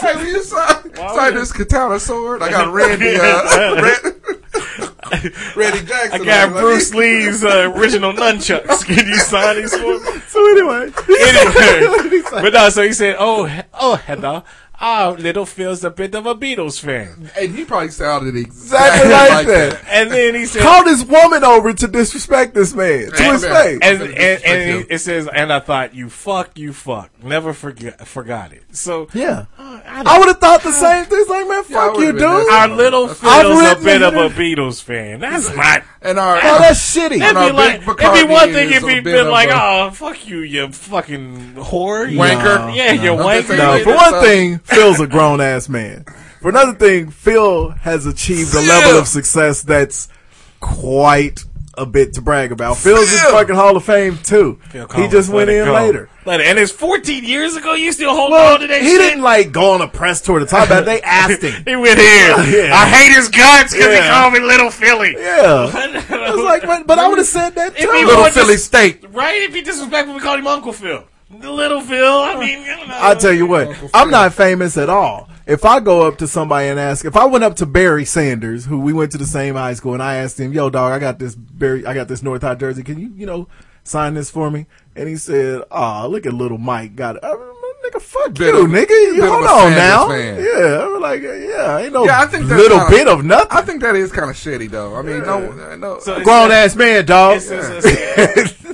Speaker 2: me?"
Speaker 9: Hey, when you sign, sign this katana sword, I got Randy, uh, Ran- Randy Jackson.
Speaker 2: I got
Speaker 9: on it.
Speaker 2: Bruce Lee's uh, original nunchucks. Can you sign these for me?
Speaker 8: So anyway,
Speaker 2: anyway, but no, so he said, "Oh, he- oh, Heather, our little Phil's a bit of a Beatles fan,"
Speaker 9: And he probably sounded exactly
Speaker 8: exactly like
Speaker 9: that.
Speaker 8: that.
Speaker 2: and then he said,
Speaker 8: Call this woman over to disrespect this man to his face.
Speaker 2: and and, and
Speaker 9: That's perspective.
Speaker 2: he- it says, "And I thought you fuck, you fuck, never forget, forgot it." So uh,
Speaker 8: Yeah,
Speaker 2: I
Speaker 8: I would have thought the same thing. It's like, man,
Speaker 9: I
Speaker 8: fuck you, dude.
Speaker 9: would've been that-
Speaker 2: our little
Speaker 8: I've
Speaker 2: Phil's a
Speaker 8: written
Speaker 2: bit
Speaker 8: it
Speaker 2: of a
Speaker 8: in-
Speaker 2: Beatles fan. That's not.
Speaker 9: And uh, our,
Speaker 8: Oh, that's shitty.
Speaker 2: It'd
Speaker 9: our
Speaker 2: be
Speaker 9: big
Speaker 2: like, it'd
Speaker 9: McCartney
Speaker 2: be one thing
Speaker 9: is
Speaker 2: if he'd
Speaker 9: a bit
Speaker 2: been
Speaker 9: of
Speaker 2: like,
Speaker 9: a-
Speaker 2: "Oh, fuck you, you fucking whore, you-
Speaker 9: Wanker.
Speaker 2: yeah, you
Speaker 9: No.
Speaker 2: wanker."
Speaker 8: No,
Speaker 9: Right.
Speaker 8: for one thing, Phil's a grown ass man. For another thing, Phil has achieved a level of success that's quite a bit to brag about. Phil's in
Speaker 9: Phil.
Speaker 8: fucking Hall of Fame too.
Speaker 2: Phil
Speaker 8: He
Speaker 2: Collins,
Speaker 8: just
Speaker 2: let
Speaker 8: went
Speaker 2: it
Speaker 8: in
Speaker 2: go.
Speaker 8: later.
Speaker 2: Let it- and it's 14 years ago. You still hold
Speaker 8: Well,
Speaker 2: on
Speaker 8: he
Speaker 2: to that shit.
Speaker 8: didn't like go on a press tour to talk about. it. They asked him.
Speaker 2: He went here.
Speaker 8: Yeah.
Speaker 2: I hate his guts because he
Speaker 8: Yeah.
Speaker 2: called me Little Philly.
Speaker 8: Yeah, I was like, but, but I would have said that
Speaker 2: If he
Speaker 8: too.
Speaker 9: little
Speaker 2: wanted-
Speaker 9: Philly steak.
Speaker 2: right? If he disrespectful, we called him Uncle Phil. The Little Phil. I mean, I don't know.
Speaker 8: I tell you what, I'm not famous at all. If I go up to somebody and ask, if I went up to Barry Sanders, who we went to the same high school, and I asked him, "Yo, dog, I got this Barry, I got this North High jersey. Can you, you know, sign this for me?" And he said, "Aw, look at little Mike got it." I mean, nigga, fuck
Speaker 9: Bit
Speaker 8: you,
Speaker 9: of-
Speaker 8: nigga. You-
Speaker 9: bit of
Speaker 8: hold
Speaker 9: a
Speaker 8: on
Speaker 9: Sanders
Speaker 8: now.
Speaker 9: fan.
Speaker 8: Yeah, I'm like, yeah, ain't no
Speaker 9: Yeah, I think that's
Speaker 8: little
Speaker 9: how-
Speaker 8: bit of
Speaker 9: I
Speaker 8: nothing.
Speaker 9: think that is kind of shitty, though. I mean, no, no.
Speaker 2: So it's-
Speaker 8: Grown ass man, dog.
Speaker 2: It's, it's, it's,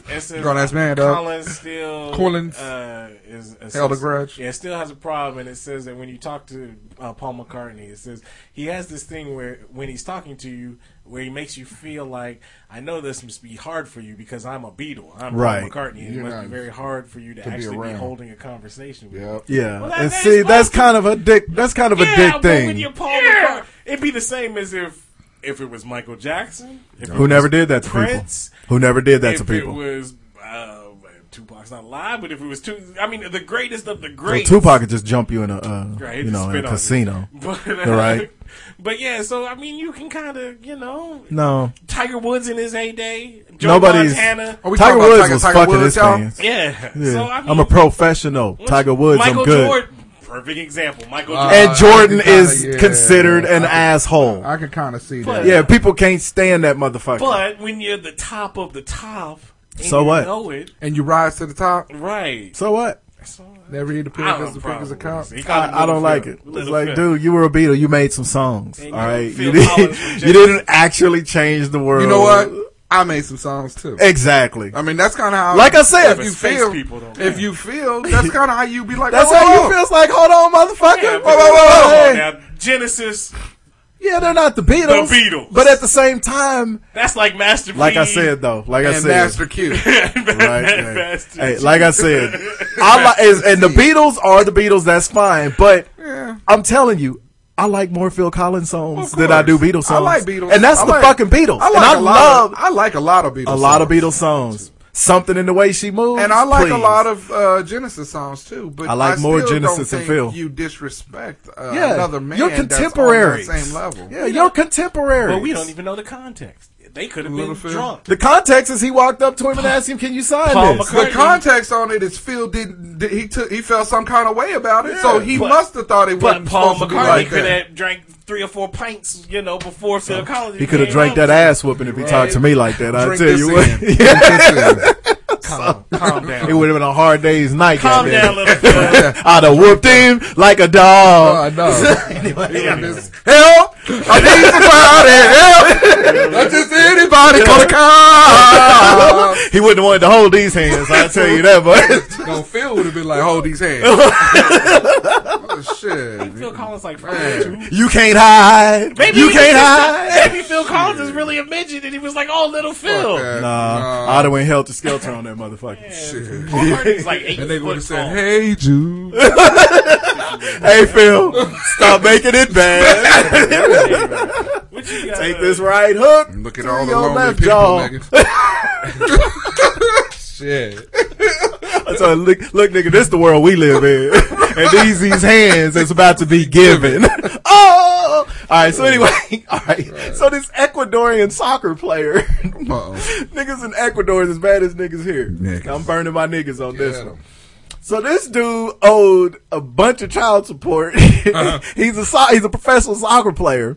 Speaker 2: it's, it's,
Speaker 9: Grown ass man, dog.
Speaker 2: Collins still
Speaker 9: Collins
Speaker 2: uh, is, is,
Speaker 9: held a
Speaker 2: is-
Speaker 9: grudge.
Speaker 2: Yeah, still has a problem, and it says that when you talk to uh, Paul McCartney, it says he has this thing where when he's talking to you, where he makes you feel like I know this must be hard for you because I'm a Beatle, I'm
Speaker 8: Right.
Speaker 2: Paul McCartney, and it
Speaker 9: You're
Speaker 2: must be
Speaker 9: not-
Speaker 2: very hard for you to,
Speaker 9: be
Speaker 2: actually be,
Speaker 9: around.
Speaker 2: holding a conversation with.
Speaker 9: Yep.
Speaker 8: Yeah,
Speaker 2: Well, that-
Speaker 8: and
Speaker 2: that
Speaker 8: see,
Speaker 2: explains-
Speaker 8: that's kind of a dick. That's kind of a
Speaker 2: Yeah,
Speaker 8: dick
Speaker 2: but when
Speaker 8: thing.
Speaker 2: you're Paul McCartney, it'd be the same as if if it was Michael Jackson, if it
Speaker 8: Who
Speaker 2: was
Speaker 8: never did that to
Speaker 2: Prince,
Speaker 8: people? Who never did that to
Speaker 2: if
Speaker 8: people?
Speaker 2: it was uh, Tupac's not live, but if it was two, I mean, the greatest of the
Speaker 8: So
Speaker 2: greats.
Speaker 8: Tupac could just jump you in a uh,
Speaker 2: Right,
Speaker 8: you
Speaker 2: just
Speaker 8: know in
Speaker 2: spit
Speaker 8: a
Speaker 2: on
Speaker 8: casino.
Speaker 2: But,
Speaker 8: Right.
Speaker 2: But yeah, so I mean, you can kind of, you know,
Speaker 8: No,
Speaker 2: Tiger Woods in his heyday, Joe
Speaker 8: nobody's
Speaker 2: Montana.
Speaker 9: Are we
Speaker 8: Tiger
Speaker 9: talking about
Speaker 8: Woods
Speaker 9: Tiger-
Speaker 8: was
Speaker 9: Tiger
Speaker 8: fucking
Speaker 9: Woods,
Speaker 8: his
Speaker 9: y'all?
Speaker 8: fans.
Speaker 2: Yeah.
Speaker 8: Yeah.
Speaker 2: So I mean,
Speaker 8: I'm a professional. Tiger Woods,
Speaker 2: Michael
Speaker 8: I'm good.
Speaker 2: Jordan, perfect example. Michael Jordan.
Speaker 8: and Jordan
Speaker 9: I can kinda-
Speaker 8: is
Speaker 9: yeah.
Speaker 8: considered an
Speaker 9: I can-
Speaker 8: asshole.
Speaker 9: I can kind of see
Speaker 2: But-
Speaker 9: that.
Speaker 8: yeah, people can't stand that motherfucker.
Speaker 2: but when you're the top of the top, and
Speaker 8: So
Speaker 2: you
Speaker 8: what?
Speaker 2: Know it
Speaker 9: And you rise to the top,
Speaker 2: right.
Speaker 8: so what?
Speaker 9: never eat a pig
Speaker 2: I don't
Speaker 9: as the pig as a cop.
Speaker 8: I, I don't like it. It's like, dude, you were a Beatle. You made some songs.
Speaker 2: Ain't
Speaker 8: All
Speaker 2: no
Speaker 8: right,
Speaker 2: Phil
Speaker 8: you, did,
Speaker 2: Collins from
Speaker 8: you didn't actually change the world.
Speaker 9: You know what? I made some songs too.
Speaker 8: Exactly.
Speaker 9: I mean, that's kind of how.
Speaker 8: Like I said,
Speaker 9: if
Speaker 2: but
Speaker 9: you
Speaker 2: space
Speaker 9: feel,
Speaker 2: people don't
Speaker 9: if you feel, that's kind of how you be like.
Speaker 8: That's
Speaker 9: whoa,
Speaker 8: how
Speaker 9: whoa.
Speaker 8: you feel. It's like, hold on, motherfucker.
Speaker 2: Yeah, but-
Speaker 8: Whoa, whoa, whoa,
Speaker 2: Come on
Speaker 8: hey.
Speaker 2: now, Genesis.
Speaker 8: Yeah, they're not the Beatles.
Speaker 2: The Beatles.
Speaker 8: But at the same time,
Speaker 2: That's like Master.
Speaker 8: Like
Speaker 2: P.
Speaker 8: I said though, like I
Speaker 9: And
Speaker 8: said,
Speaker 9: Master Q.
Speaker 8: right,
Speaker 2: Master
Speaker 8: right.
Speaker 2: P.
Speaker 8: Hey, like I said, I like is, and the Beatles are the Beatles. That's fine, but I'm telling you. I like more Phil Collins songs
Speaker 9: Of
Speaker 8: than I do
Speaker 9: course.
Speaker 8: Beatles songs.
Speaker 9: I like Beatles.
Speaker 8: and that's
Speaker 9: I
Speaker 8: the
Speaker 9: like-
Speaker 8: fucking Beatles.
Speaker 9: I like
Speaker 8: and I
Speaker 9: a
Speaker 8: love
Speaker 9: lot. Of, I like a lot of Beatles.
Speaker 8: a lot of
Speaker 9: songs.
Speaker 8: Beatles songs. Something in the way she moves,
Speaker 9: And I like a
Speaker 8: please.
Speaker 9: lot of uh, Genesis songs too, but
Speaker 8: I like more
Speaker 9: still
Speaker 8: Genesis
Speaker 9: don't
Speaker 8: than
Speaker 9: think
Speaker 8: Phil.
Speaker 9: You disrespect uh,
Speaker 8: yeah.
Speaker 9: another man.
Speaker 8: You're
Speaker 9: that's on that
Speaker 8: contemporary.
Speaker 9: same level.
Speaker 8: Yeah, you're contemporary.
Speaker 2: But we don't even know the context. They could have been
Speaker 9: Littlefield.
Speaker 2: drunk.
Speaker 8: The context is he walked up to him and asked him, "Can you sign
Speaker 2: Paul
Speaker 8: this?"
Speaker 9: The context on it is Phil didn't. did- He took. He felt some kind of way about it, so he
Speaker 2: but-
Speaker 9: must have thought it
Speaker 2: But
Speaker 9: wasn't
Speaker 2: Paul
Speaker 9: supposed to be
Speaker 2: McCartney
Speaker 9: like
Speaker 2: could
Speaker 9: that.
Speaker 2: have drank three or four pints, you know, before Phil Collins.
Speaker 8: He could have drank that ass whooping if he talked to me like that. I
Speaker 9: Drink
Speaker 8: tell you
Speaker 9: this
Speaker 8: what,
Speaker 9: in.
Speaker 8: Yeah,
Speaker 10: Calm.
Speaker 2: Calm
Speaker 8: it
Speaker 2: down.
Speaker 8: would have been a hard day's night.
Speaker 2: Calm
Speaker 8: goddamn.
Speaker 2: down, Littlefield.
Speaker 8: I'd have whooped him like a
Speaker 9: Oh,
Speaker 8: dog.
Speaker 9: no.
Speaker 2: Yeah.
Speaker 9: Help! I need somebody. Help! Not just anybody. Call the cops.
Speaker 8: he wouldn't have wanted to hold these hands. I tell you that, but
Speaker 9: No, Phil would have been like, hold these hands. oh, shit.
Speaker 2: Phil Collins like fuck you.
Speaker 8: you can't hide.
Speaker 2: Maybe
Speaker 8: you
Speaker 2: he
Speaker 8: can't
Speaker 2: was
Speaker 8: hide.
Speaker 2: just- Maybe Phil Collins is really a midget, and he was like, "Oh, little Phil."
Speaker 9: Fuck that.
Speaker 8: Nah, Uh, I'd have went helter skelter on that motherfucker.
Speaker 9: Shit.
Speaker 2: Paul McCartney's like eight
Speaker 9: And they would
Speaker 2: foot
Speaker 9: have
Speaker 2: tall.
Speaker 9: said, hey, Jude.
Speaker 8: Hey Phil, stop making it bad.
Speaker 2: What you got,
Speaker 8: Take
Speaker 2: uh,
Speaker 8: this right hook.
Speaker 9: Look at
Speaker 8: to
Speaker 9: all the
Speaker 8: your
Speaker 9: lonely
Speaker 8: left
Speaker 9: people,
Speaker 8: jaw.
Speaker 9: nigga. Shit.
Speaker 8: So look, look, nigga, this the world we live in, and these these hands is about to be given. oh, all right. So anyway, all right. So this Ecuadorian soccer player,
Speaker 9: Uh-oh.
Speaker 8: niggas in Ecuador is as bad as niggas here.
Speaker 9: Niggas.
Speaker 8: I'm burning my niggas on this
Speaker 9: Get 'em.
Speaker 8: one. So this dude owed a bunch of child support. he's a so- he's a professional soccer player.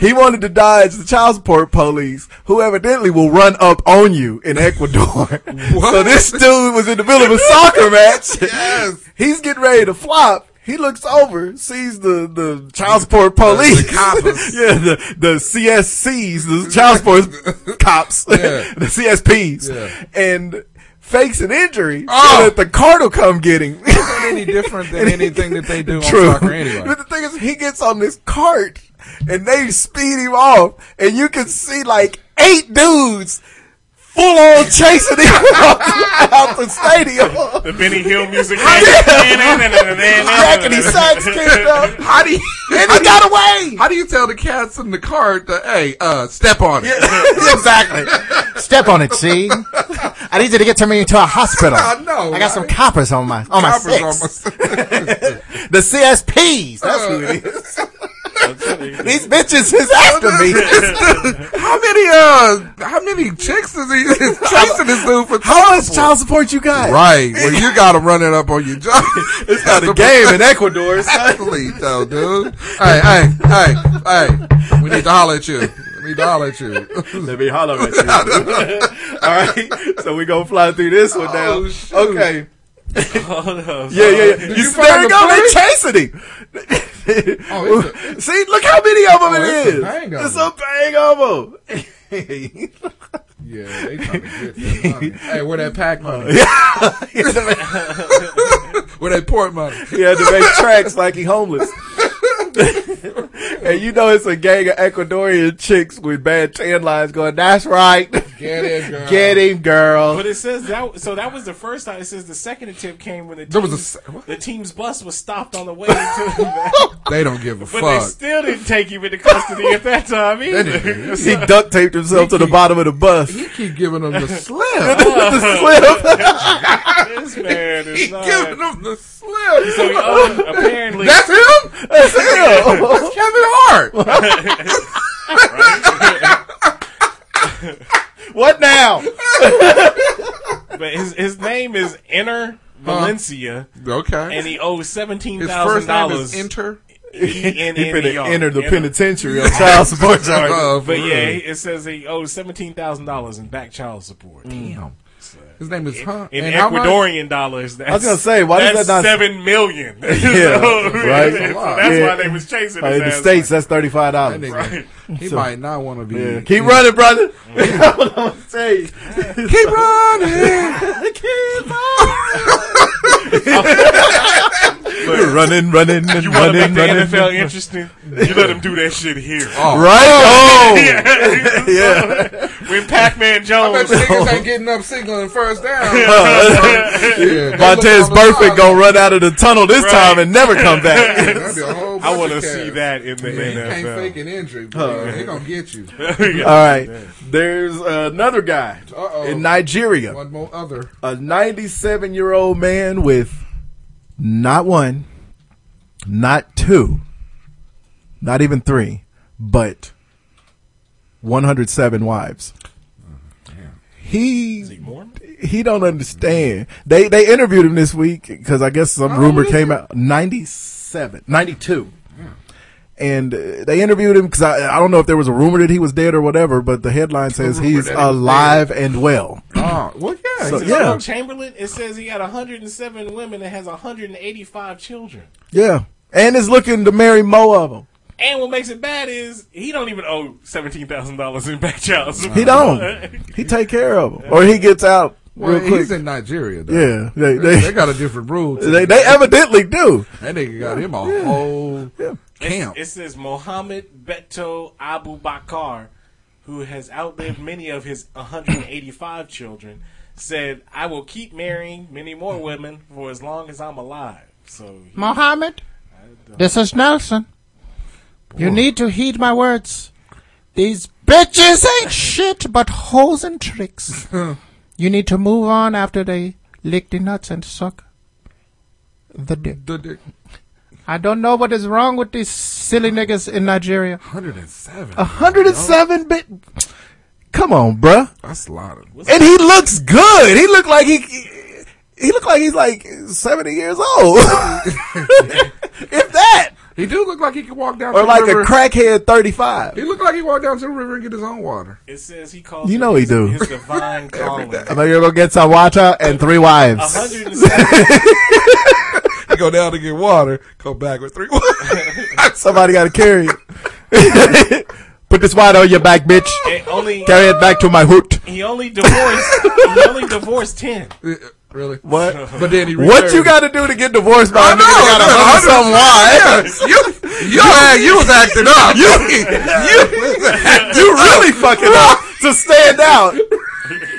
Speaker 8: he wanted to dodge the child support police, who evidently will run up on you in Ecuador. so this dude was in the middle of a soccer match. He's getting ready to flop. He looks over, sees the, the child support police.
Speaker 9: coppers.
Speaker 8: yeah, the, the CSCs, the child support cops,
Speaker 9: Yeah.
Speaker 8: the CSPs,
Speaker 9: Yeah.
Speaker 8: and fakes an injury
Speaker 9: Oh.
Speaker 8: so that the card will come getting.
Speaker 9: Any different than anything that they do
Speaker 8: True.
Speaker 9: on soccer anyway.
Speaker 8: But the thing is, he gets on this cart and they speed him off, and you can see like eight dudes full on chasing him out, the- out the stadium.
Speaker 2: The Benny Hill music.
Speaker 8: Rackety sacks kicked up.
Speaker 9: How do you,
Speaker 8: And he got away!
Speaker 9: how do you tell the cats in the car that, hey, uh, step on it?
Speaker 3: exactly. Step on it, see? I need you to get to me to a hospital.
Speaker 9: I know,
Speaker 3: I got some
Speaker 9: right?
Speaker 3: coppers on my on my
Speaker 9: Coppers
Speaker 3: six.
Speaker 9: almost-
Speaker 3: The CSPs. That's who it is. These bitches is after me.
Speaker 9: How many uh how many chicks is he is chasing this dude for
Speaker 8: How much child support you got?
Speaker 9: Right. Well you gotta run it up on your job. it's
Speaker 8: Got a game in Ecuador.
Speaker 9: athlete though, dude. Hey, hey, hey, hey. We need to holler at you. We need to holler at you.
Speaker 8: Let me holler at you. All right, so we gonna fly through this one now.
Speaker 9: Oh, shoot.
Speaker 8: Okay.
Speaker 2: Yeah.
Speaker 8: Yeah, yeah, yeah. You,
Speaker 9: you
Speaker 8: there
Speaker 9: find
Speaker 8: you
Speaker 9: the
Speaker 8: go. They
Speaker 9: plane?
Speaker 8: chasing him.
Speaker 9: Oh, it's
Speaker 8: See, look how many of them
Speaker 9: Oh,
Speaker 8: it
Speaker 9: it's a
Speaker 8: is.
Speaker 9: hangover.
Speaker 8: It's a hangover. It's
Speaker 9: Yeah, they trying to get that money. Hey, where that pack money? where that port money?
Speaker 8: he had to make tracks like he homeless. and you know it's a gang of Ecuadorian chicks with bad tan lines going, that's right.
Speaker 9: Get it, girl.
Speaker 8: Get him, girl.
Speaker 2: But it says that. So that was the first time. It says the second attempt came when the
Speaker 9: There was a
Speaker 2: team's-
Speaker 9: se- what?
Speaker 2: the team's bus was stopped on the way to.
Speaker 9: They don't give a
Speaker 2: But they
Speaker 9: fuck.
Speaker 2: still didn't take him into custody at that time either.
Speaker 8: He duct taped himself to the bottom of the bus.
Speaker 9: You keep giving them the slip.
Speaker 8: The slip.
Speaker 2: this man is
Speaker 9: Keep
Speaker 2: not.
Speaker 9: giving them the slip.
Speaker 2: so he owned, apparently.
Speaker 9: That's him?
Speaker 8: That's him.
Speaker 9: That's Kevin Hart.
Speaker 8: What now?
Speaker 2: but his, his name is Enner Valencia,
Speaker 9: Okay.
Speaker 2: and he owes seventeen
Speaker 9: His first
Speaker 2: thousand
Speaker 9: name is
Speaker 2: dollars. E
Speaker 9: Inter.
Speaker 8: He finna enter the penitentiary on
Speaker 2: Yeah.
Speaker 8: child support charges.
Speaker 9: Uh,
Speaker 2: uh, But yeah, he- it says he owes seventeen thousand dollars in back child support. Damn.
Speaker 9: his name is huh?
Speaker 2: In
Speaker 9: and how much?
Speaker 2: Ecuadorian dollars, that's,
Speaker 8: was gonna say, why
Speaker 2: that's
Speaker 8: does that not-
Speaker 2: seven million. Yeah,
Speaker 8: right?
Speaker 2: That's,
Speaker 8: Yeah.
Speaker 2: why they was chasing
Speaker 8: Uh,
Speaker 2: his
Speaker 8: in the
Speaker 2: ass.
Speaker 8: states, that's thirty five
Speaker 9: That
Speaker 8: dollars.
Speaker 9: nigga, He might not want to be.
Speaker 8: Yeah. Keep running, brother. That's what I'm gonna say.
Speaker 9: Keep running.
Speaker 8: running, running, and
Speaker 2: you want to make
Speaker 8: running,
Speaker 2: the
Speaker 8: running. Oh.
Speaker 2: NFL interesting? You let him do that shit here.
Speaker 8: Right?
Speaker 2: Yeah.
Speaker 8: Oh, yeah.
Speaker 2: when Pac-Man
Speaker 9: But
Speaker 2: Jones,
Speaker 9: the niggas ain't getting up signaling first down. yeah,
Speaker 8: Montez Burfict gonna run out of the tunnel this
Speaker 2: Right.
Speaker 8: time and never come back.
Speaker 2: I want to see that in the
Speaker 9: You can't fake an injury, bro. They gonna get you.
Speaker 2: NFL.
Speaker 8: All right. There's another guy
Speaker 9: Uh-oh.
Speaker 8: in Nigeria,
Speaker 9: One more other.
Speaker 8: a 97 year old man with not one, not two, not even three, but 107 wives. He he don't understand. They they interviewed him this week because I guess some rumor came out 97, 92. And uh, they interviewed him because I, I don't know if there was a rumor that he was dead or whatever, but the headline says
Speaker 2: rumor
Speaker 8: he's
Speaker 2: that he was
Speaker 8: alive and well.
Speaker 9: Oh, well, yeah.
Speaker 8: Uh, So,
Speaker 2: Is it
Speaker 8: yeah.
Speaker 2: Will Chamberlain. It says he had 107 women and has 185 children.
Speaker 8: Yeah. And is looking to marry more of them.
Speaker 2: And what makes it bad is he don't even owe seventeen thousand dollars in back child support.
Speaker 8: He don't. He take care of them. Or he gets out
Speaker 9: Well,
Speaker 8: real quick.
Speaker 9: he's in Nigeria, though.
Speaker 8: Yeah, they-
Speaker 9: They,
Speaker 8: they-
Speaker 9: they got a different rule. to
Speaker 8: They,
Speaker 9: it.
Speaker 8: they evidently do.
Speaker 9: That nigga got him a whole camp.
Speaker 2: It says Mohammed Beto Abu Bakar, who has outlived many of his 185 children, said, "I will keep marrying many more women for as long as I'm alive." So he-
Speaker 7: Mohammed, this is Nelson. You need to heed my words. These bitches ain't shit but hoes and tricks. you need to move on after they lick the nuts and suck the dick.
Speaker 9: The dick.
Speaker 7: I don't know what is wrong with these silly niggas in Nigeria.
Speaker 9: 107.
Speaker 8: 107 bit. Come on, bruh.
Speaker 9: That's a lot of.
Speaker 8: And he looks good. He looked like he he looked like he's like 70 years old. if that.
Speaker 9: He do look like he could walk down
Speaker 8: Or
Speaker 9: to
Speaker 8: like
Speaker 9: the river.
Speaker 8: a crackhead 35.
Speaker 9: He look like he walked down to the river and get his own water.
Speaker 2: It says he calls.
Speaker 8: You
Speaker 2: it
Speaker 8: know he
Speaker 2: his,
Speaker 8: do.
Speaker 2: His divine calling.
Speaker 8: I know you're going to get some water and three wives.
Speaker 2: 107.
Speaker 9: He go down to get water, come back with three.
Speaker 8: Somebody got to carry it. Put this water on your back, bitch.
Speaker 2: It only-
Speaker 8: carry it back to my hoot.
Speaker 2: He only divorced. he only divorced ten.
Speaker 9: really?
Speaker 8: What?
Speaker 9: But then he
Speaker 8: What
Speaker 9: remarried.
Speaker 8: you got to do to get divorced by
Speaker 9: I
Speaker 8: a nigga that got a hundred
Speaker 9: know, yeah,
Speaker 8: something wives?
Speaker 9: You, you, act- you was acting up.
Speaker 8: You,
Speaker 9: you,
Speaker 8: you really fucking up to stand out.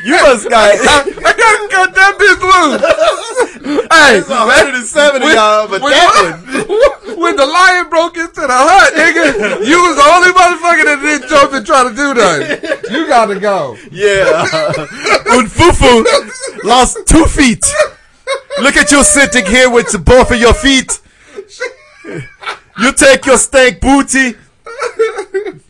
Speaker 8: You must got
Speaker 9: I gotta cut that bitch loose. hey,
Speaker 8: It's 170 y'all, but that
Speaker 9: one. When the lion broke into the hut, nigga, you was the only motherfucker that didn't jump and try to do nothing. You gotta go.
Speaker 8: yeah. when Fufu lost two feet. Look at you sitting here with both of your feet. You take your stank booty.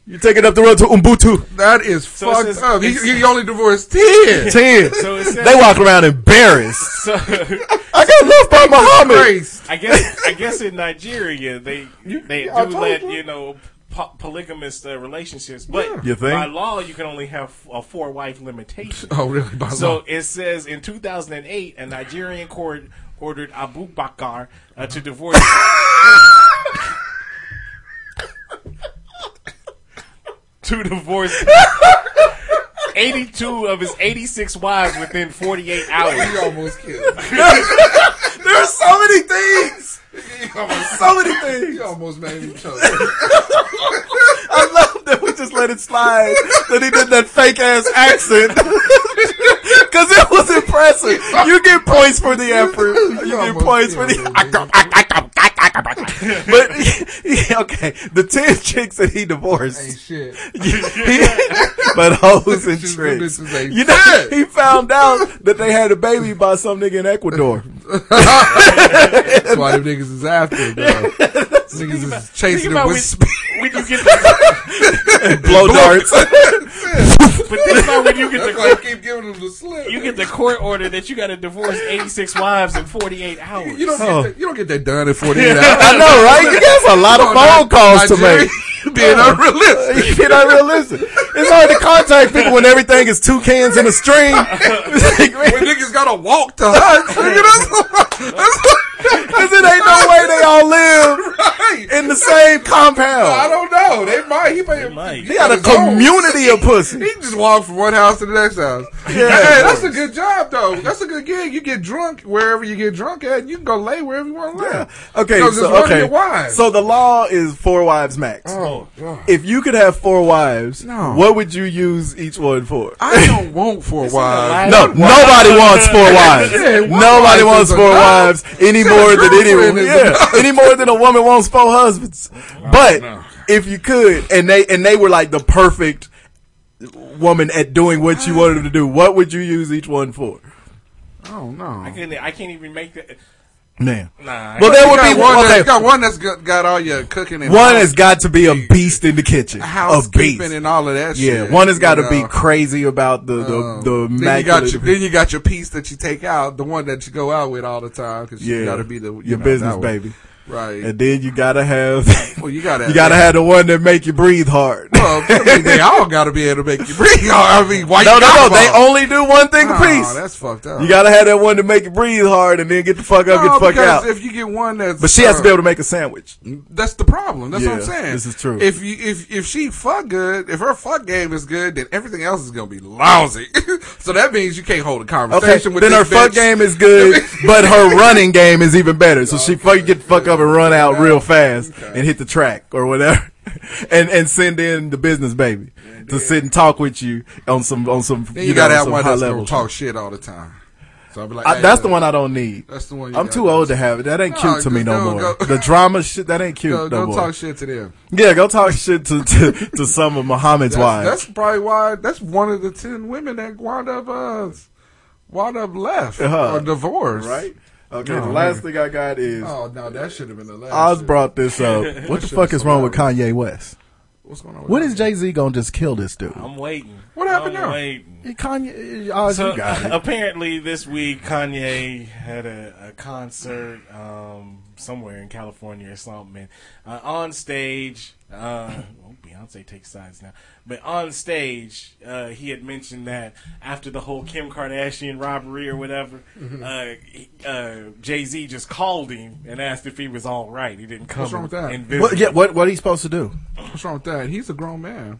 Speaker 8: You take it up the road to Umbutu.
Speaker 9: That is
Speaker 2: it
Speaker 9: fucked
Speaker 2: says-
Speaker 9: up. He,
Speaker 2: it's-
Speaker 9: he only divorced ten.
Speaker 8: Ten.
Speaker 2: So it says-
Speaker 8: They walk around embarrassed.
Speaker 2: So
Speaker 8: I got left by Muhammad.
Speaker 9: Grace.
Speaker 2: I guess I guess in Nigeria they they do
Speaker 9: I told
Speaker 2: let
Speaker 9: you.
Speaker 2: you know po- polygamous uh, relationships, but
Speaker 8: You think?
Speaker 2: by law you can only have a four wife limitation.
Speaker 9: Oh, really? By
Speaker 2: so
Speaker 9: law.
Speaker 2: it says in 2008 a Nigerian court ordered Abu Bakar uh, to divorce. To divorce 82 of his 86 wives within 48 hours.
Speaker 9: He almost killed. me.
Speaker 8: There are so many things.
Speaker 9: He almost,
Speaker 8: So many things.
Speaker 9: he almost made me choke.
Speaker 8: I love that we just let it slide that he did that fake ass accent. Cause it was impressive. You get points for the effort. You get points for the. But yeah, okay, the ten chicks that he
Speaker 9: Hey,
Speaker 8: divorced,
Speaker 9: shit.
Speaker 8: he- but hoes and
Speaker 9: She's
Speaker 8: tricks.
Speaker 9: gonna say,
Speaker 8: You know,
Speaker 9: "Shit."
Speaker 8: he found out that they had a baby by some nigga in Ecuador.
Speaker 9: That's why them niggas is after him, though. niggas is chasing him with speed.
Speaker 2: when you get the,
Speaker 8: Blow darts.
Speaker 2: but think about when you get the
Speaker 9: That's why he keep giving him the slip.
Speaker 2: You get the court order that you got to divorce 86 wives in 48 hours.
Speaker 9: You don't,
Speaker 8: Oh.
Speaker 9: get that, you don't get that done in 48 hours.
Speaker 8: I know, right? You guys a lot of phone calls to
Speaker 9: Nigeria
Speaker 8: make.
Speaker 9: Being unrealistic.
Speaker 8: You're not realistic. It's hard to contact people when everything is two cans in a string. It's like, man,
Speaker 9: When niggas gotta walk to hunt. Nigga, that's,
Speaker 8: Cause it ain't no way they all live
Speaker 9: right.
Speaker 8: in the same
Speaker 9: I
Speaker 8: compound.
Speaker 9: don't know. They might. He might.
Speaker 2: might.
Speaker 8: He got a
Speaker 9: his own.
Speaker 8: community of pussy.
Speaker 9: He just walked from one house to the next house.
Speaker 8: Yeah.
Speaker 9: hey, that's a good job though. That's a good gig. You get drunk wherever you get drunk at. You can go lay wherever you want to lay.
Speaker 8: Yeah. Okay,
Speaker 9: 'Cause it's
Speaker 8: so
Speaker 9: one of your
Speaker 8: okay.
Speaker 9: wives.
Speaker 8: So the law is four wives max.
Speaker 9: Oh, God.
Speaker 8: If you could have four wives,
Speaker 9: No.
Speaker 8: what would you use each one for?
Speaker 9: I don't want four wives.
Speaker 8: No, nobody wants four wives.
Speaker 9: Yeah, one
Speaker 8: nobody
Speaker 9: wife
Speaker 8: wants
Speaker 9: is
Speaker 8: four
Speaker 9: enough.
Speaker 8: wives any
Speaker 9: Shit, a
Speaker 8: more than anyone.
Speaker 9: girlfriend is
Speaker 8: Yeah,
Speaker 9: enough.
Speaker 8: any more than a woman wants four husbands. But if you could, and they and they were like the perfect woman at doing what you wanted them to do, what would you use each one for?
Speaker 9: I don't know.
Speaker 2: I can't, I can't even make that.
Speaker 8: Man.
Speaker 9: Nah,
Speaker 8: Well, there
Speaker 9: you
Speaker 8: would
Speaker 9: got
Speaker 8: be-
Speaker 9: one.
Speaker 8: okay.
Speaker 9: That, you got one that's got, got all your cooking and
Speaker 8: One
Speaker 9: house-
Speaker 8: has got to be a beast in the kitchen. A
Speaker 9: housekeeping
Speaker 8: beast.
Speaker 9: and all of that.
Speaker 8: Yeah,
Speaker 9: shit,
Speaker 8: one has
Speaker 9: you
Speaker 8: got to
Speaker 9: know. Um,
Speaker 8: be crazy about the the, the
Speaker 9: Then you got
Speaker 8: immaculate-
Speaker 9: your then you got your piece that you take out, the one that you go out with all the time because you
Speaker 8: Yeah.
Speaker 9: got to be the you
Speaker 8: your
Speaker 9: know,
Speaker 8: business
Speaker 9: that one.
Speaker 8: baby,
Speaker 9: right?
Speaker 8: And then you gotta have
Speaker 9: Well, you gotta
Speaker 8: you gotta
Speaker 9: have-
Speaker 8: have the one that make you breathe hard.
Speaker 9: Well, I mean, they all got to be able to make you breathe. I mean, why
Speaker 8: no,
Speaker 9: you
Speaker 8: no,
Speaker 9: got
Speaker 8: no. They
Speaker 9: them all?
Speaker 8: only do one thing
Speaker 9: Nah,
Speaker 8: a piece.
Speaker 9: That's fucked up.
Speaker 8: You gotta have that one to make you breathe hard, and then get the fuck up,
Speaker 9: No,
Speaker 8: get the fuck
Speaker 9: because
Speaker 8: out.
Speaker 9: If you get one that's
Speaker 8: But she has to be
Speaker 9: uh,
Speaker 8: able to make a sandwich.
Speaker 9: That's the problem. That's what I'm
Speaker 8: Yeah,
Speaker 9: saying.
Speaker 8: this is true.
Speaker 9: If you if if she fuck good, if her fuck game is good, then everything else is gonna be lousy. so that means you can't hold a
Speaker 8: Okay,
Speaker 9: conversation with
Speaker 8: then her
Speaker 9: this
Speaker 8: fuck
Speaker 9: bitch.
Speaker 8: game is good, but her running game is even better. So she fucking get the fuck up and run out real fast and hit the track or whatever, and and send in the business baby to sit and talk with you on some on some
Speaker 9: Then you, gotta
Speaker 8: know,
Speaker 9: have
Speaker 8: some
Speaker 9: one
Speaker 8: high
Speaker 9: that's
Speaker 8: level.
Speaker 9: gonna talk shit all the time. So I'll be like,
Speaker 8: I,
Speaker 9: hey,
Speaker 8: that's
Speaker 9: uh,
Speaker 8: the one I don't need.
Speaker 9: That's the one. You
Speaker 8: I'm
Speaker 9: gotta
Speaker 8: too
Speaker 9: do.
Speaker 8: old to have it. That ain't
Speaker 9: No,
Speaker 8: cute to me
Speaker 9: go-
Speaker 8: no
Speaker 9: go-
Speaker 8: more.
Speaker 9: go-
Speaker 8: The drama shit that ain't cute
Speaker 9: Go,
Speaker 8: no,
Speaker 9: go
Speaker 8: more.
Speaker 9: talk shit to them.
Speaker 8: Yeah, go talk shit to to, to some of Muhammad's wives.
Speaker 9: That's probably why. That's one of the ten women that wound up uh, wound up left
Speaker 8: Uh-huh.
Speaker 9: or divorced.
Speaker 8: Right? Okay,
Speaker 9: No,
Speaker 8: the last
Speaker 9: man.
Speaker 8: thing I got is
Speaker 9: Oh no, that should have been the last.
Speaker 8: Oz
Speaker 9: shit.
Speaker 8: brought this up.
Speaker 9: That
Speaker 8: What the
Speaker 9: shit
Speaker 8: fuck
Speaker 9: was
Speaker 8: is wrong with Kanye West?
Speaker 9: What's going on? With
Speaker 8: When is Jay Z gonna just kill this dude?
Speaker 2: I'm waiting.
Speaker 9: What happened
Speaker 2: I'm
Speaker 9: now?
Speaker 2: waiting.
Speaker 8: Kanye, Oz,
Speaker 2: So, uh,
Speaker 8: you got it.
Speaker 2: apparently this week Kanye had a, a concert um, somewhere in California or something. And, uh, on stage, uh, well, Beyonce takes sides now, but on stage uh, he had mentioned that after the whole Kim Kardashian robbery or whatever,
Speaker 8: Mm-hmm.
Speaker 2: uh, he- uh, Jay Z just called him and asked if he was all right. He didn't come.
Speaker 9: wrong with that?
Speaker 2: And visit.
Speaker 8: What, yeah, what what are you supposed to do?
Speaker 9: What's wrong with that? He's a grown man.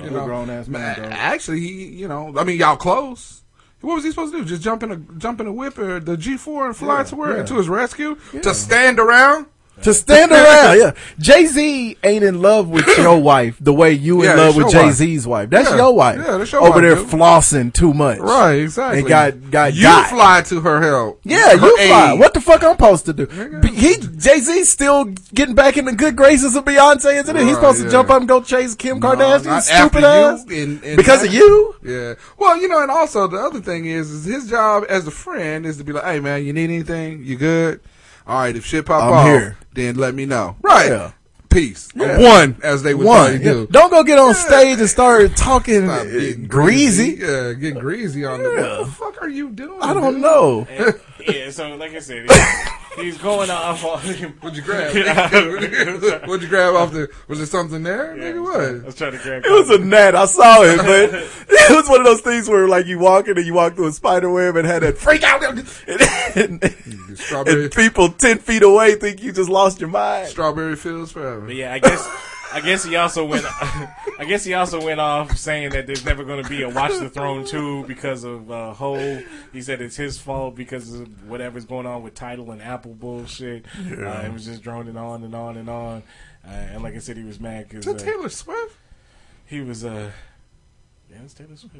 Speaker 9: You
Speaker 8: Oh, He's a grown-ass man,
Speaker 9: a-
Speaker 8: dog.
Speaker 9: Actually, he, you know, I mean, y'all close. What was he supposed to do? Just jump in a jump in a whip or the G four and fly to where
Speaker 8: yeah.
Speaker 9: to his rescue to stand around?
Speaker 8: To stand around, yeah. Jay Z ain't in love with your wife the way you
Speaker 9: Yeah,
Speaker 8: in love
Speaker 9: it's
Speaker 8: with
Speaker 9: your
Speaker 8: Jay
Speaker 9: wife.
Speaker 8: Z's wife. That's
Speaker 9: Yeah,
Speaker 8: your wife.
Speaker 9: yeah, that's your
Speaker 8: over
Speaker 9: wife,
Speaker 8: there
Speaker 9: dude.
Speaker 8: flossing too much.
Speaker 9: Right, exactly.
Speaker 8: And got got
Speaker 9: you
Speaker 8: got.
Speaker 9: fly to her help.
Speaker 8: Yeah,
Speaker 9: Her
Speaker 8: you fly.
Speaker 9: aid.
Speaker 8: What the fuck I'm supposed to do? B- He Jay Z's still getting back in the good graces of Beyonce, isn't it? He's
Speaker 9: Right,
Speaker 8: supposed to
Speaker 9: yeah.
Speaker 8: jump up and go chase Kim
Speaker 9: No,
Speaker 8: Kardashian,
Speaker 9: not after
Speaker 8: stupid
Speaker 9: you
Speaker 8: ass.
Speaker 9: and- and
Speaker 8: because of
Speaker 9: after-
Speaker 8: you.
Speaker 9: Yeah. Well, you know, and also the other thing is, is his job as a friend is to be like, hey man, you need anything? You good? All right, if shit pop
Speaker 8: I'm
Speaker 9: off,
Speaker 8: here.
Speaker 9: then let me know. Right.
Speaker 8: Yeah.
Speaker 9: Peace.
Speaker 8: Yeah.
Speaker 9: One, as they would
Speaker 8: One,
Speaker 9: One.
Speaker 8: yeah.
Speaker 9: do.
Speaker 8: don't go get on stage and start talking
Speaker 9: Stop
Speaker 8: uh,
Speaker 9: getting
Speaker 8: greasy.
Speaker 9: Yeah, get greasy on the.
Speaker 8: Yeah.
Speaker 9: What the fuck are you doing?
Speaker 8: I don't
Speaker 9: dude?
Speaker 8: know.
Speaker 2: And- yeah, so like I said, he- he's going off on him.
Speaker 9: What'd you grab?
Speaker 2: Yeah.
Speaker 9: What'd you grab off the? Was there something there?
Speaker 2: Yeah, I
Speaker 9: Nigga,
Speaker 2: was
Speaker 9: what?
Speaker 2: trying- I was trying to grab.
Speaker 8: It was a gnat. I saw it, but it was one of those things where like you walk in and you walk through a spider web and had that freak out, and, and-
Speaker 9: Strawberry-
Speaker 8: and people ten feet away think you just lost your mind.
Speaker 9: Strawberry fields forever.
Speaker 2: But yeah, I guess I guess he also went. I guess he also went off saying that there's never going to be a Watch the Throne two because of uh, Hole. He said it's his fault because of whatever's going on with title and Apple bullshit. Uh, it was just droning on and on and on. Uh, and like I said, he was mad because
Speaker 9: Is that
Speaker 2: uh,
Speaker 9: Taylor Swift?
Speaker 2: he was. Uh, yeah, it's Taylor Swift.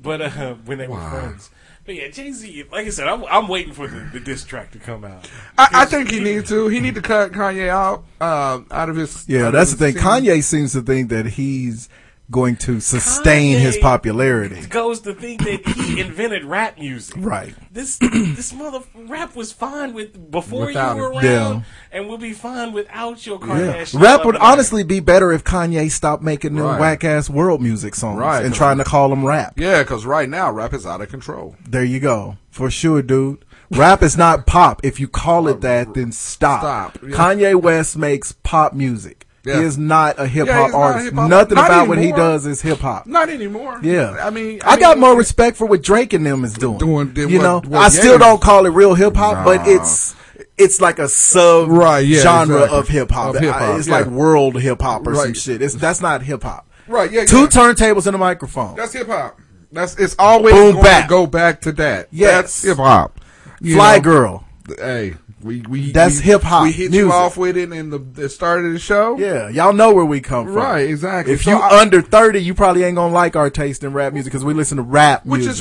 Speaker 2: But uh, when they were
Speaker 9: Wow.
Speaker 2: friends. But yeah, Jay Z. Like I said, I'm, I'm waiting for the, the diss track to come out.
Speaker 9: I, I think he needs to. He need to cut Kanye out um, out of his. out
Speaker 8: Yeah,
Speaker 9: of
Speaker 8: that's the
Speaker 9: his
Speaker 8: thing.
Speaker 9: scene.
Speaker 8: Kanye seems to think that he's going to sustain his
Speaker 2: Kanye-
Speaker 8: popularity.
Speaker 2: Goes to think that he invented rap music.
Speaker 8: Right.
Speaker 2: this this mother rap was fine with before
Speaker 9: Without
Speaker 2: you were
Speaker 8: it.
Speaker 2: around,
Speaker 8: Yeah.
Speaker 2: and we'll be fine without your
Speaker 8: Yeah.
Speaker 2: Kardashian.
Speaker 8: Rap would
Speaker 2: Love
Speaker 8: honestly be better if Kanye stopped making them
Speaker 9: Right.
Speaker 8: whack ass world music songs
Speaker 9: Right.
Speaker 8: and trying to call them rap.
Speaker 9: Yeah, because right now rap is out of control.
Speaker 8: There you go. For sure, dude. Rap is not pop. If you call it that, then stop.
Speaker 9: Uh, Stop. Yeah.
Speaker 8: Kanye West makes pop music.
Speaker 9: Yeah.
Speaker 8: He is not a hip
Speaker 9: Yeah,
Speaker 8: hop
Speaker 9: he's not a
Speaker 8: artist.
Speaker 9: hip-hop-
Speaker 8: Nothing
Speaker 9: not
Speaker 8: about what he
Speaker 9: anymore.
Speaker 8: does is hip hop.
Speaker 9: Not anymore.
Speaker 8: Yeah,
Speaker 9: I mean,
Speaker 8: I, got
Speaker 9: mean,
Speaker 8: more respect for what Drake and them is doing.
Speaker 9: Doing than
Speaker 8: you
Speaker 9: what-
Speaker 8: know,
Speaker 9: what
Speaker 8: I still
Speaker 9: Ye-
Speaker 8: don't call it real hip hop, but
Speaker 9: Nah.
Speaker 8: it's it's like a sub
Speaker 9: Right, yeah,
Speaker 8: genre
Speaker 9: exactly.
Speaker 8: of hip hop.
Speaker 9: Of hip-hop,
Speaker 8: It's
Speaker 9: yeah.
Speaker 8: like world hip hop or some
Speaker 9: Right.
Speaker 8: shit. It's that's not hip hop.
Speaker 9: Right, yeah,
Speaker 8: Two
Speaker 9: yeah.
Speaker 8: turntables and a microphone.
Speaker 9: That's hip hop. That's it's always
Speaker 8: Boom,
Speaker 9: going
Speaker 8: bap.
Speaker 9: to go back to that.
Speaker 8: Yes.
Speaker 9: that's hip hop. You
Speaker 8: Fly
Speaker 9: know,
Speaker 8: girl.
Speaker 9: Hey, we we
Speaker 8: That's
Speaker 9: we-
Speaker 8: hip-hop
Speaker 9: We hit you
Speaker 8: music.
Speaker 9: off with it in the, the start of the show.
Speaker 8: Yeah, y'all know where we come from.
Speaker 9: Right, exactly.
Speaker 8: If
Speaker 9: So
Speaker 8: you
Speaker 9: I-
Speaker 8: under thirty, you probably ain't gonna like our taste in rap music because we listen to rap
Speaker 9: which
Speaker 8: music.
Speaker 9: is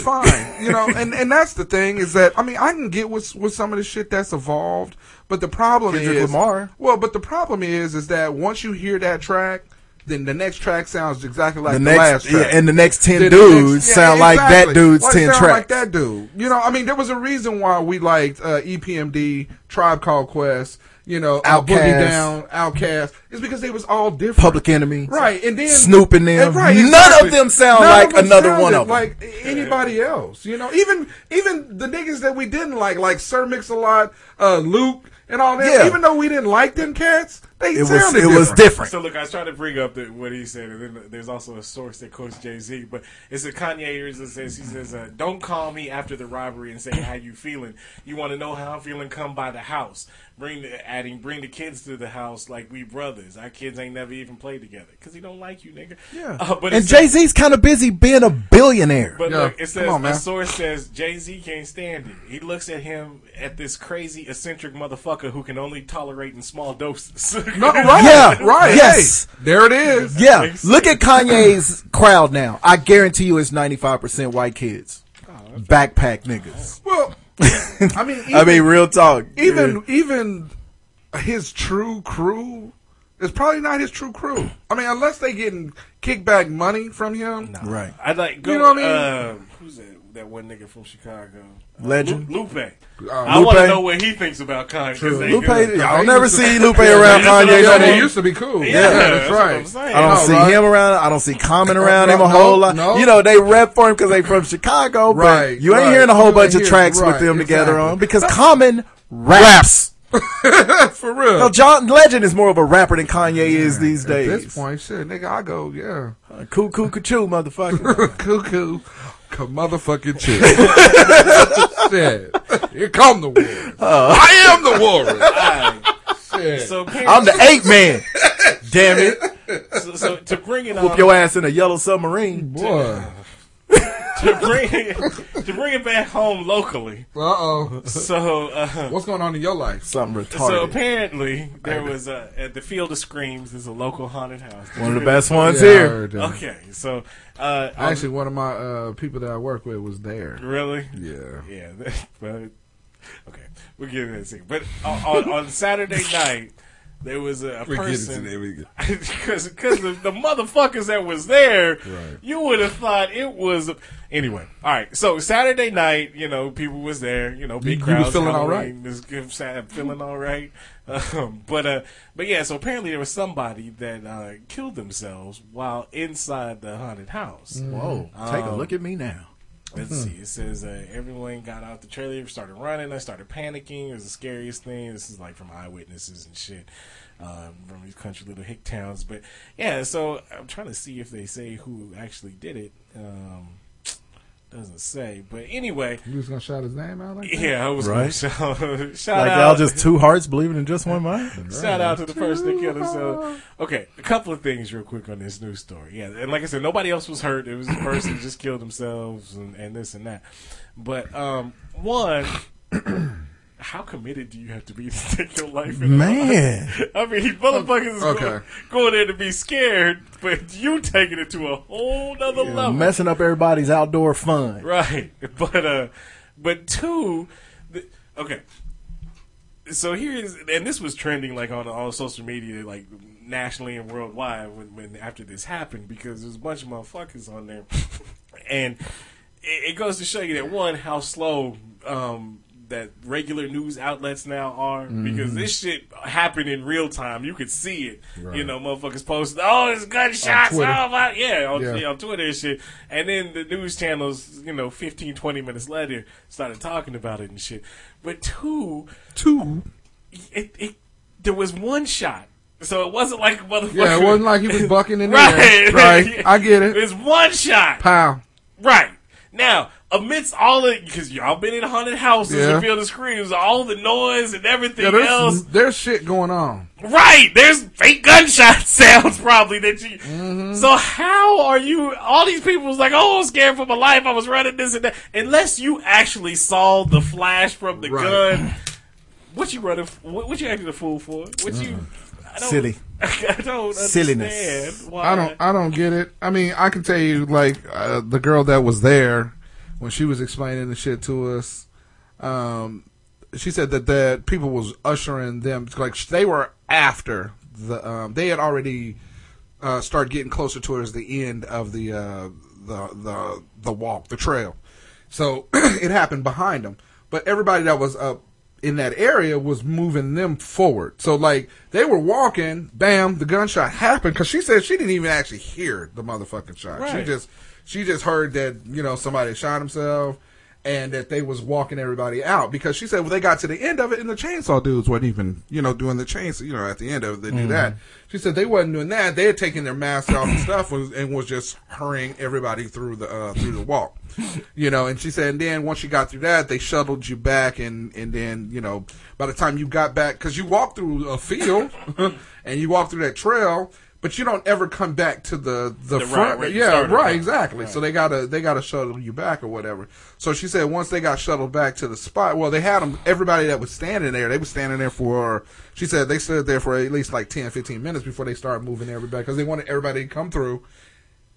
Speaker 9: fine, you know. And and that's the thing is that I mean I can get with with some of the shit that's evolved, but the problem
Speaker 8: Kendrick
Speaker 9: is
Speaker 8: Lamar.
Speaker 9: Well, but the problem is is that once you hear that track, then the next track sounds exactly like
Speaker 11: The
Speaker 9: the,
Speaker 11: next-
Speaker 9: last track.
Speaker 11: yeah, and the next 10
Speaker 9: Then
Speaker 11: dudes sound like that dude's
Speaker 9: Well, it
Speaker 11: 10
Speaker 9: sound
Speaker 11: tracks.
Speaker 9: Like that dude. You know, I mean, there was a reason why we liked uh, EPMD, Tribe Called Quest. You know, uh, Boogie
Speaker 11: Outkast.
Speaker 9: Down, Outcast. It's because they was all different.
Speaker 11: Public Enemy,
Speaker 9: Right, and then
Speaker 11: Snoop and them.
Speaker 9: and right,
Speaker 11: None
Speaker 9: exactly.
Speaker 11: of them sound
Speaker 9: None
Speaker 11: like
Speaker 9: of them
Speaker 11: another
Speaker 9: sounded
Speaker 11: one of them.
Speaker 9: like anybody else. You know, even even the niggas that we didn't like, like Sir Mix a Lot, uh, Luke, and all that.
Speaker 11: Yeah.
Speaker 9: Even though we didn't like them cats, they
Speaker 11: It was-
Speaker 9: sounded
Speaker 11: it was different.
Speaker 2: So look, I was trying to bring up the, what he said, and then there's also a source that quotes Jay Z, but it's a Kanye that says he says, uh, "Don't call me after the robbery and say how you feeling. You want to know how I'm feeling? Come by the house. Bring the adding, bring the kids to the house like we brothers. Our kids ain't never even played together because he don't like you, nigga. Yeah, Oh, but
Speaker 11: and
Speaker 2: it's a-
Speaker 11: Jay Z's kind of busy being a billionaire.
Speaker 2: But look, it says the source says Jay Z can't stand it. He looks at him at this crazy eccentric motherfucker who can only tolerate in small doses.
Speaker 9: No, right,
Speaker 11: yeah,
Speaker 9: right.
Speaker 11: Yes,
Speaker 9: Hey, there it is.
Speaker 11: Yeah, look at Kanye's crowd now. I guarantee you, it's ninety five percent white kids, backpack niggas.
Speaker 9: Well, Oh, I mean,
Speaker 11: I mean, real talk.
Speaker 9: even even his true crew is probably not his true crew. I mean, unless they getting kickback money from him,
Speaker 11: right?
Speaker 2: I'd like go.
Speaker 9: You know what I mean?
Speaker 2: Um, who's that? That one nigga from Chicago. Uh,
Speaker 11: Legend?
Speaker 2: Lu- Lupe. I want to
Speaker 11: Lupe.
Speaker 2: know what he thinks about Kanye. 'cause they
Speaker 11: Lupe,
Speaker 2: good.
Speaker 11: I don't never see Lupe around
Speaker 2: Yeah,
Speaker 11: Kanye.
Speaker 2: yeah,
Speaker 11: no
Speaker 2: they
Speaker 11: more.
Speaker 2: used to
Speaker 9: be cool.
Speaker 2: Yeah, that's what I'm saying.
Speaker 11: I don't
Speaker 2: No,
Speaker 11: see
Speaker 2: right.
Speaker 11: him around. I don't see Common around
Speaker 9: no,
Speaker 11: him a whole
Speaker 9: no,
Speaker 11: lot.
Speaker 9: no.
Speaker 11: You know, they rep for him because they from Chicago.
Speaker 9: Right,
Speaker 11: But you ain't
Speaker 9: right.
Speaker 11: hearing a whole
Speaker 9: You
Speaker 11: bunch
Speaker 9: ain't
Speaker 11: of
Speaker 9: hear-
Speaker 11: tracks
Speaker 9: right,
Speaker 11: with them together
Speaker 9: exactly.
Speaker 11: on because Common raps.
Speaker 9: for real.
Speaker 11: No, John Legend is more of a rapper than Kanye is these
Speaker 9: At
Speaker 11: days.
Speaker 9: this point, shit, nigga, I go, yeah.
Speaker 11: Cuckoo, cuckoo, motherfucker.
Speaker 9: Cuckoo, ca- motherfucking chick. shit. Here come the warrior. I am the warrior. Shit.
Speaker 2: Uh. So parents,
Speaker 11: I'm the ape man. Damn it.
Speaker 9: Uh,
Speaker 2: So, so to bring it
Speaker 11: Whoop
Speaker 2: on,
Speaker 11: your ass in a yellow submarine.
Speaker 9: Boy.
Speaker 2: to bring it, to bring it back home locally.
Speaker 9: Uh oh.
Speaker 2: So uh,
Speaker 9: What's going on in your life?
Speaker 11: Something
Speaker 2: So
Speaker 11: retarded.
Speaker 2: apparently there was a, at the Field of Screams is a local haunted house.
Speaker 11: One of the best ones
Speaker 9: Yeah, I
Speaker 11: here.
Speaker 9: heard that.
Speaker 2: Okay, so uh, on-
Speaker 9: Actually, one of my uh, people that I work with was there.
Speaker 2: really,
Speaker 9: Yeah.
Speaker 2: yeah, but okay, we'll get into that second. But on, on, on Saturday night there was a
Speaker 9: We're getting to
Speaker 2: person
Speaker 9: that, we get-
Speaker 2: because the, the motherfuckers that was there, you would have thought it was anyway. All right, so Saturday night, you know, people was there, you know, big
Speaker 9: you was
Speaker 2: crowds.
Speaker 9: feeling all
Speaker 2: Halloween is good, sad, I'm feeling all right. Um, but uh, but yeah, so apparently there was somebody that uh, killed themselves while inside the haunted house.
Speaker 11: Whoa.
Speaker 9: Uh,
Speaker 11: Take a look at me now. Hmm.
Speaker 2: Let's see. It says uh, everyone got out the trailer, started running. I started panicking. It was the scariest thing. This is like from eyewitnesses and shit um, from these country little hick towns. But yeah, so I'm trying to see if they say who actually did it. Um, doesn't say. But anyway,
Speaker 9: You was gonna shout his name out like that?
Speaker 2: yeah, I was
Speaker 11: Right.
Speaker 2: gonna shout, shout
Speaker 11: Like
Speaker 2: out.
Speaker 11: y'all just two hearts believing in just one mind.
Speaker 2: Shout out to the person that killed himself. Okay, a couple of things real quick on this news story. Yeah, and like I said, nobody else was hurt. It was the person just killed themselves and, and this and that. But um, one, how committed do you have to be to take your life? in a
Speaker 11: Man.
Speaker 2: lot? I mean, motherfuckers is
Speaker 9: Okay.
Speaker 2: going, going there to be scared, but you taking it to a whole nother level.
Speaker 11: Messing up everybody's outdoor fun.
Speaker 2: Right. But uh but two the, okay. So here is and this was trending like on all social media like nationally and worldwide when, when after this happened because there's a bunch of motherfuckers on there. and it, it goes to show you that one how slow um that regular news outlets now are because this shit happened in real time. You could see it. You know, motherfuckers post, oh, it's gunshots.
Speaker 9: Twitter.
Speaker 2: Oh, my. Yeah, on,
Speaker 9: Yeah.
Speaker 2: on Twitter and shit. And then the news channels, you know, 15, 20 minutes later started talking about it and shit. But two,
Speaker 9: Two.
Speaker 2: it, it, there was one shot. So it wasn't like a motherfucker.
Speaker 9: Yeah, it wasn't like he was bucking in the
Speaker 2: Right.
Speaker 9: air. Right. I get it.
Speaker 2: It's one shot.
Speaker 9: Pow.
Speaker 2: Right. Now, amidst all the, because y'all been in haunted houses
Speaker 9: Yeah.
Speaker 2: and feel the screams, all the noise and everything
Speaker 9: Yeah,
Speaker 2: else.
Speaker 9: there's, there's shit going on.
Speaker 2: Right, there's fake gunshot sounds probably that you.
Speaker 9: Mm-hmm.
Speaker 2: So how are you? All these people was like, "Oh, I'm scared for my life. I was running this and that." Unless you actually saw the flash from the
Speaker 9: Right.
Speaker 2: gun, what you running? f- What, what you acting a fool for? What you? I don't,
Speaker 11: Silly.
Speaker 2: I don't
Speaker 11: Silliness.
Speaker 2: understand why.
Speaker 9: Uh, I don't. I don't get it. I mean, I can tell you, like uh, the girl that was there when she was explaining the shit to us. Um, she said that that people was ushering them like they were after the. Um, they had already uh, start getting closer towards the end of the uh, the the the walk, the trail. So it happened behind them, but everybody that was up in that area was moving them forward. So like they were walking, bam, the gunshot happened because she said she didn't even actually hear the motherfucking shot. She
Speaker 12: Right.
Speaker 9: just she just heard that you know somebody shot himself. And that they was walking everybody out because she said, well, they got to the end of it and the chainsaw dudes weren't even, you know, doing the chainsaw, you know, at the end of it, they
Speaker 12: Mhm.
Speaker 9: do that. She said they wasn't doing that. They had taken their masks off and stuff was, and was just hurrying everybody through the uh, through the walk, you know. And she said, and then once you got through that, they shuttled you back, and and then you know, by the time you got back, because you walk through a field and you walk through that trail, but you don't ever come back to the the,
Speaker 12: The
Speaker 9: front.
Speaker 12: right where you
Speaker 9: yeah,
Speaker 12: started.
Speaker 9: right, exactly.
Speaker 12: Right.
Speaker 9: So they gotta they gotta shuttle you back or whatever. So she said once they got shuttled back to the spot, well, they had them. Everybody that was standing there, they was standing there for. She said they stood there for at least like 10, 15 minutes before they started moving everybody because they wanted everybody to come through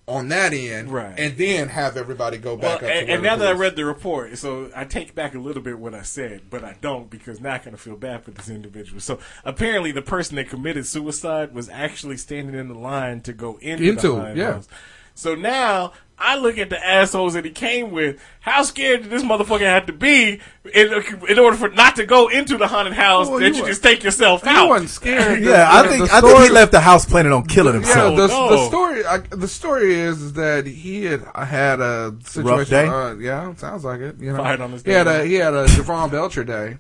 Speaker 9: on that end, right, and then have everybody go
Speaker 2: Well,
Speaker 9: back up.
Speaker 2: and,
Speaker 9: to
Speaker 2: and
Speaker 9: where
Speaker 2: now
Speaker 9: the
Speaker 2: that I
Speaker 9: police-
Speaker 2: read the report, so I take back a little bit what I said, but I don't because now I kind of feel bad for this individual. So apparently, the person that committed suicide was actually standing in the line to go into,
Speaker 9: Into
Speaker 2: the
Speaker 9: it,
Speaker 2: hind
Speaker 9: yeah.
Speaker 2: house. So now I look at the assholes that he came with. How scared did this motherfucker have to be in, in order for not to go into the haunted house
Speaker 9: Well,
Speaker 2: that
Speaker 9: you
Speaker 2: you
Speaker 9: wa-
Speaker 2: just take yourself out?
Speaker 9: wasn't scared. The-
Speaker 8: yeah, I
Speaker 9: the-
Speaker 8: think
Speaker 9: the
Speaker 8: I think he
Speaker 9: story-
Speaker 8: left the house planning on killing himself.
Speaker 9: Yeah, the, the story. I, the story is, is that he had had a situation.
Speaker 8: day?
Speaker 9: Uh, yeah, it sounds like it. You know,
Speaker 8: Fired on his
Speaker 9: he had
Speaker 8: day.
Speaker 9: a he had a Javon Belcher day.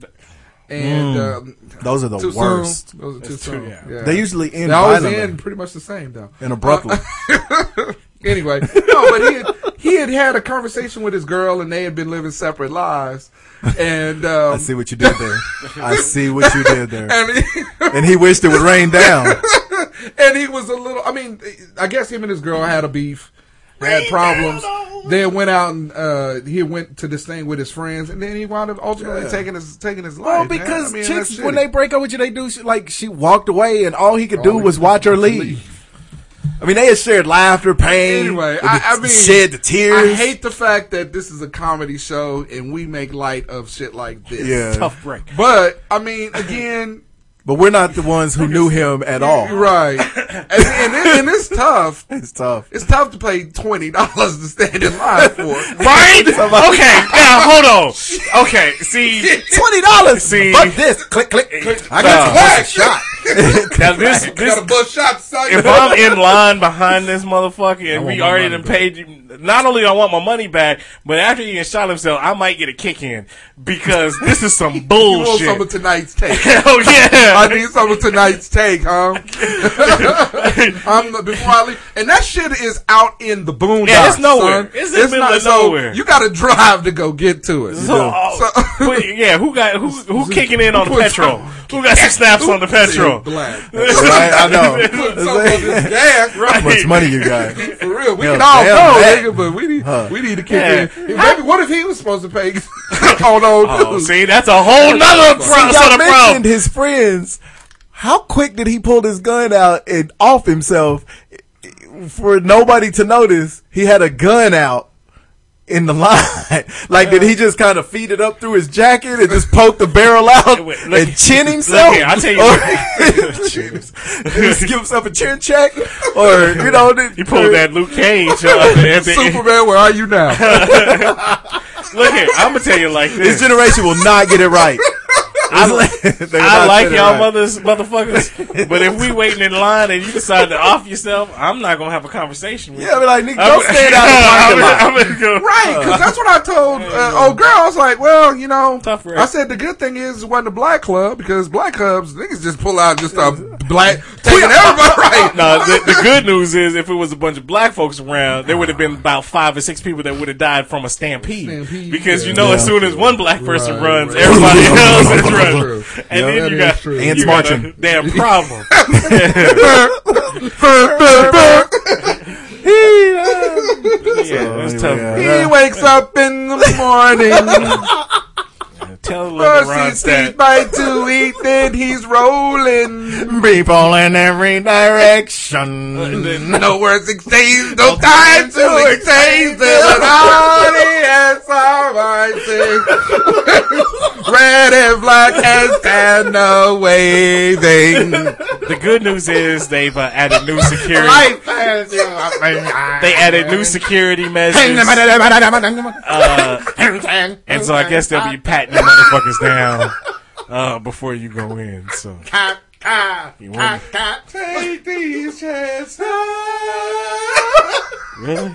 Speaker 9: And
Speaker 8: Mm.
Speaker 9: um,
Speaker 8: Those are the
Speaker 9: too soon.
Speaker 8: worst.
Speaker 9: Those are too,
Speaker 8: That's too-
Speaker 9: soon.
Speaker 8: yeah. They usually end
Speaker 9: They always
Speaker 8: violently.
Speaker 9: end pretty much the same though.
Speaker 8: And abruptly.
Speaker 9: Uh, anyway, no, but he had, he had had a conversation with his girl, and they had been living separate lives. And um,
Speaker 8: I see what you did there. I see what you did there.
Speaker 9: And
Speaker 8: and he wished it would rain down.
Speaker 9: and he was a little. I mean, I guess him and his girl had a beef. They had problems. Then went out and uh, he went to this thing with his friends, and then he wound up ultimately
Speaker 8: Yeah.
Speaker 9: taking his taking his
Speaker 8: Well,
Speaker 9: life. man.
Speaker 8: because
Speaker 9: I mean,
Speaker 8: chicks,
Speaker 9: that's
Speaker 8: when
Speaker 9: shitty.
Speaker 8: they break up with you, they do shit like she walked away, and all he could do
Speaker 9: All he
Speaker 8: was
Speaker 9: could
Speaker 8: watch her leave. I mean, they had shared laughter, pain,
Speaker 9: anyway,
Speaker 8: the-
Speaker 9: I, I mean,
Speaker 8: shed the tears.
Speaker 9: I hate the fact that this is a comedy show and we make light of shit like this.
Speaker 8: Yeah. Tough
Speaker 2: break.
Speaker 9: But I mean, again,
Speaker 8: but we're not the ones who knew him at all.
Speaker 9: right? And, and, it- and it's tough.
Speaker 8: It's tough.
Speaker 9: It's tough to pay twenty dollars to stand in line for.
Speaker 2: Right? okay, now hold on. Okay, see,
Speaker 8: twenty dollars.
Speaker 2: See,
Speaker 8: Fuck this. Click, click. I
Speaker 2: No.
Speaker 8: got a shot.
Speaker 2: now this this if I'm in line behind this motherfucker and we already done paid you, not only do I want my money back, but after he done shot himself, I might get a kick in because this is some
Speaker 9: You want some of
Speaker 2: bullshit.
Speaker 9: tonight's take?
Speaker 2: Hell yeah.
Speaker 9: I need some of tonight's take, huh? I'm before I leave, and that shit is out in the boondocks.
Speaker 2: Yeah, it's nowhere.
Speaker 9: son.
Speaker 2: It's in the middle of
Speaker 9: so
Speaker 2: nowhere.
Speaker 9: You got to drive to go get to it.
Speaker 2: So, uh, but yeah, who got who who kicking in on the
Speaker 9: Put
Speaker 2: petrol? Who got some snaps on the petrol?
Speaker 9: Black.
Speaker 8: Right, I know.
Speaker 9: Put some on this gas.
Speaker 8: How much money you got?
Speaker 9: For real, we
Speaker 8: Yo,
Speaker 9: can all
Speaker 8: damn
Speaker 9: go,
Speaker 8: that.
Speaker 9: nigga, but we need
Speaker 8: Huh.
Speaker 9: we need to kick
Speaker 8: Yeah.
Speaker 9: in. Maybe, what if he was supposed to pay? oh no,
Speaker 2: Oh, see, that's a whole nother
Speaker 8: See,
Speaker 2: pro-
Speaker 8: y'all
Speaker 2: set of
Speaker 8: mentioned
Speaker 2: problems.
Speaker 8: his friends. How quick did he pull his gun out and off himself for nobody to notice? He had a gun out in the line. like, did he just kind of feed it up through his jacket and just poke the barrel out
Speaker 2: Wait, look-
Speaker 8: and chin
Speaker 2: look
Speaker 8: himself?
Speaker 2: here, I'll tell you
Speaker 8: Or- just give himself a chin check, or you know,
Speaker 2: He pulled that Luke Cage. Uh, at the end.
Speaker 9: Superman, where are you now?
Speaker 2: Look here, I'm gonna tell you like
Speaker 8: This
Speaker 2: this.
Speaker 8: generation will not get it right.
Speaker 2: I, li-
Speaker 8: They will
Speaker 2: I
Speaker 8: not
Speaker 2: like
Speaker 8: get it
Speaker 2: y'all
Speaker 8: right.
Speaker 2: mothers, motherfuckers. But if we waiting in line and you decide to off yourself, I'm not gonna have a conversation with
Speaker 8: Yeah,
Speaker 2: you.
Speaker 8: be like, nigga,
Speaker 2: I'm-
Speaker 8: don't stand out in the parking lot.
Speaker 2: I'm gonna- I'm gonna go-
Speaker 9: Right, because that's what I told uh, old girl. I was like, well, you know,
Speaker 2: rap.
Speaker 9: I said the good thing is it wasn't a black club because black clubs niggas just pull out just a black taking everybody right.
Speaker 2: No, the, the good news is if it was a bunch of black folks around, there would have been about five or six people that would have died from a stampede.
Speaker 9: Stampede,
Speaker 2: because you
Speaker 9: yeah.
Speaker 2: know, as
Speaker 9: Yeah.
Speaker 2: soon as one black person
Speaker 9: Right,
Speaker 2: runs,
Speaker 9: right.
Speaker 2: everybody else is
Speaker 9: True.
Speaker 2: running.
Speaker 9: True.
Speaker 2: And then
Speaker 9: Yeah, that
Speaker 2: you
Speaker 9: is
Speaker 2: got,
Speaker 9: true.
Speaker 2: you
Speaker 8: Ants
Speaker 2: got a
Speaker 8: marching.
Speaker 2: damn problem. Yeah, that's tough.
Speaker 9: He wakes up in the morning,
Speaker 2: Tell Little Ron
Speaker 9: proceeds to
Speaker 2: that.
Speaker 9: eat by two, eat, then he's rolling.
Speaker 8: People in every direction.
Speaker 2: uh,
Speaker 9: No words exchanged, no time to exchange. There's an audience. That's all I see. Red and black and stand no waving.
Speaker 2: The good news is they've uh, added new security.
Speaker 9: Life
Speaker 2: they added new security measures. Uh, and so I guess they'll be patting the motherfuckers down uh, before you go in. So You wouldn't-
Speaker 9: Take these chestnuts,
Speaker 2: really?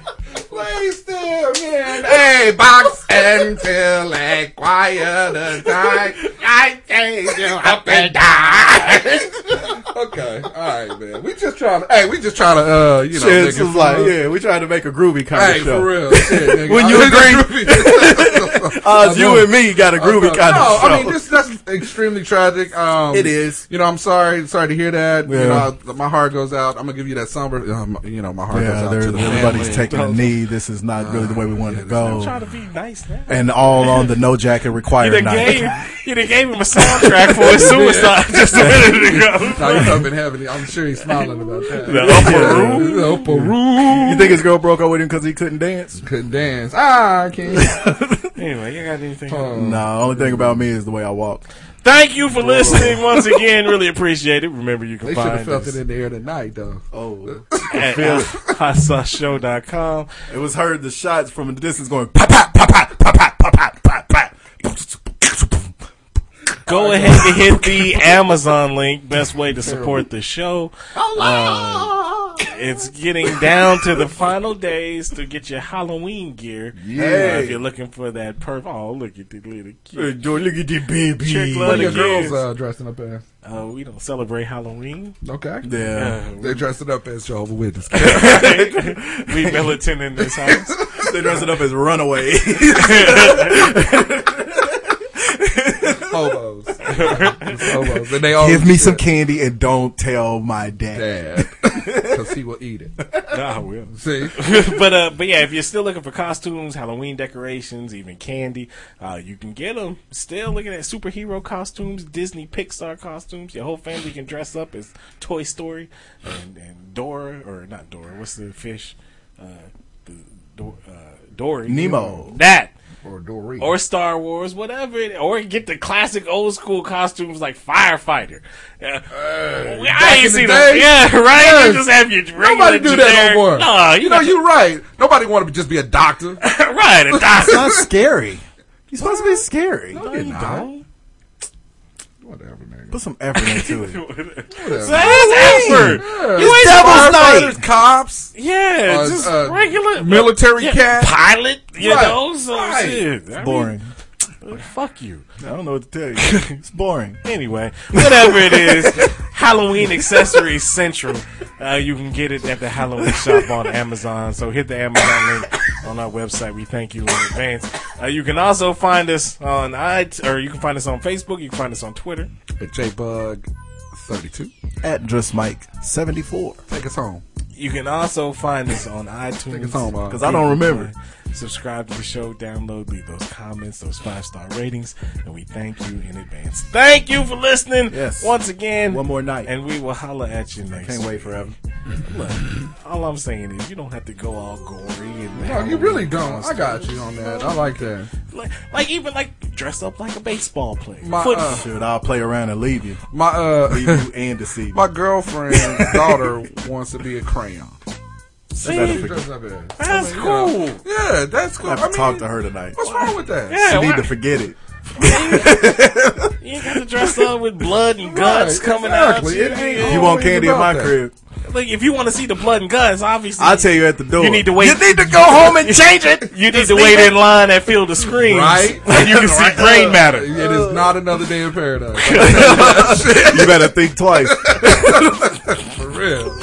Speaker 9: place them in a box until a quieter time. I take you up and down. okay, all right, man. We just trying to. Hey, we just trying to. Uh, you know,
Speaker 8: Shit,
Speaker 9: make
Speaker 8: it's
Speaker 9: it
Speaker 8: just like,
Speaker 9: fun.
Speaker 8: yeah, we tried to make a groovy kind
Speaker 9: Hey,
Speaker 8: of show.
Speaker 9: for real. Shit, nigga.
Speaker 8: when you
Speaker 9: I-
Speaker 8: agree, Oz,
Speaker 9: I know.
Speaker 8: you and me got a groovy
Speaker 9: Okay.
Speaker 8: kind
Speaker 9: uh, no,
Speaker 8: of show.
Speaker 9: I mean this, that's extremely tragic. Um,
Speaker 8: It is.
Speaker 9: You know, I'm sorry, sorry to hear that. You
Speaker 8: Yeah.
Speaker 9: know, I- my heart goes out. I'm gonna give you that somber. Um, you know, my heart
Speaker 8: yeah,
Speaker 9: goes out
Speaker 8: there-
Speaker 9: to the
Speaker 8: everybody's
Speaker 9: family.
Speaker 8: taking a knee. This is not really the way we wanted to
Speaker 2: I'm trying to
Speaker 8: go.
Speaker 2: be nice now.
Speaker 8: And all on the no jacket
Speaker 2: You
Speaker 8: required
Speaker 2: done
Speaker 8: night.
Speaker 2: gave, you done gave him a soundtrack for his suicide just a minute ago.
Speaker 9: Now he's up in heaven. I'm sure he's smiling about that.
Speaker 2: The upper room?
Speaker 9: The upper room.
Speaker 8: You think his girl broke up with him because he couldn't dance?
Speaker 9: Couldn't dance. Ah, I can't.
Speaker 2: Anyway, you got anything?
Speaker 9: Oh.
Speaker 8: No, only thing about me is the way I walk.
Speaker 2: Thank you for listening once again. Really appreciate it. Remember, you
Speaker 9: They
Speaker 2: can
Speaker 9: should have
Speaker 2: find
Speaker 9: felt
Speaker 2: us
Speaker 9: it in the air tonight, though.
Speaker 8: Oh,
Speaker 2: at hotsauseshow.com.
Speaker 8: it was heard the shots from a distance going pop, pop, pop, pop, pop, pop, pop, pop, pop, pop.
Speaker 2: Go ahead and hit the Amazon link. Best way to support the show. Um, it's getting down to the final days to get your Halloween gear. Yeah. if you're looking for that perf, oh look at the little
Speaker 8: Hey,
Speaker 2: kid.
Speaker 8: dude, look at the baby.
Speaker 2: Trick
Speaker 9: What are
Speaker 2: love
Speaker 9: your
Speaker 2: the
Speaker 9: girls
Speaker 2: girls.
Speaker 9: uh, dressing up as?
Speaker 2: Uh, we don't celebrate Halloween.
Speaker 9: Okay.
Speaker 8: Yeah,
Speaker 9: They're dressing up as Jehovah's Witness.
Speaker 2: we militant in this house.
Speaker 8: they dress it up as runaway.
Speaker 9: hobos. It's hobos. And they all
Speaker 8: Give me some candy and don't tell my dad.
Speaker 9: dad because he will eat it.
Speaker 2: Nah, I will.
Speaker 9: See,
Speaker 2: but uh, but yeah, if you're still looking for costumes, Halloween decorations, even candy, uh, you can get them. Still looking at superhero costumes, Disney Pixar costumes. Your whole family can dress up as Toy Story and, and Dora or not Dora. What's the fish? Uh, the Dor- uh, Dory.
Speaker 8: Nemo.
Speaker 2: That.
Speaker 9: or Doreen.
Speaker 2: Or Star Wars, whatever, it, or get the classic old school costumes like firefighter. Yeah. I
Speaker 9: in
Speaker 2: ain't
Speaker 9: the
Speaker 2: seen
Speaker 9: day?
Speaker 2: them. Yeah, right.
Speaker 9: Yes.
Speaker 2: You just have your regular
Speaker 9: Nobody do that no
Speaker 2: generic-
Speaker 9: more.
Speaker 2: Nah,
Speaker 9: you,
Speaker 2: you
Speaker 9: know
Speaker 2: got
Speaker 9: you're right. Nobody want to just be a doctor.
Speaker 2: right, a doctor.
Speaker 8: Not scary. You're supposed to be scary.
Speaker 9: You're not. Whatever, man.
Speaker 8: Put some effort into it.
Speaker 2: So that's effort. You ain't
Speaker 8: Devil's
Speaker 2: supposed
Speaker 8: Night.
Speaker 9: Cops,
Speaker 2: to- Yeah,
Speaker 9: Uh,
Speaker 2: just
Speaker 9: uh,
Speaker 2: regular
Speaker 9: military
Speaker 2: yeah,
Speaker 9: cat.
Speaker 2: pilot. You
Speaker 9: Right,
Speaker 2: know, so
Speaker 9: right.
Speaker 2: shit. I mean,
Speaker 8: Boring.
Speaker 2: fuck you.
Speaker 8: I don't know what to tell you. It's boring.
Speaker 2: Anyway, whatever it is, Halloween accessories central. Uh, you can get it at the Halloween shop on Amazon. So hit the Amazon link on our website. We thank you in advance. Uh, you can also find us on it or you can find us on Facebook. You can find us on Twitter.
Speaker 9: at J Bug thirty two.
Speaker 8: At Dress Mike 74.
Speaker 9: Take us home.
Speaker 2: You can also find us on iTunes.
Speaker 9: Take us home, uh,
Speaker 8: Because I don't remember.
Speaker 2: Subscribe to the show, download, leave those comments, those five star ratings, and we thank you in advance. Thank you for listening.
Speaker 8: Yes.
Speaker 2: Once again.
Speaker 8: One more night.
Speaker 2: And we will holler at you next.
Speaker 8: Can't wait forever.
Speaker 2: All I'm saying is you don't have to go all gory and
Speaker 9: No, Oh, you really don't. I got you on that. I like that.
Speaker 2: like, like even like dress up like a baseball player.
Speaker 9: My,
Speaker 2: Foot-
Speaker 9: uh,
Speaker 8: Shoot, I'll play around and leave you.
Speaker 9: My
Speaker 8: Leave
Speaker 9: uh,
Speaker 8: you and deceive you.
Speaker 9: my girlfriend's daughter wants to be a crayon.
Speaker 2: See?
Speaker 8: better
Speaker 9: She dressed up as-
Speaker 2: that's cool.
Speaker 9: Yeah, that's cool.
Speaker 8: I
Speaker 9: I,
Speaker 8: have to
Speaker 9: mean,
Speaker 8: talk to her tonight.
Speaker 9: What's wrong with that?
Speaker 2: Yeah,
Speaker 8: You
Speaker 2: why-
Speaker 8: need to forget it.
Speaker 2: you ain't got to dress up with blood and guts
Speaker 9: Right,
Speaker 2: coming
Speaker 9: exactly.
Speaker 2: out.
Speaker 9: It ain't-
Speaker 8: You
Speaker 9: Oh,
Speaker 8: want
Speaker 9: it's
Speaker 8: candy in
Speaker 9: about
Speaker 8: my
Speaker 9: that.
Speaker 8: crib?
Speaker 2: Like if you want to see the blood and guts, obviously
Speaker 8: I'll tell you at the door.
Speaker 2: You need to wait.
Speaker 8: You need to go home and change it.
Speaker 2: You need to wait in line at Field of Screams.
Speaker 9: Right?
Speaker 2: And you can see brain matter.
Speaker 9: It is not another day in paradise.
Speaker 8: you better think twice.
Speaker 9: For real.